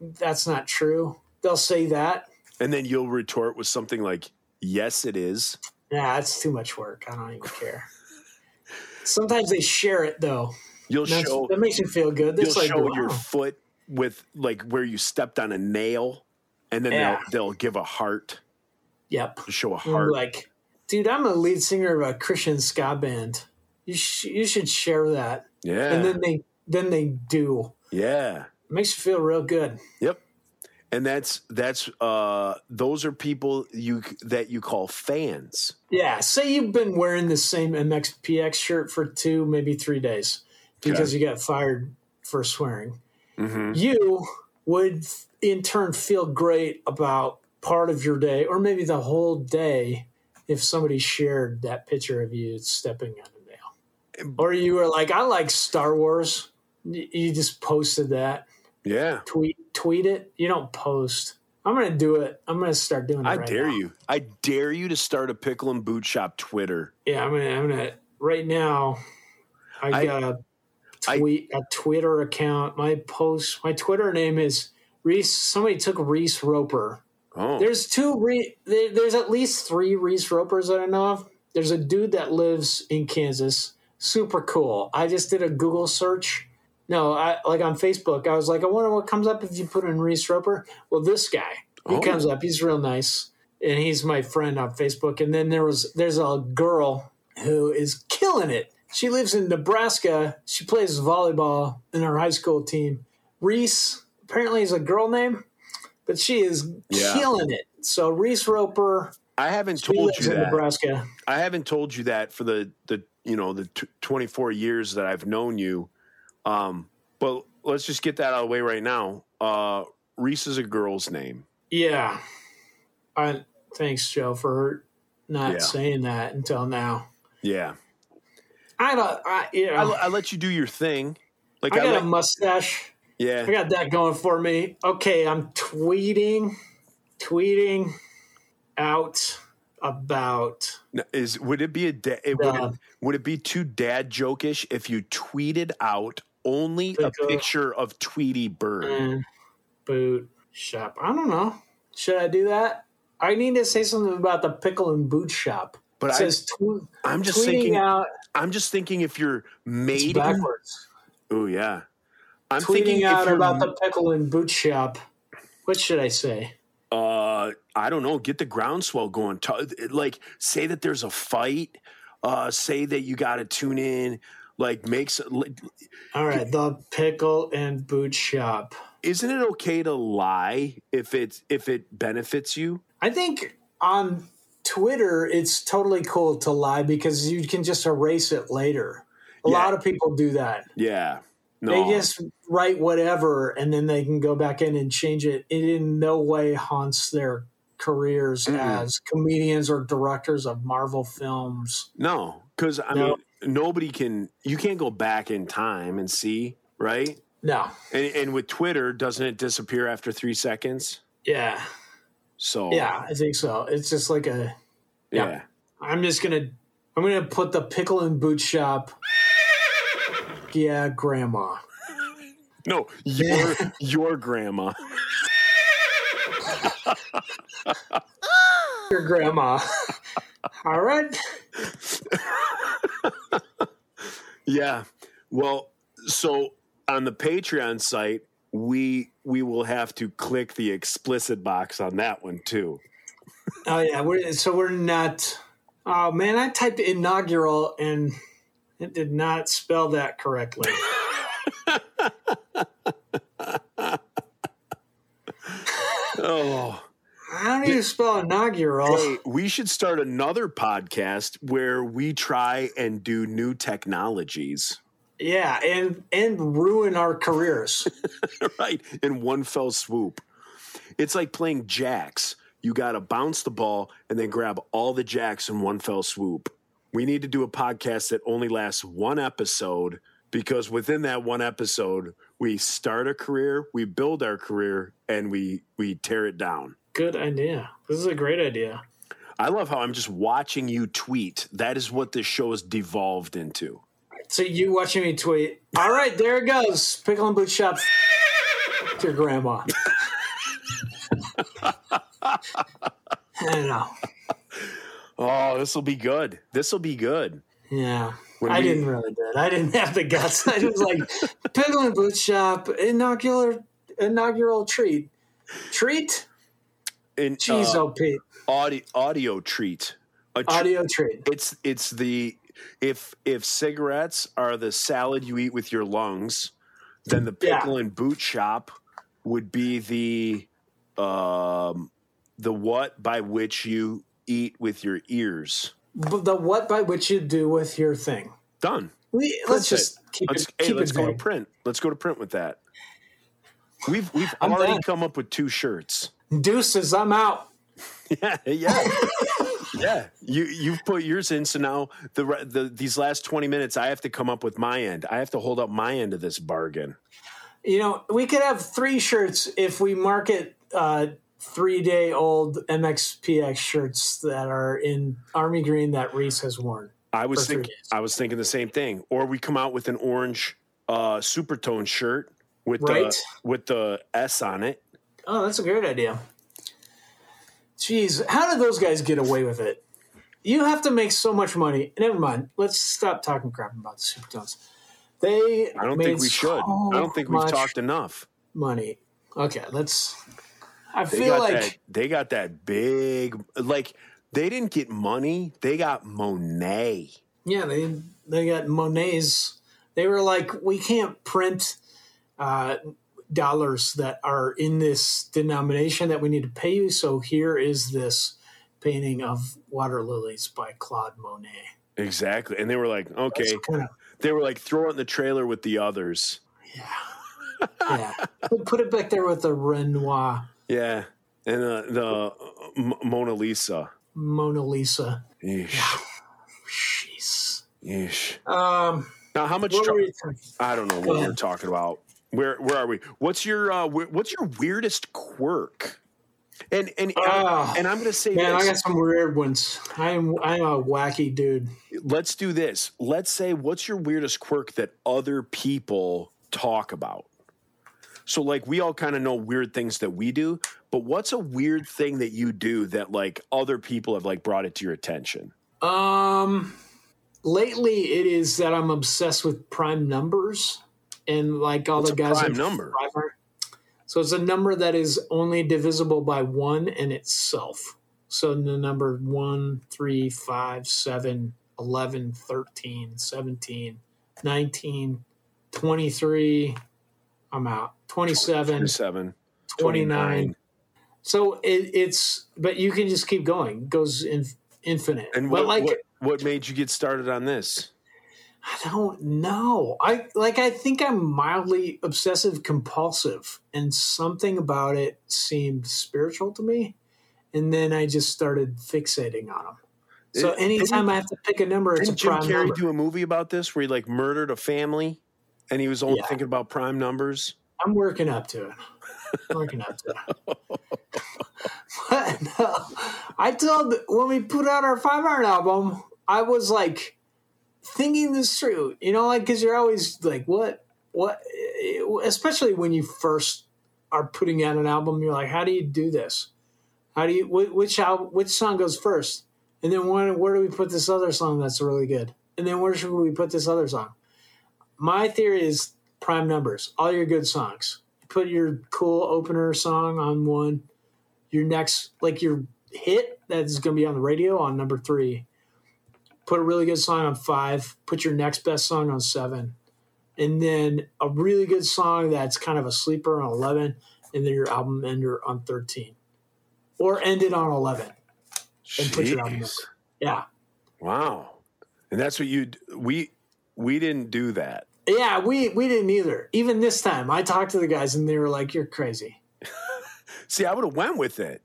Speaker 3: "That's not true." They'll say that.
Speaker 6: And then you'll retort with something like, "Yes, it is."
Speaker 3: Nah, that's too much work. I don't even care. Sometimes they share it though.
Speaker 6: You'll
Speaker 3: That's-
Speaker 6: show.
Speaker 3: that makes you feel good.
Speaker 6: You'll
Speaker 3: That's like,
Speaker 6: show your
Speaker 3: wow.
Speaker 6: foot with like where you stepped on a nail, and then
Speaker 3: Yeah.
Speaker 6: they'll they'll give a heart.
Speaker 3: Yep.
Speaker 6: Show a
Speaker 3: I'm
Speaker 6: heart.
Speaker 3: like, dude, I'm a lead singer of a Christian ska band. You sh- you should share that.
Speaker 6: yeah.
Speaker 3: And then they then they do.
Speaker 6: yeah.
Speaker 3: It makes you feel real good.
Speaker 6: Yep. And that's that's uh those are people you c- that you call fans.
Speaker 3: Yeah. Say you've been wearing the same MXPX shirt for two, maybe three days because you got fired for swearing.
Speaker 6: Mm-hmm.
Speaker 3: You would f- in turn feel great about part of your day or maybe the whole day if somebody shared that picture of you stepping on a nail. Or you were like, I like Star Wars. Y- You just posted that.
Speaker 6: Yeah.
Speaker 3: Tweet tweet it. You don't post. I'm gonna do it. I'm gonna start doing it.
Speaker 6: I
Speaker 3: right
Speaker 6: dare
Speaker 3: now.
Speaker 6: you. I dare you to start a pickle and boot shop Twitter.
Speaker 3: Yeah, I'm gonna. I'm gonna. Right now, I,
Speaker 6: I-
Speaker 3: got a
Speaker 6: I-
Speaker 3: tweet, a Twitter account. My post, my Twitter name is Reese. Somebody took Reese Roper.
Speaker 6: Oh.
Speaker 3: There's two. Re, there, there's at least three Reese Ropers that I know of. There's a dude that lives in Kansas. Super cool. I just did a Google search. No, I like on Facebook. I was like, I wonder what comes up if you put in Reese Roper. Well, this guy, he
Speaker 6: Oh.
Speaker 3: comes up. He's real nice, and he's my friend on Facebook. And then there was there's a girl who is killing it. She lives in Nebraska. She plays volleyball in her high school team. Reese apparently is a girl name, but she is
Speaker 6: Yeah.
Speaker 3: killing it. So Reese Roper,
Speaker 6: I haven't
Speaker 3: she
Speaker 6: told
Speaker 3: lives
Speaker 6: you
Speaker 3: in
Speaker 6: that.
Speaker 3: Nebraska.
Speaker 6: I haven't told you that for the the you know the t- 24 years that I've known you. Um but let's just get that out of the way right now. Uh Reese is a girl's name.
Speaker 3: Yeah. I thanks Joe for not
Speaker 6: Yeah.
Speaker 3: saying that until now.
Speaker 6: Yeah.
Speaker 3: I don't. I you know,
Speaker 6: I, I let you do your thing. Like
Speaker 3: Oh. I
Speaker 6: I,
Speaker 3: got
Speaker 6: let,
Speaker 3: a mustache.
Speaker 6: yeah.
Speaker 3: I got that going for me. Okay, I'm tweeting, tweeting out about
Speaker 6: Now, Is would it be a da- it, would,
Speaker 3: No.
Speaker 6: it, would it be too dad jokish if you tweeted out only a
Speaker 3: Like, uh,
Speaker 6: picture of Tweety Bird?
Speaker 3: uh, boot shop. I don't know. Should I do that? I need to say something about the pickle and boot shop.
Speaker 6: But
Speaker 3: it
Speaker 6: I-
Speaker 3: says tw-
Speaker 6: I'm just
Speaker 3: tweeting
Speaker 6: thinking.
Speaker 3: out
Speaker 6: I'm just thinking if you're
Speaker 3: it's
Speaker 6: mating.
Speaker 3: backwards.
Speaker 6: Oh yeah. I'm
Speaker 3: tweeting
Speaker 6: thinking
Speaker 3: out
Speaker 6: if you're,
Speaker 3: about the pickle and boot shop. What should I say?
Speaker 6: uh, I don't know. Get the groundswell going. T- uh, like say that there's a fight. Uh, say that you got to tune in. Like makes.
Speaker 3: All right, the pickle and boot shop.
Speaker 6: Isn't it okay to lie if it's if it benefits you?
Speaker 3: I think on Twitter, it's totally cool to lie because you can just erase it later. A
Speaker 6: Yeah.
Speaker 3: lot of people do that.
Speaker 6: Yeah.
Speaker 3: They
Speaker 6: No.
Speaker 3: just write whatever and then they can go back in and change it. It in no way haunts their careers as comedians or directors of Marvel films.
Speaker 6: no. Because, I
Speaker 3: No.
Speaker 6: mean, nobody can, you can't go back in time and see, right?
Speaker 3: No.
Speaker 6: And, and with Twitter, doesn't it disappear after three seconds?
Speaker 3: Yeah.
Speaker 6: So,
Speaker 3: Yeah, I think so. It's just like a
Speaker 6: Yeah.
Speaker 3: I'm just gonna I'm gonna put the pickle and boot shop. Yeah, grandma.
Speaker 6: No, your, your grandma.
Speaker 3: Your grandma. All right.
Speaker 6: Yeah. Well, so on the Patreon site, we we will have to click the explicit box on that one too.
Speaker 3: Oh yeah, we're so we're not. Oh man, I typed inaugural and it did not spell that correctly.
Speaker 6: Oh,
Speaker 3: How do you spell inaugural?
Speaker 6: hey, we should start another podcast where we try and do new technologies,
Speaker 3: Yeah, and and ruin our careers.
Speaker 6: right? In one fell swoop. It's like playing jacks. You got to bounce the ball and then grab all the jacks in one fell swoop. We need to do a podcast that only lasts one episode because within that one episode, we start a career, we build our career, and we we tear it down.
Speaker 3: Good idea. This is a great idea.
Speaker 6: I love how I'm just watching you tweet. That is what this show has devolved into.
Speaker 3: So you watching me tweet? All right, there it goes. Pickle and boot shop. F- your grandma. I don't know.
Speaker 6: Oh, this will be good. This will be good.
Speaker 3: Yeah.
Speaker 6: When
Speaker 3: I
Speaker 6: we-
Speaker 3: didn't really do it. I didn't have the guts. I was like, pickle and boot shop, inaugural, inaugural treat. Treat?
Speaker 6: In
Speaker 3: Jeez,
Speaker 6: uh,
Speaker 3: oh, Pete.
Speaker 6: audio, audio treat. A tr-
Speaker 3: Audio treat.
Speaker 6: It's it's the if if cigarettes are the salad you eat with your lungs, then the
Speaker 3: Yeah.
Speaker 6: pickle and boot shop would be the um the what by which you eat with your ears.
Speaker 3: But the what by which you do with your thing.
Speaker 6: Done.
Speaker 3: We, let's just keep
Speaker 6: let's,
Speaker 3: it,
Speaker 6: hey,
Speaker 3: keep
Speaker 6: let's
Speaker 3: it
Speaker 6: go to
Speaker 3: vague.
Speaker 6: print. Let's go to print with that. We've we've
Speaker 3: I'm
Speaker 6: already
Speaker 3: done.
Speaker 6: come up with two shirts.
Speaker 3: Deuces, I'm out.
Speaker 6: Yeah, yeah, yeah. You you've put yours in, so now the re- the these last twenty minutes, I have to come up with my end. I have to hold up my end of this bargain.
Speaker 3: You know, we could have three shirts if we market uh, three day old MXPX shirts that are in army green that Reese has worn.
Speaker 6: I was
Speaker 3: For three
Speaker 6: thinking,
Speaker 3: days.
Speaker 6: I was thinking the same thing. Or we come out with an orange uh, supertone shirt with the
Speaker 3: Right.
Speaker 6: with the S on it.
Speaker 3: Oh, that's a great idea. Jeez, how did those guys get away with it? You have to make so much money. Never mind. Let's stop talking crap about the Supertones. They
Speaker 6: I don't think we should. I don't think we've talked enough.
Speaker 3: money. Okay, let's. I
Speaker 6: They
Speaker 3: feel
Speaker 6: got
Speaker 3: like
Speaker 6: that. They got that big. Like they didn't get money. They got Monet.
Speaker 3: yeah, they they got Monet's. They were like, we can't print uh, dollars that are in this denomination that we need to pay you. So here is this painting of water lilies by Claude Monet.
Speaker 6: Exactly. And they were like, okay.
Speaker 3: It's kind of
Speaker 6: They were like, throw it in the trailer with the others.
Speaker 3: yeah. Put- Put it back there with the Renoir
Speaker 6: Yeah. And uh, the uh, M- Mona Lisa.
Speaker 3: Mona Lisa.
Speaker 6: Yeesh.
Speaker 3: Jeez.
Speaker 6: Yeesh.
Speaker 3: Um,
Speaker 6: Now, how much?
Speaker 3: what
Speaker 6: dro-
Speaker 3: were Uh. you talking-
Speaker 6: I don't know what we're talking about. Where where are we? What's your uh, wh- what's your weirdest quirk? And and
Speaker 3: Ah.
Speaker 6: and I'm going to say
Speaker 3: Man, I
Speaker 6: this.
Speaker 3: got some weird ones. I'm I'm a wacky dude.
Speaker 6: Let's do this. Let's say what's your weirdest quirk that other people talk about. So like we all kind of know weird things that we do, but what's a weird thing that you do that like other people have like brought it to your attention?
Speaker 3: Um, lately it is that I'm obsessed with prime numbers and like all
Speaker 6: What's
Speaker 3: the
Speaker 6: a
Speaker 3: guys.
Speaker 6: prime
Speaker 3: in
Speaker 6: number?
Speaker 3: Fiverr. So it's a number that is only divisible by one in itself. So the number 1, 3, 5, 7, 11, 13, 17, 19, 23, I'm out, 27,
Speaker 6: 27,
Speaker 3: 29. So it, it's, but you can just keep going. It goes in, infinite.
Speaker 6: And
Speaker 3: but
Speaker 6: what,
Speaker 3: like,
Speaker 6: what what made you get started on this?
Speaker 3: I don't know. I like. I think I'm mildly obsessive compulsive, and something about it seemed spiritual to me. And then I just started fixating on them. So
Speaker 6: It-
Speaker 3: anytime
Speaker 6: didn't-
Speaker 3: I have to pick a number, it's a
Speaker 6: Didn't Eh, Jim
Speaker 3: prime
Speaker 6: Carrey
Speaker 3: number.
Speaker 6: do a movie about this where he like murdered a family, and he was only
Speaker 3: Yeah.
Speaker 6: thinking about prime numbers?
Speaker 3: I'm working up to it. I'm working up to it. but no, I told when we put out our five iron album, I was like thinking this through, you know, like because you're always like, what, what, especially when you first are putting out an album, you're like, how do you do this? How do you wh- which al- which song goes first? And then when, where do we put this other song that's really good? And then where should we put this other song? my theory is prime numbers all your good songs put your cool opener song on one your next like your hit that's going to be on the radio on number three put a really good song on five put your next best song on seven and then a really good song that's kind of a sleeper on 11 and then your album ender on 13 or end it on 11 And put your album
Speaker 6: Jeez.
Speaker 3: up. yeah
Speaker 6: Wow. And that's what you we we didn't do that.
Speaker 3: yeah we we didn't either even this time i talked to the guys and they were like you're crazy
Speaker 6: See, I would have went with it.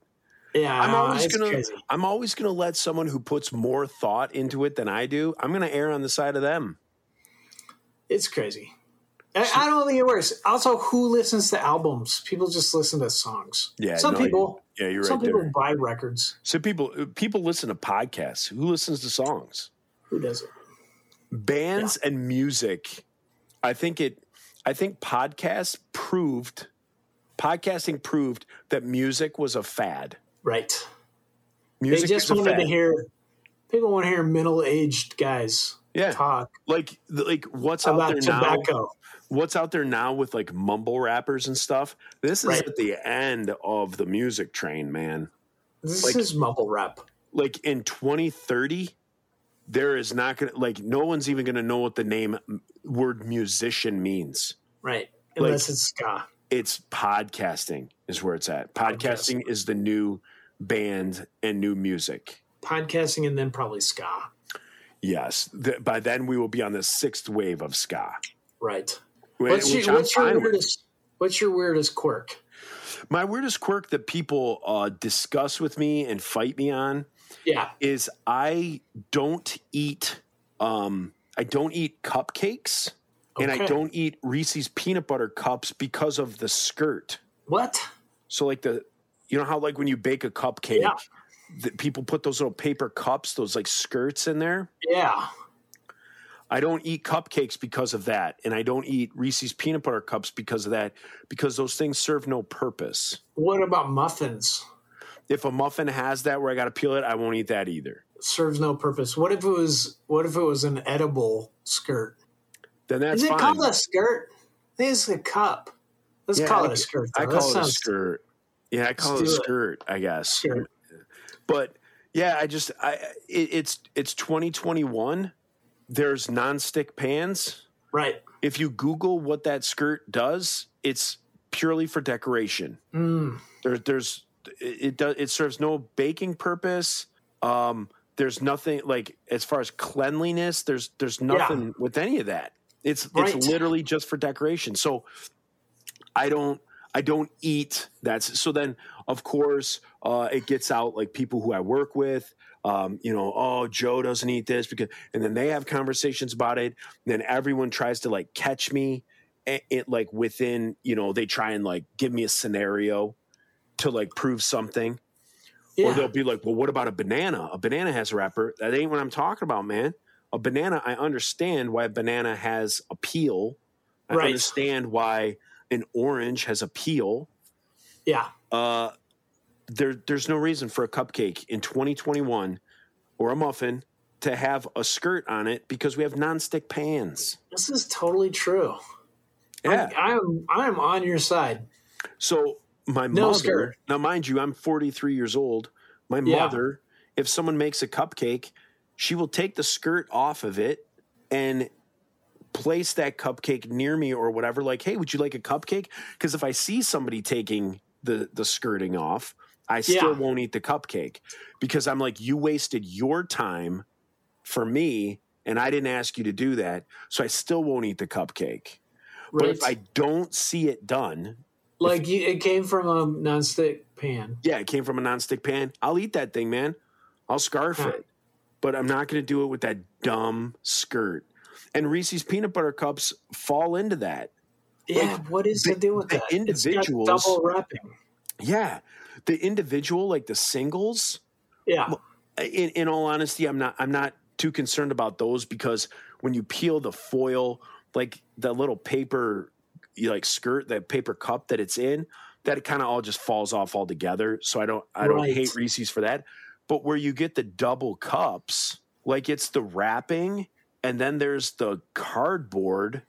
Speaker 3: yeah
Speaker 6: I'm always
Speaker 3: it's
Speaker 6: gonna
Speaker 3: crazy.
Speaker 6: I'm always gonna let someone who puts more thought into it than I do. I'm gonna err on the side of them.
Speaker 3: It's crazy. I, I don't think it works. Also, who listens to albums? People just listen to songs.
Speaker 6: Yeah,
Speaker 3: some
Speaker 6: no, you-
Speaker 3: people.
Speaker 6: Yeah, you're
Speaker 3: some
Speaker 6: right
Speaker 3: people
Speaker 6: there.
Speaker 3: buy records.
Speaker 6: So people uh, people listen to podcasts. Who listens to songs?
Speaker 3: Who does it?
Speaker 6: Bands and music. I think it I think podcasts proved podcasting proved that music was a fad.
Speaker 3: Right.
Speaker 6: Music
Speaker 3: they just
Speaker 6: is a
Speaker 3: wanted
Speaker 6: fad.
Speaker 3: to hear. People want to hear middle-aged guys
Speaker 6: yeah.
Speaker 3: talk
Speaker 6: Like like what's out
Speaker 3: about
Speaker 6: there now?
Speaker 3: tobacco.
Speaker 6: what's out there now with like mumble rappers and stuff. This is
Speaker 3: Right.
Speaker 6: at the end of the music train, man.
Speaker 3: This
Speaker 6: Like-
Speaker 3: is mumble rap.
Speaker 6: Like in 2030, there is not going to, like, no one's even going to know what the name word musician means.
Speaker 3: Right.
Speaker 6: like-
Speaker 3: Unless it's ska.
Speaker 6: It's podcasting, is where it's at. Podcasting is the new band and new music.
Speaker 3: Podcasting and then probably ska.
Speaker 6: Yes. Th- by then, we will be on the sixth wave of ska.
Speaker 3: Right.
Speaker 6: wh-
Speaker 3: What's
Speaker 6: which
Speaker 3: your,
Speaker 6: I'm
Speaker 3: what's your
Speaker 6: fine with.
Speaker 3: weirdest? What's your weirdest quirk?
Speaker 6: My weirdest quirk that people uh, discuss with me and fight me on
Speaker 3: Yeah.
Speaker 6: is I don't eat um I don't eat cupcakes and I
Speaker 3: Okay.
Speaker 6: don't eat Reese's peanut butter cups because of the skirt.
Speaker 3: What?
Speaker 6: So like the you know how like when you bake a cupcake
Speaker 3: Yeah.
Speaker 6: that people put those little paper cups, those like skirts in there.
Speaker 3: Yeah.
Speaker 6: I don't eat cupcakes because of that and I don't eat Reese's peanut butter cups because of that because those things serve no purpose.
Speaker 3: What about muffins?
Speaker 6: If a muffin has that where I got to peel it, I won't eat that either.
Speaker 3: serves no purpose. What if it was what if it was an edible skirt?
Speaker 6: Then that's
Speaker 3: Is it
Speaker 6: fine.
Speaker 3: called a skirt? I think it's a cup. Let's
Speaker 6: Yeah,
Speaker 3: call
Speaker 6: I-
Speaker 3: it a skirt.
Speaker 6: I
Speaker 3: though.
Speaker 6: call
Speaker 3: That
Speaker 6: it a
Speaker 3: sounds-
Speaker 6: skirt. Yeah, I call it a
Speaker 3: Let's do it.
Speaker 6: skirt. I guess.
Speaker 3: Skirt.
Speaker 6: But yeah, I just I it, it's it's 2021. There's nonstick pans.
Speaker 3: Right.
Speaker 6: If you Google what that skirt does, it's purely for decoration.
Speaker 3: Mm,
Speaker 6: There, there's it does it serves no baking purpose. Um, there's nothing like as far as cleanliness. There's there's nothing with any of that. It's
Speaker 3: Right.
Speaker 6: it's literally just for decoration. So I don't I don't eat that's so then of course uh, it gets out like people who I work with. Um, you know, oh Joe doesn't eat this because, and then they have conversations about it. Then everyone tries to like catch me. a- It like within you know they try and like give me a scenario to like prove something. Or they'll
Speaker 3: yeah.
Speaker 6: be like, well, what about a banana? A banana has a wrapper. That ain't what I'm talking about, man. A banana, I understand why a banana has a peel. I
Speaker 3: Right.
Speaker 6: understand why an orange has a peel.
Speaker 3: Yeah.
Speaker 6: Uh, there, there's no reason for a cupcake in 2021 or a muffin to have a skirt on it because we have nonstick pans.
Speaker 3: This is totally true.
Speaker 6: Yeah.
Speaker 3: I, I'm I'm on your side.
Speaker 6: So my
Speaker 3: No
Speaker 6: mother
Speaker 3: skirt.
Speaker 6: now mind you, I'm 43 years old. My
Speaker 3: Yeah.
Speaker 6: mother, if someone makes a cupcake, she will take the skirt off of it and place that cupcake near me or whatever, like, hey, would you like a cupcake? Because if I see somebody taking the the skirting off, I still
Speaker 3: Yeah.
Speaker 6: won't eat the cupcake because I'm like, you wasted your time for me and I didn't ask you to do that. So I still won't eat the cupcake. But
Speaker 3: right?
Speaker 6: if I don't see it done,
Speaker 3: like you, it came from a nonstick pan.
Speaker 6: yeah, it came from a nonstick pan. I'll eat that thing, man. I'll scarf
Speaker 3: Huh.
Speaker 6: it. But I'm not going to do it with that dumb skirt. And Reese's peanut butter cups fall into that.
Speaker 3: Yeah, what is the,
Speaker 6: the-
Speaker 3: deal with
Speaker 6: the
Speaker 3: that? It's got
Speaker 6: individuals-
Speaker 3: double wrapping.
Speaker 6: Yeah. The individual, like the singles,
Speaker 3: Yeah,
Speaker 6: in, in all honesty, I'm not I'm not too concerned about those because when you peel the foil, like the little paper you like skirt, that paper cup that it's in, that it kind of all just falls off altogether. So I don't I don't
Speaker 3: Right.
Speaker 6: hate Reese's for that. But where you get the double cups, like it's the wrapping and then there's the cardboard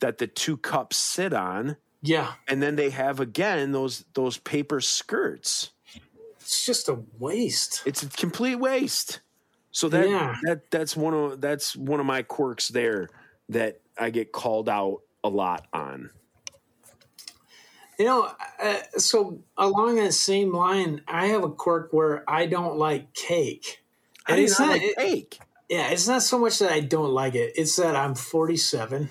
Speaker 6: that the two cups sit on,
Speaker 3: yeah.
Speaker 6: and then they have again those those paper skirts
Speaker 3: It's just a waste.
Speaker 6: it's a complete waste. So that
Speaker 3: Yeah.
Speaker 6: that that's one of that's one of my quirks there that I get called out a lot on.
Speaker 3: You know, uh, so along that same line, I have a quirk where I don't like cake.
Speaker 6: I
Speaker 3: And
Speaker 6: do
Speaker 3: it's
Speaker 6: not
Speaker 3: not-
Speaker 6: like
Speaker 3: it-
Speaker 6: cake.
Speaker 3: Yeah, it's not so much that I don't like it, it's that I'm 47.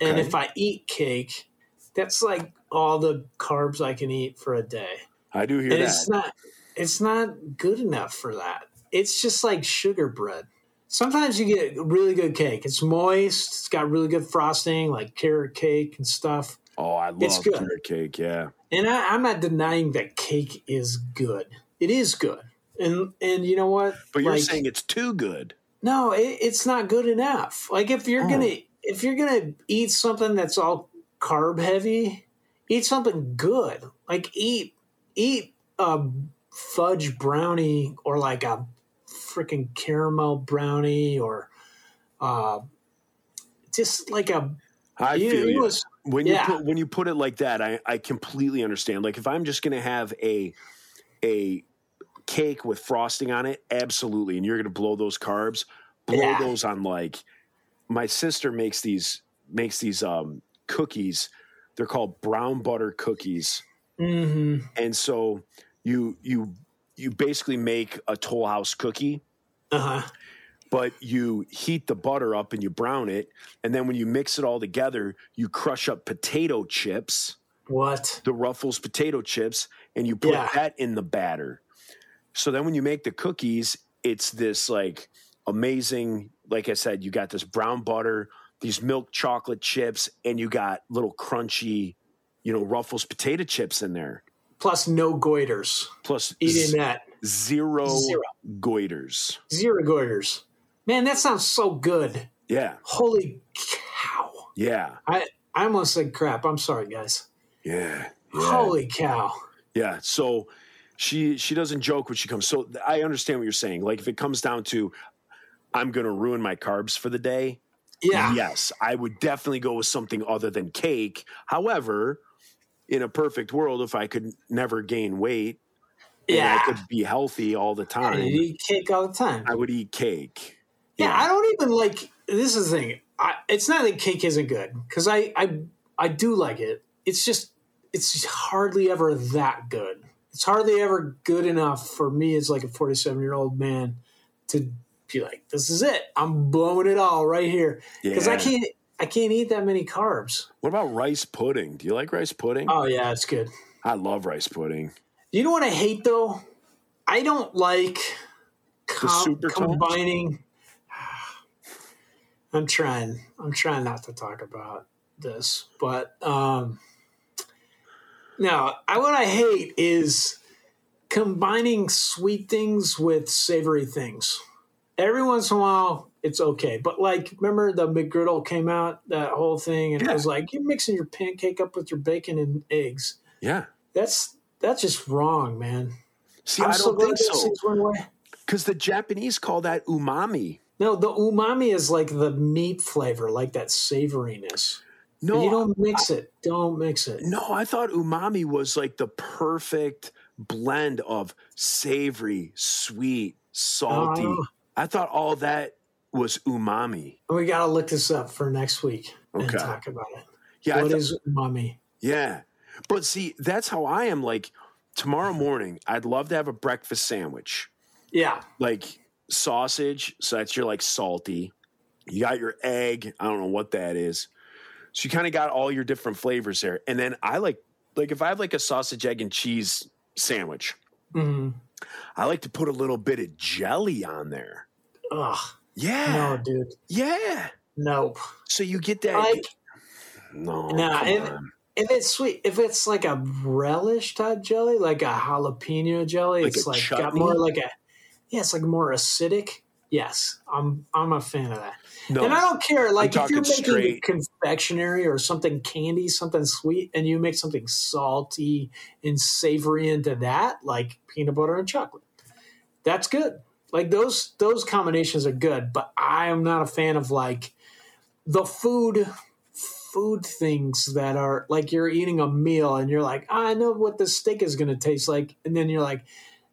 Speaker 3: And
Speaker 6: Okay.
Speaker 3: if I eat cake, that's like all the carbs I can eat for a day.
Speaker 6: I do hear
Speaker 3: And
Speaker 6: that.
Speaker 3: it's not it's not good enough for that. It's just like sugar bread. Sometimes you get really good cake. It's moist, it's got really good frosting, like carrot cake and stuff.
Speaker 6: oh, I
Speaker 3: it's
Speaker 6: love
Speaker 3: good.
Speaker 6: carrot cake. Yeah,
Speaker 3: And I, I'm not denying that cake is good. It is good. And and you know what?
Speaker 6: but you're
Speaker 3: Like,
Speaker 6: saying it's too good.
Speaker 3: no, it, it's not good enough. Like if you're
Speaker 6: Oh.
Speaker 3: gonna if you're gonna eat something that's all carb heavy, eat something good. Like eat eat a fudge brownie or like a freaking caramel brownie or uh, just like a
Speaker 6: I
Speaker 3: you-
Speaker 6: feel
Speaker 3: you
Speaker 6: you.
Speaker 3: know what's-
Speaker 6: when
Speaker 3: yeah.
Speaker 6: you put, when you put it like that, I I completely understand. Like if I'm just gonna have a a cake with frosting on it, absolutely, and you're gonna blow those carbs, blow
Speaker 3: Yeah.
Speaker 6: those on like my sister makes these makes these um cookies. They're called brown butter cookies,
Speaker 3: mhm.
Speaker 6: and so you you you basically make a Toll House cookie
Speaker 3: uh-huh.
Speaker 6: but you heat the butter up and you brown it. And then when you mix it all together, you crush up potato chips,
Speaker 3: what?
Speaker 6: the Ruffles potato chips, and you put
Speaker 3: Yeah.
Speaker 6: that in the batter. So then when you make the cookies, it's this like amazing, like I said, you got this brown butter, these milk chocolate chips, and you got little crunchy, you know, Ruffles potato chips in there.
Speaker 3: Plus no goiters.
Speaker 6: Plus z-
Speaker 3: Eating that.
Speaker 6: zero,
Speaker 3: Zero.
Speaker 6: goiters.
Speaker 3: Zero goiters. Man, that sounds so good.
Speaker 6: Yeah.
Speaker 3: Holy cow.
Speaker 6: Yeah.
Speaker 3: I I almost said crap. I'm sorry, guys.
Speaker 6: Yeah. yeah.
Speaker 3: Holy cow!
Speaker 6: Yeah. So she she doesn't joke when she comes. So th- I understand what you're saying. Like if it comes down to I'm gonna ruin my carbs for the day,
Speaker 3: Yeah,
Speaker 6: yes, I would definitely go with something other than cake. However, in a perfect world, if I could never gain weight and
Speaker 3: yeah.
Speaker 6: I could be healthy all the
Speaker 3: You
Speaker 6: time,
Speaker 3: eat cake all the time.
Speaker 6: I would eat cake.
Speaker 3: yeah. I don't even like. This is the thing. I, it's not that cake isn't good because I I I do like it. It's just it's hardly ever that good. It's hardly ever good enough for me as like a 47 year old man to be like, this is it. I'm blowing it all right here because I
Speaker 6: Yeah.
Speaker 3: can't I can't eat that many carbs.
Speaker 6: What about rice pudding? Do you like rice pudding?
Speaker 3: Oh yeah, it's good.
Speaker 6: I love rice pudding.
Speaker 3: You know what I hate though? I don't like com-
Speaker 6: supertones?
Speaker 3: combining. I'm trying. I'm trying not to talk about this, but um, no. I, what I hate is combining sweet things with savory things. Every once in a while, it's okay. But like, remember the McGriddle came out that whole thing, and it was like you're mixing your pancake up with your bacon and eggs
Speaker 6: Yeah.
Speaker 3: that's that's just wrong, man.
Speaker 6: See,
Speaker 3: I'm
Speaker 6: I'm I do
Speaker 3: so
Speaker 6: not
Speaker 3: glad
Speaker 6: think
Speaker 3: those
Speaker 6: so.
Speaker 3: things went away.
Speaker 6: Because the Japanese call that umami.
Speaker 3: No, the umami is like the meat flavor, like that savoriness.
Speaker 6: No,
Speaker 3: you don't mix it. Don't mix it.
Speaker 6: No, I thought umami was like the perfect blend of savory, sweet, salty.
Speaker 3: Oh.
Speaker 6: I thought all that was umami.
Speaker 3: We gotta look this up for next week and
Speaker 6: Okay.
Speaker 3: talk about it.
Speaker 6: Yeah, I
Speaker 3: What
Speaker 6: thought-
Speaker 3: is umami?
Speaker 6: yeah. But see, that's how I am. Like tomorrow morning, I'd love to have a breakfast sandwich.
Speaker 3: Yeah.
Speaker 6: like sausage. So that's your like salty. You got your egg. I don't know what that is. So you kind of got all your different flavors there. And then I like like if I have like a sausage, egg, and cheese sandwich,
Speaker 3: Mhm.
Speaker 6: I like to put a little bit of jelly on there.
Speaker 3: Ugh.
Speaker 6: Yeah.
Speaker 3: No, dude.
Speaker 6: Yeah.
Speaker 3: Nope.
Speaker 6: So you get that.
Speaker 3: Like
Speaker 6: no.
Speaker 3: Nah,
Speaker 6: come
Speaker 3: if-
Speaker 6: on.
Speaker 3: if it's sweet, if it's like a relish type jelly, like a jalapeno jelly,
Speaker 6: Like
Speaker 3: it's
Speaker 6: a
Speaker 3: like got
Speaker 6: chutney?
Speaker 3: more like a yeah, it's like more acidic. Yes, I'm I'm a fan of that.
Speaker 6: no.
Speaker 3: And I don't care. Like if
Speaker 6: talking
Speaker 3: you're making
Speaker 6: straight-
Speaker 3: confectionery or something candy, something sweet, and you make something salty and savory into that, like peanut butter and chocolate, that's good. Like those those combinations are good. But I am not a fan of like the food food things that are like you're eating a meal and you're like, I know what the steak is going to taste like, and then you're like,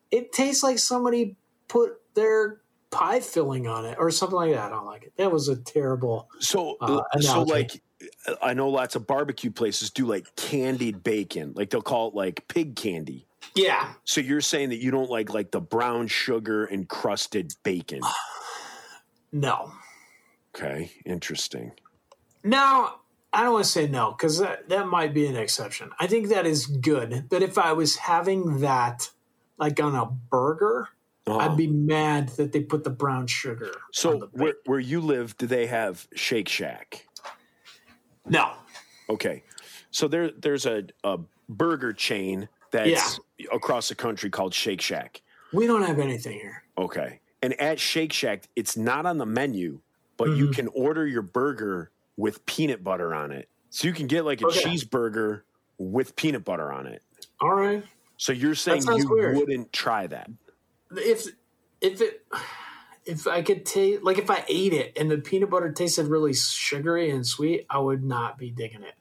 Speaker 3: it tastes like somebody put their pie filling on it or something like that. I don't like it. That was a terrible.
Speaker 6: So,
Speaker 3: Uh,
Speaker 6: so
Speaker 3: analogy.
Speaker 6: like, I know lots of barbecue places do like candied bacon. Like they'll call it like pig candy.
Speaker 3: Yeah,
Speaker 6: So you're saying that you don't like like the brown sugar encrusted bacon?
Speaker 3: no,
Speaker 6: Okay, interesting.
Speaker 3: no. I don't want to say no because that, that might be an exception. I think that is good. But if I was having that like on a burger,
Speaker 6: Uh-huh.
Speaker 3: I'd be mad that they put the brown sugar. on the
Speaker 6: so
Speaker 3: bacon.
Speaker 6: where where you live, do they have Shake Shack?
Speaker 3: no,
Speaker 6: Okay, so there there's a a burger chain that's across the country called Shake Shack.
Speaker 3: we don't have anything here.
Speaker 6: Okay, and at Shake Shack, it's not on the menu, but
Speaker 3: Mm-hmm.
Speaker 6: you can order your burger with peanut butter on it. So you can get like a
Speaker 3: Okay.
Speaker 6: cheeseburger with peanut butter on it.
Speaker 3: All right.
Speaker 6: So you're saying
Speaker 3: sounds
Speaker 6: you
Speaker 3: weird.
Speaker 6: wouldn't try that?
Speaker 3: if if it if I could taste like if I ate it and the peanut butter tasted really sugary and sweet, I would not be digging it.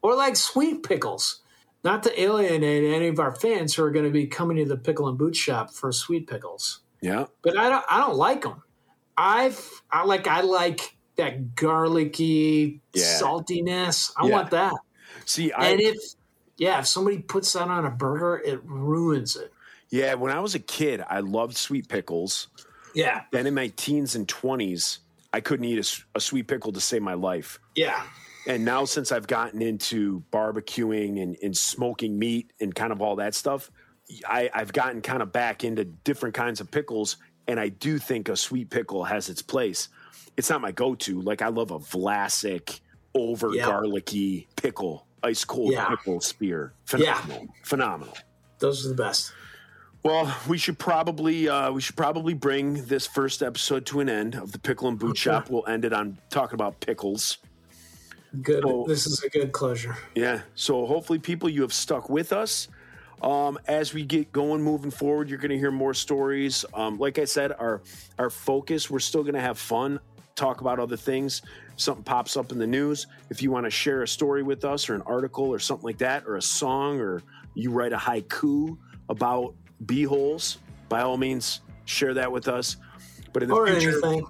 Speaker 3: Or like sweet pickles. Not to alienate any of our fans who are going to be coming to the pickle and boot shop for sweet pickles,
Speaker 6: Yeah.
Speaker 3: but I don't I don't like them. I've I like I like that garlicky
Speaker 6: Yeah.
Speaker 3: saltiness. I
Speaker 6: Yeah.
Speaker 3: want that.
Speaker 6: See, I
Speaker 3: And if yeah, if somebody puts that on a burger, it ruins it.
Speaker 6: Yeah, when I was a kid, I loved sweet pickles.
Speaker 3: Yeah,
Speaker 6: Then in my teens and 20s, I couldn't eat a s- a, sweet pickle to save my life.
Speaker 3: yeah,
Speaker 6: And now, since I've gotten into barbecuing and, and smoking meat and kind of all that stuff, I, I've gotten kind of back into different kinds of pickles. And I do think a sweet pickle has its place. It's not my go to. Like, I love a Vlasic over
Speaker 3: Yeah.
Speaker 6: garlicky pickle, ice cold
Speaker 3: Yeah.
Speaker 6: pickle spear.
Speaker 3: Yeah.
Speaker 6: Phenomenal. Phenomenal.
Speaker 3: those are the best.
Speaker 6: Well, we should probably uh, we should probably bring this first episode to an end of the Pickle and Boot Shop. We'll end it on talking about pickles.
Speaker 3: Good.
Speaker 6: So-
Speaker 3: this is a good closure.
Speaker 6: Yeah. So hopefully, people, you have stuck with us. Um, as we get going, moving forward, you're going to hear more stories. Um, like I said, our our focus. We're still going to have fun, talk about other things. Something pops up in the news. If you want to share a story with us, or an article, or something like that, or a song, or you write a haiku about bee holes, by all means, share that with us. But in the
Speaker 3: Or
Speaker 6: future,
Speaker 3: anything.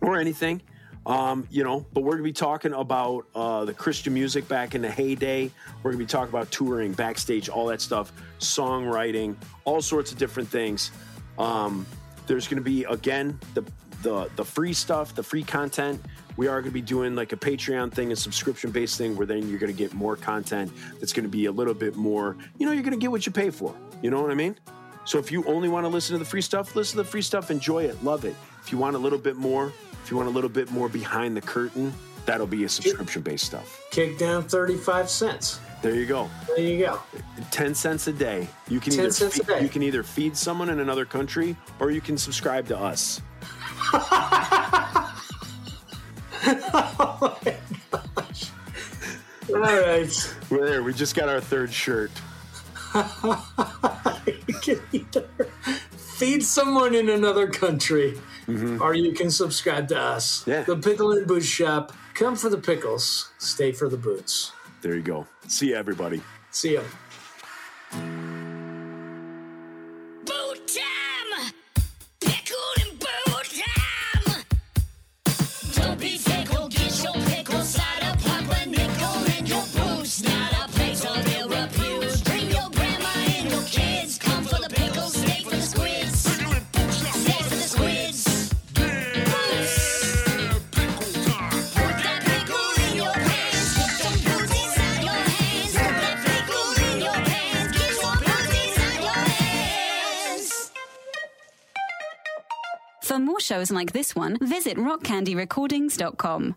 Speaker 6: or anything. Um, you know, but we're gonna be talking about uh, the Christian music back in the heyday. We're gonna be talking about touring, backstage, all that stuff, songwriting, all sorts of different things. Um, there's gonna be again the the the free stuff, the free content. We are gonna be doing like a Patreon thing, a subscription based thing, where then you're gonna get more content that's gonna be a little bit more. You know, you're gonna get what you pay for. You know what I mean? So if you only want to listen to the free stuff, listen to the free stuff, enjoy it, love it. If you want a little bit more, if you want a little bit more behind the curtain, that'll be a subscription based stuff.
Speaker 3: Kick down 35 cents.
Speaker 6: There you go.
Speaker 3: There you go.
Speaker 6: 10 cents a day. You can
Speaker 3: 10
Speaker 6: either
Speaker 3: cents a
Speaker 6: feed,
Speaker 3: day.
Speaker 6: you can either feed someone in another country or you can subscribe to us.
Speaker 3: All right.
Speaker 6: We're there. We just got our third shirt.
Speaker 3: you can either feed someone in another country or you can subscribe to us.
Speaker 6: Yeah.
Speaker 3: The Pickle and Boot Shop. Come for the pickles, stay for the boots.
Speaker 6: There you go. See you everybody.
Speaker 3: See ya.
Speaker 5: Boot time! Pickled and boot time! Don't be fickle, get your pickles out of pop a nickel and your boots. Not a place of ill repute. Bring your grandma and your kids.
Speaker 1: For more shows like this one, visit rockcandyrecordings.com.